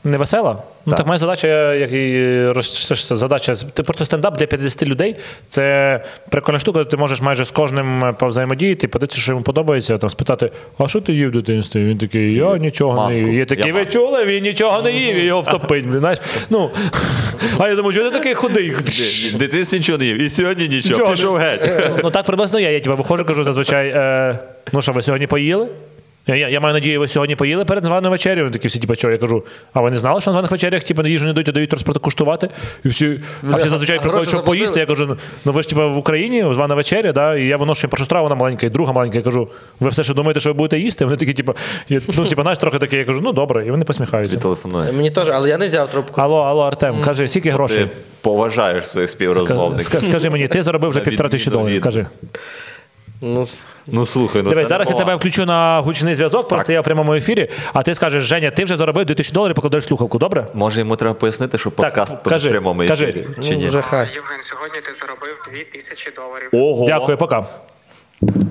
Speaker 1: Не весела? Ну
Speaker 2: Так.
Speaker 1: так моя задача, як і е, роз- це ж задача. Ти просто стендап для 50 людей. Це прикольна штука. Ти можеш майже з кожним е, повзаємодіяти, подивитися, що йому подобається, там спитати, а що ти їв в дитинстві? Він такий, я нічого не їв.
Speaker 2: Матку.
Speaker 1: Я такий,
Speaker 2: Я
Speaker 1: ви
Speaker 2: матку».
Speaker 1: чули, він нічого не їв, і його втопить. блін, Знаєш? Ну, а я думаю, що ти такий худий.
Speaker 2: Дитинство нічого не їв. І сьогодні
Speaker 1: Нічого
Speaker 2: нічого.
Speaker 1: не-
Speaker 2: Пішов геть.
Speaker 1: Ну так приблизно я. Я тебе виходжу, кажу зазвичай. Е, ну що, ви сьогодні поїли? Я, я, я маю надію, ви сьогодні поїли перед званою вечерю. Вони такі всі, типу, що я кажу, а ви не знали, що на званих вечерях типу, на їжу не дають, а дають розпроти куштувати. І всі, а всі зазвичай
Speaker 3: а
Speaker 1: приходять,
Speaker 3: гроші
Speaker 1: щоб поїсти. Я кажу, ну, ну ви ж типу, в Україні звана вечеря, да? і я виношу їм першу страву, вона маленька, і друга маленька. Я кажу, ви все ще думаєте, що ви будете їсти? Вони такі, типу, я- ну, типу, знаєш, трохи таке, я кажу, ну добре, і вони посміхаються.
Speaker 2: Е, Телефонує.
Speaker 3: Мені теж, але я не взяв трубку.
Speaker 1: Алло, алло, Артем, кажи, скільки грошей?
Speaker 2: Ти поважаєш своїх співрозмовників.
Speaker 1: Ска- Скажи мені, ти заробив вже
Speaker 2: На
Speaker 1: півтора тисячі
Speaker 2: відміну
Speaker 1: доларів.
Speaker 2: від-
Speaker 1: Кажи.
Speaker 3: Ну, с-
Speaker 2: Ну слухай, ну
Speaker 1: Дивись,
Speaker 2: це
Speaker 1: зараз я тебе
Speaker 2: непогано.
Speaker 1: включу на гучний зв'язок, просто я в прямому ефірі, а ти скажеш, Женя, ти вже заробив 2000 доларів, покладеш слухавку, добре?
Speaker 2: Може йому треба пояснити, що подкаст тут
Speaker 1: кажи,
Speaker 2: в прямому
Speaker 1: кажи.
Speaker 2: ефірі. Чи ні?
Speaker 3: ну, вже хай.
Speaker 4: Євген, сьогодні ти заробив 2000 доларів.
Speaker 2: Ого.
Speaker 1: Дякую, пока.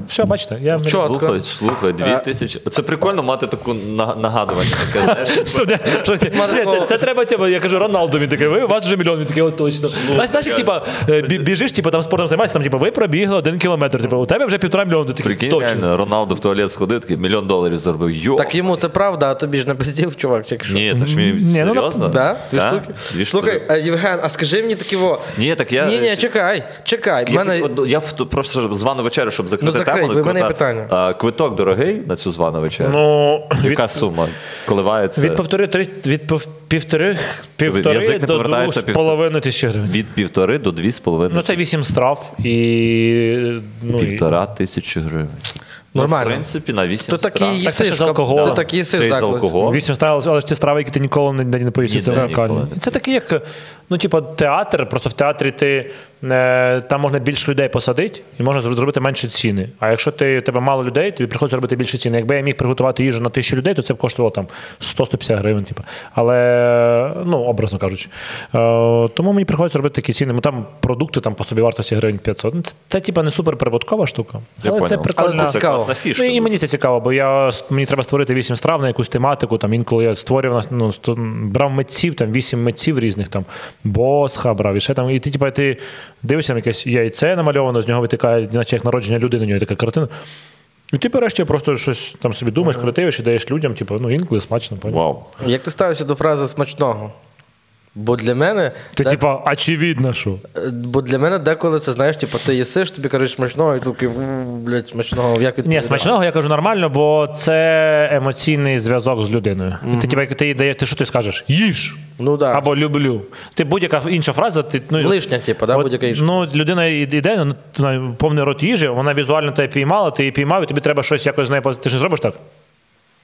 Speaker 1: Все, бачите, я
Speaker 3: Чо?
Speaker 2: Слухай, слухай,
Speaker 3: Е.
Speaker 2: дві тисячі. Це прикольно мати таку на- нагадування. Таке, знаєш,
Speaker 1: Що, де- що ти- Ні, це, це треба цьому. Я кажу, Роналду він такий, ви у вас вже мільйон. Він такий, от точно.
Speaker 2: Ну,
Speaker 1: Знаєш, знаєш, як, типа е, бі- біжиш, типа там спортом займаєшся, там типа ви пробігли один кілометр. Типу, у тебе вже півтора мільйона. Ти такий,
Speaker 2: Прикинь,
Speaker 1: точно.
Speaker 2: реально, Роналду в туалет сходив, такий мільйон доларів заробив. Йо.
Speaker 3: Так йому це правда, а тобі ж не пиздів, чувак, чи що?
Speaker 2: Ні, та ж мені
Speaker 1: Ні, ну,
Speaker 2: серйозно?
Speaker 3: Да? Дві
Speaker 2: Та?
Speaker 3: штуки?
Speaker 2: Дві
Speaker 3: Слухай,
Speaker 2: штуки.
Speaker 3: е, Євген, а скажи мені такі во.
Speaker 2: Ні, так я-
Speaker 3: Ні, ні, чекай, чекай. в
Speaker 2: Я,
Speaker 3: мене...
Speaker 2: от, я в- просто щоб- звану вечерю, щоб закрити
Speaker 3: Ну, закрий,
Speaker 2: тему.
Speaker 3: бо в мене є
Speaker 2: крута.
Speaker 3: питання.
Speaker 2: А, Квиток дорогий на цю звану вечерю.
Speaker 1: Ну, від,
Speaker 2: Яка сума? Коливається
Speaker 1: від
Speaker 2: від,
Speaker 1: півтори, три- від пів- півтори, півтори
Speaker 2: Язик не
Speaker 1: до двох
Speaker 2: повертається
Speaker 1: з
Speaker 2: півтори.
Speaker 1: половиною тисячі гривень.
Speaker 2: півтори до дві з
Speaker 1: Ну,
Speaker 2: половиною.
Speaker 1: це вісім страв і. Ну, і-
Speaker 2: Півтора тисячі гривень.
Speaker 3: Нормально.
Speaker 2: Ну, в принципі, на вісім
Speaker 3: То такі
Speaker 2: стран.
Speaker 1: Так це
Speaker 3: їси,
Speaker 1: ж з
Speaker 3: в кап-
Speaker 1: алкоголем.
Speaker 3: то такі
Speaker 2: Ще
Speaker 3: їси
Speaker 2: й
Speaker 3: в
Speaker 2: з
Speaker 3: закладі.
Speaker 2: алкоголем.
Speaker 1: Вісім страв, але ж ці страви, які ти ніколи не, не поїсти.
Speaker 2: Ні,
Speaker 1: Це
Speaker 2: да,
Speaker 1: унікально.
Speaker 2: ніколи.
Speaker 1: Це таке, як ну, типу, театр, просто в театрі ти е, там можна більше людей посадити і можна зро- зробити менше ціни. А якщо ти у тебе мало людей, тобі приходиться робити більше ціни. Якби я міг приготувати їжу на тисячу людей, то це б коштувало там 100-150 гривень. Типу. Але ну, образно кажучи. Е, тому мені приходиться робити такі ціни. Ну там продукти там по собі вартості гривень 500. Ну, Це, це типу, не супер прибуткова штука.
Speaker 2: Я
Speaker 1: але це
Speaker 2: понял.
Speaker 1: прикольно.
Speaker 3: Але це
Speaker 2: Це
Speaker 3: Цікаво.
Speaker 2: класна фішка.
Speaker 1: Ну, і мені це цікаво, бо я мені треба створити вісім страв на якусь тематику. Там інколи я створював ну, сто- брав митців, там вісім митців різних там босха брав, і ще там. І ти, типа, ти дивишся там якесь яйце намальовано, з нього витикає, наче як народження людини, у нього така картина. І ти нарешті просто щось там собі думаєш, креативиш і даєш людям, типу, ну інколи смачно. поняв?
Speaker 2: Вау.
Speaker 3: Як ти ставишся до фрази смачного? Бо для мене.
Speaker 1: Ти,
Speaker 3: де-
Speaker 1: типа, очевидно, що.
Speaker 3: е, Бо для мене деколи це знаєш, типу, ти їсиш, тобі кажуть смачного, і ти такий, «М, блядь, смачного. Як
Speaker 1: Ні,
Speaker 3: відповідати?
Speaker 1: смачного я кажу нормально, бо це емоційний зв'язок з людиною. І Ти, типа, як ти їй даєш, ти що ти скажеш? Їж!
Speaker 3: Ну так.
Speaker 1: Або люблю. Ти будь-яка інша фраза, ти ну
Speaker 3: Лишня, типу, да,
Speaker 1: от,
Speaker 3: будь-яка інша.
Speaker 1: Ну людина і- іде, ну ти знаєш, повний рот їжі, вона візуально тебе піймала, ти її піймав, і тобі треба щось якось з нею поз- Ти ж не зробиш так?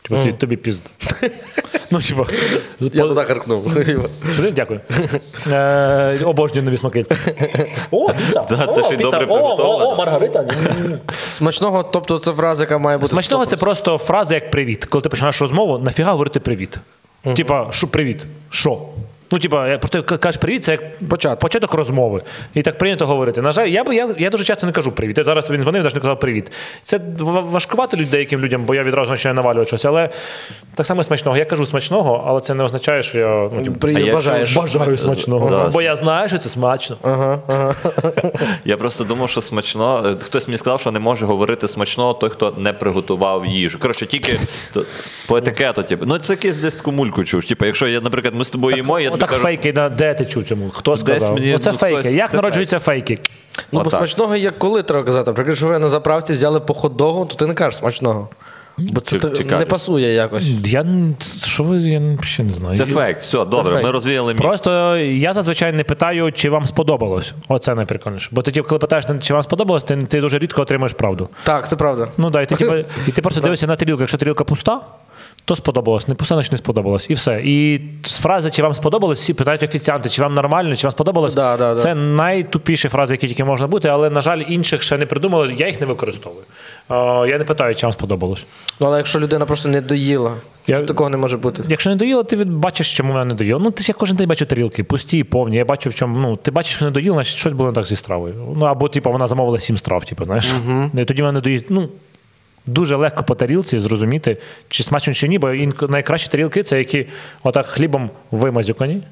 Speaker 1: Типу, ти, тобі пізда. ну, типу,
Speaker 3: Я туди харкнув.
Speaker 1: Куди? Дякую. Е, обожнюю нові смаки. О, піца.
Speaker 2: Да, це
Speaker 1: О,
Speaker 2: ще й
Speaker 1: піца. О,
Speaker 2: добре приготовлено.
Speaker 1: О, о, маргарита.
Speaker 3: Смачного, тобто це фраза, яка має бути.
Speaker 1: Смачного це просто фраза як привіт. Коли ти починаєш розмову, нафіга говорити привіт. Типа, що привіт? Що? Ну, типа, як просто к- кажеш привіт, це як
Speaker 3: Початок.
Speaker 1: розмови. І так прийнято говорити. На жаль, я, б- я, я дуже часто не кажу привіт. Я зараз він дзвонив, навіть не казав привіт. Це ва- важкувато людей, деяким людям, бо я відразу починаю навалювати щось. Але так само і смачного. Я кажу смачного, але це не означає, що я ну, типу,
Speaker 2: А
Speaker 3: При...
Speaker 2: я
Speaker 3: Бажаєш.
Speaker 2: чув,
Speaker 1: бажаю смачного.
Speaker 2: Да,
Speaker 1: бо я знаю, що це смачно.
Speaker 2: Я просто думав, що смачно. е, Хтось мені сказав, що не може говорити смачно той, хто не приготував їжу. Коротше, тільки то- по етикету, типу. Ну, це якийсь десь таку мульку чуєш. Типу, якщо я, наприклад, ми з тобою їмо, я тобі
Speaker 1: Отак
Speaker 2: кажу,
Speaker 1: фейки, да, де ти чув цьому? Хто сказав?
Speaker 2: мені,
Speaker 1: Оце
Speaker 2: ну,
Speaker 1: фейки.
Speaker 2: хтось-
Speaker 1: Як
Speaker 2: це
Speaker 1: народжуються фейки?
Speaker 3: Ну, бо
Speaker 2: Отак.
Speaker 3: смачного як коли треба казати. Наприклад, що ви на заправці взяли по хот-догу, то ти не кажеш смачного. Бо це
Speaker 2: Чи-
Speaker 3: те-
Speaker 2: чи
Speaker 3: не
Speaker 2: кажуть?
Speaker 3: пасує якось.
Speaker 1: Я н- що ви я н- ще не знаю.
Speaker 2: Це фейк. Все, добре,
Speaker 3: фейк.
Speaker 2: ми розвіяли міф.
Speaker 1: Просто я зазвичай не питаю, чи вам сподобалось. Оце найприкольніше. Бо ти, типу, коли питаєш, чи вам сподобалось, ти, ти дуже рідко отримуєш правду.
Speaker 3: Так, це правда.
Speaker 1: Ну да, і ти, типу, і ти просто дивишся на тарілку. Якщо тарілка пуста, то сподобалось. Не пуста, значить не сподобалось. І все. І з фрази, чи вам сподобалось, всі питають офіціанти, чи вам нормально, чи вам сподобалось.
Speaker 3: Да, да, да.
Speaker 1: це найтупіші фрази, які тільки можна бути, але, на жаль, інших ще не придумали, я їх не використовую. Е, я не питаю, чи вам сподобалось.
Speaker 3: Ну, але якщо людина просто не доїла,
Speaker 1: Я-
Speaker 3: то такого не може бути.
Speaker 1: Якщо не доїла, ти від- бачиш, чому вона не доїла. Ну, ти ж я кожен день бачу тарілки, пусті, і повні. Я бачу, в чому. Ну, ти бачиш, що не доїла, значить щось було не так зі стравою. Ну або, типу, вона замовила сім страв, типу, знаєш. І тоді вона не доїсть. Ну, дуже легко по тарілці зрозуміти, чи смачно, чи ні, бо інк- найкращі тарілки це які отак хлібом вимазюкані.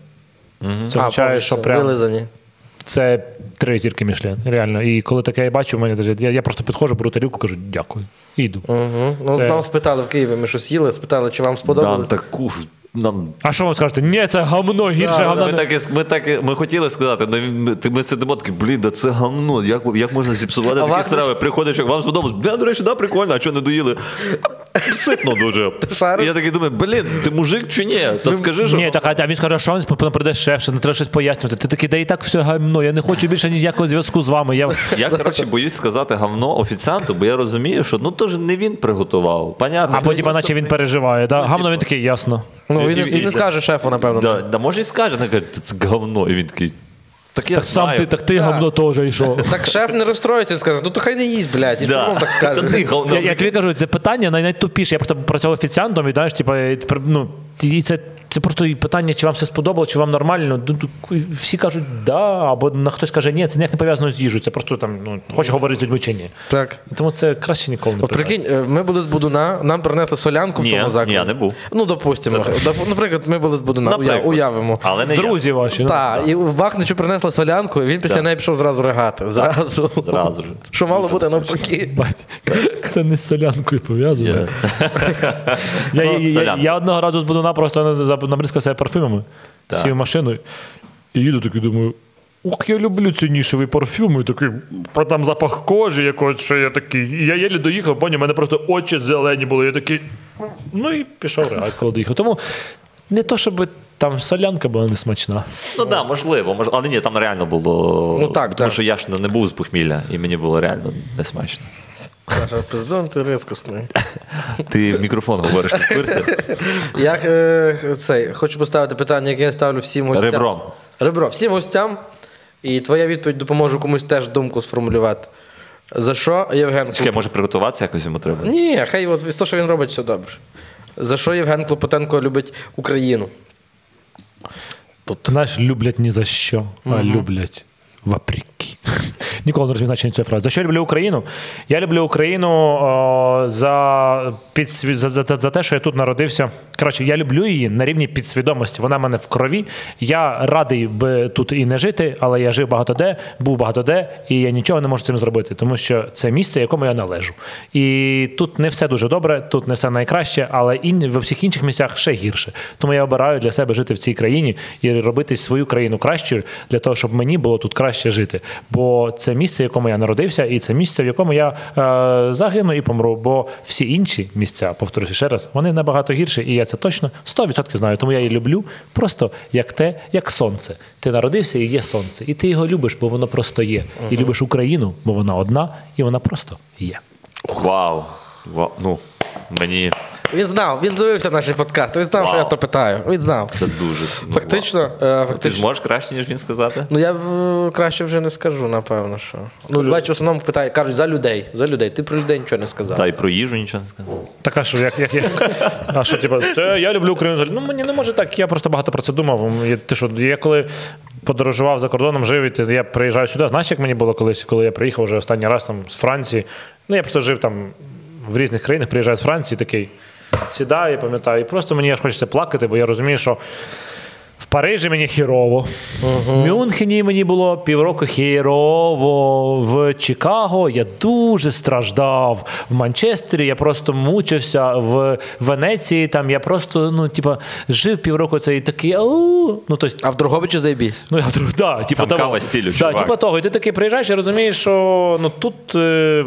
Speaker 1: Це означає,
Speaker 3: повністю,
Speaker 1: що прям
Speaker 3: вилизані.
Speaker 1: це три зірки Мішлен. Реально. І коли таке я бачу, в мене даже- я, я просто підходжу, беру тарілку, кажу дякую. І йду.
Speaker 3: Угу. Ну,
Speaker 1: Це-
Speaker 3: Нам спитали в Києві, ми щось їли, спитали, чи вам
Speaker 2: Нам
Speaker 3: сподобалось.
Speaker 2: таку нам.
Speaker 1: А що ви скажете? Ні, це гамно, гірше гамна.
Speaker 2: Ми,
Speaker 1: не-
Speaker 2: так, і- ми, так, і- ми хотіли сказати, ну, ми, ти- ми сидимо такі, блін, да це гамно, як, як можна зіпсувати
Speaker 3: А
Speaker 2: такі
Speaker 3: ваш-
Speaker 2: страви? Приходиш, як вам сподобалось, бля, до речі, да, прикольно, а чого не доїли? Ситно дуже.
Speaker 3: шариш? Ну,
Speaker 2: І я такий думаю, блін, ти мужик чи ні? Та скажи, що...
Speaker 1: Ні, так, а- а він скаже, що він потім прийде шеф, що не треба щось пояснювати. Ти такий, да і так все гамно, я не хочу більше ніякого зв'язку з вами. Я...
Speaker 2: Я, коротше, боюсь сказати гавно офіціанту, бо я розумію, що ну то ж не він приготував. Понятно.
Speaker 1: Або типа, наче він переживає. Да? Гамно він такий, ясно.
Speaker 3: Ну, він,
Speaker 2: І-
Speaker 3: він
Speaker 2: і-
Speaker 3: не скаже шефу, напевно. ну.
Speaker 2: Да, да, може і скаже, вона каже, «Та це говно, і він такий. Так я
Speaker 1: Так сам
Speaker 2: знаю».
Speaker 1: ти, так ти гамно теж йшов.
Speaker 3: Так шеф не розстроїться і скаже, ну то хай не їсть, блядь, і
Speaker 2: Да.
Speaker 3: да. так
Speaker 2: Та ти
Speaker 3: скаже.
Speaker 2: говно.
Speaker 1: Я, я тобі кажу, це питання най- найтупіше. Я просто працював офіціантом і знаєш, типа, і тепер, ну, і це, це просто і питання, чи вам все сподобало, чи вам нормально. Ну, тут Всі кажуть да, або на хтось каже, ні, це ніяк не пов'язано з їжею. Це просто там ну, хоче говорити з людьми чи ні.
Speaker 3: Так.
Speaker 1: Тому це краще ніколи не
Speaker 3: От
Speaker 1: питати.
Speaker 3: прикинь, е, ми були з Будуна, нам принесли солянку в
Speaker 2: Тобто, Ні,
Speaker 3: тому закладі.
Speaker 2: ні, я не був.
Speaker 3: Ну, допустимо. Доп- Наприклад, ми були з Будуна, уя-
Speaker 2: Наприклад.
Speaker 3: уявимо.
Speaker 2: Але не
Speaker 1: Друзі
Speaker 2: я.
Speaker 1: ваші. ну.
Speaker 3: Так, і Вахничу принесли солянку, і він після
Speaker 2: Да.
Speaker 3: неї пішов зразу ригати. Зразу.
Speaker 2: Зразу ж.
Speaker 3: Що мало
Speaker 2: Дуже
Speaker 3: бути
Speaker 2: смачно.
Speaker 3: навпаки.
Speaker 1: Бать, це не з солянкою пов'язано.
Speaker 2: Є.
Speaker 1: Я, я,
Speaker 2: Ну,
Speaker 1: я,
Speaker 2: солянка.
Speaker 1: я одного разу з Будуна просто на- за- набризкав себе парфюмами, сів в машину і їду такий, думаю. Ох, я люблю ці нішеві парфюми, такий про там запах кожі якогось, що я такий. І Я єлі доїхав, поняв, в мене просто очі зелені були. Я такий. Ну і пішов реально, коли доїхав. Тому не то, щоб там солянка була несмачна.
Speaker 2: Ну так, да, можливо, можливо. Але ні, там реально було.
Speaker 3: Е. Ну, так,
Speaker 2: тому
Speaker 3: так.
Speaker 2: що я ж не був з похмілля, і мені було реально несмачно.
Speaker 3: Каже, Пиздон, ти рискусний.
Speaker 2: Ти в мікрофон говориш на пирсах.
Speaker 3: Я е, цей, хочу поставити питання, яке я ставлю всім гостям.
Speaker 2: Ребром.
Speaker 3: Ребро, всім гостям. І твоя відповідь допоможе комусь теж думку сформулювати. За що Євген
Speaker 2: Чекай, може приготуватися якось йому треба.
Speaker 3: Ні, хай от то, що він робить, все добре. За що Євген Клопотенко любить Україну?
Speaker 1: Тут. Знаєш, люблять ні за що, а люблять вопреки. Ніколи не розумію значення цієї фрази. За що я люблю Україну? Я люблю Україну о, за, підсві... за, за, за те, що я тут народився. Коротше, я люблю її на рівні підсвідомості. Вона в мене в крові. Я радий би тут і не жити, але я жив багато де, був багато де, і я нічого не можу з цим зробити, тому що це місце, якому я належу. І тут не все дуже добре, тут не все найкраще, але ін... в всіх інших місцях ще гірше. Тому я обираю для себе жити в цій країні і робити свою країну кращою для того, щоб мені було тут краще жити. Бо це місце, в якому я народився, і це місце, в якому я е, загину і помру. Бо всі інші місця, повторюся ще раз, вони набагато гірші, і я це точно 100% знаю. Тому я її люблю просто як те, як сонце. Ти народився і є сонце. І ти його любиш, бо воно просто є. І любиш Україну, бо вона одна, і вона просто є.
Speaker 2: Вау. Вау. Ну, мені
Speaker 3: Він знав, він дивився наші подкасти, він знав, що
Speaker 2: Вау.
Speaker 3: я то питаю. Він знав.
Speaker 2: це дуже. ну,
Speaker 3: Фактично,
Speaker 2: вау.
Speaker 3: е,
Speaker 2: Ти
Speaker 3: фактично.
Speaker 2: ж можеш краще, ніж він сказати?
Speaker 3: Ну я е, краще вже не скажу, напевно, що. Ну, бачу, в основному питають, кажуть за людей. За людей. Ти про людей нічого не сказав.
Speaker 2: Та й про їжу нічого не сказав.
Speaker 1: Така що, як, як, як а що, типу, це я люблю Україну. Ну мені не може так. Я просто багато про це думав. Я, ти що, я коли подорожував за кордоном, жив, і ти- я приїжджаю сюди. Знаєш, як мені було колись, коли я приїхав вже останній раз там з Франції. Ну я просто жив там в різних країнах, приїжджаю з Франції, такий сідаю, я пам'ятаю. І просто мені аж хочеться плакати, бо я розумію, що. В Парижі мені хірово. В Мюнхені мені було півроку хірово. В Чикаго я дуже страждав. В Манчестері я просто мучився. В Венеції там я просто, ну, типа, жив півроку це і такий. «Ау». Ну, тобто,
Speaker 3: А в Дрогобичі заєбі.
Speaker 1: ну я вдруг, да, типа
Speaker 2: Там
Speaker 1: типу того.
Speaker 2: кава з сіллю,
Speaker 1: да,
Speaker 2: чувак.
Speaker 1: типа того. І ти таки приїжджаєш і розумієш, що ну тут. Е,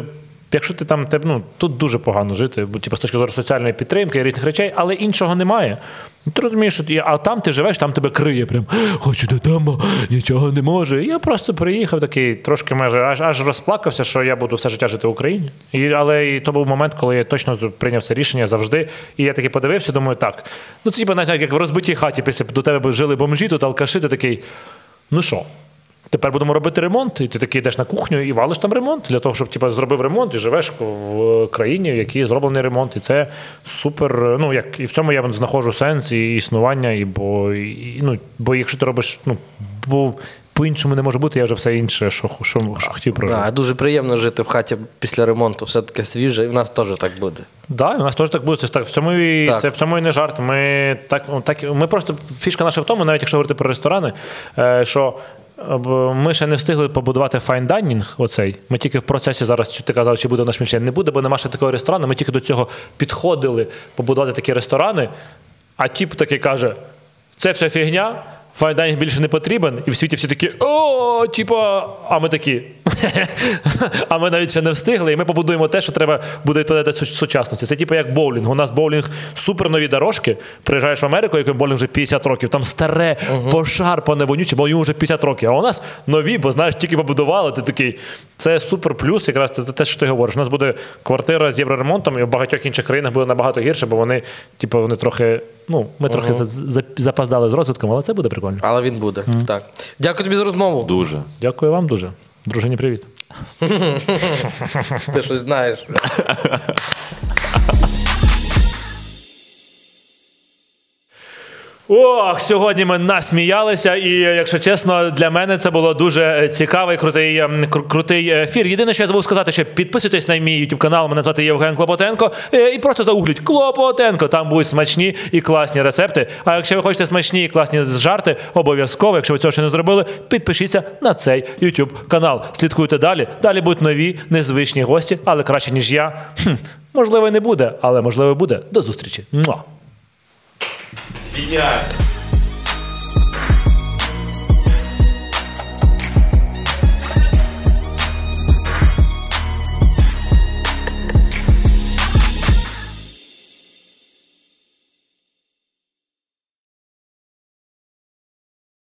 Speaker 1: Якщо ти там те- ну, тут дуже погано жити, бо типу, з точки зору соціальної підтримки і різних речей, але іншого немає. Ну, Ти розумієш, що ти, а там ти живеш, там тебе криє. Прям хочу додому, нічого не можу. І Я просто приїхав такий, трошки майже аж аж розплакався, що я буду все життя жити в Україні. І, але і то був момент, коли я точно зр- прийняв це рішення завжди. І я такий подивився, думаю, так. Ну це типу, навіть як в розбитій хаті, після б до тебе б жили бомжі, тут алкаші, ти такий. Ну що? Тепер будемо робити ремонт, і ти такий йдеш на кухню і валиш там ремонт для того, щоб типу, зробив ремонт і живеш в країні, в якій зроблений ремонт. І це супер. Ну як і в цьому я знаходжу сенс і існування, і бо і, ну бо якщо ти робиш, ну бо по-іншому не може бути, я вже все інше, що, що, що хотів прожити.
Speaker 3: Да, дуже приємно жити в хаті після ремонту, все таке свіже, і в нас теж так буде.
Speaker 1: Да, у нас теж так буде. Це ж так в цьому і
Speaker 3: Так.
Speaker 1: це в цьому і не жарт. Ми так, так ми просто фішка наша в тому, навіть якщо говорити про ресторани, е, що е, б- ми ще не встигли побудувати fine dining оцей. Ми тільки в процесі зараз, чи ти казав, чи буде наш мішень. Не буде, бо нема ще такого ресторану. Ми тільки до цього підходили побудувати такі ресторани. А тіп такий каже: це вся фігня. Файдайнг більше не потрібен, і в світі всі такі о, типа, а ми такі. а ми навіть ще не встигли, і ми побудуємо те, що треба буде відповідати суч- сучасності. Це типу як боулінг. У нас боулінг супернові дорожки. Приїжджаєш в Америку, яким боулінг вже 50 років, там старе, пошарпане, вонюче, бо йому вже 50 років. А у нас нові, бо знаєш, тільки побудували. Ти такий. Це супер плюс, якраз це те, що ти говориш. У нас буде квартира з євроремонтом, і в багатьох інших країнах буде набагато гірше, бо вони, типу, вони трохи. Ну, ми трохи за- за- запоздали з розвитком, але це буде прикольно.
Speaker 3: Але він буде. Так. Дякую тобі за розмову.
Speaker 2: Дуже.
Speaker 1: Дякую вам дуже. Дружині, привіт.
Speaker 3: Ти щось знаєш.
Speaker 1: Ох, сьогодні ми насміялися, і якщо чесно, для мене це було дуже е, цікавий, крутий, ем, кру- крутий ефір. Єдине, що я забув сказати, що підписуйтесь на мій YouTube канал. Мене звати Євген Клопотенко. е, І просто загугліть Клопотенко. Там будуть смачні і класні рецепти. А якщо ви хочете смачні і класні жарти, обов'язково, якщо ви цього ще не зробили, підпишіться на цей YouTube канал. Слідкуйте далі. Далі будуть нові незвичні гості, але краще ніж я. Хм, можливо, і не буде, але можливо і буде. До зустрічі. Муа.
Speaker 2: Геніально.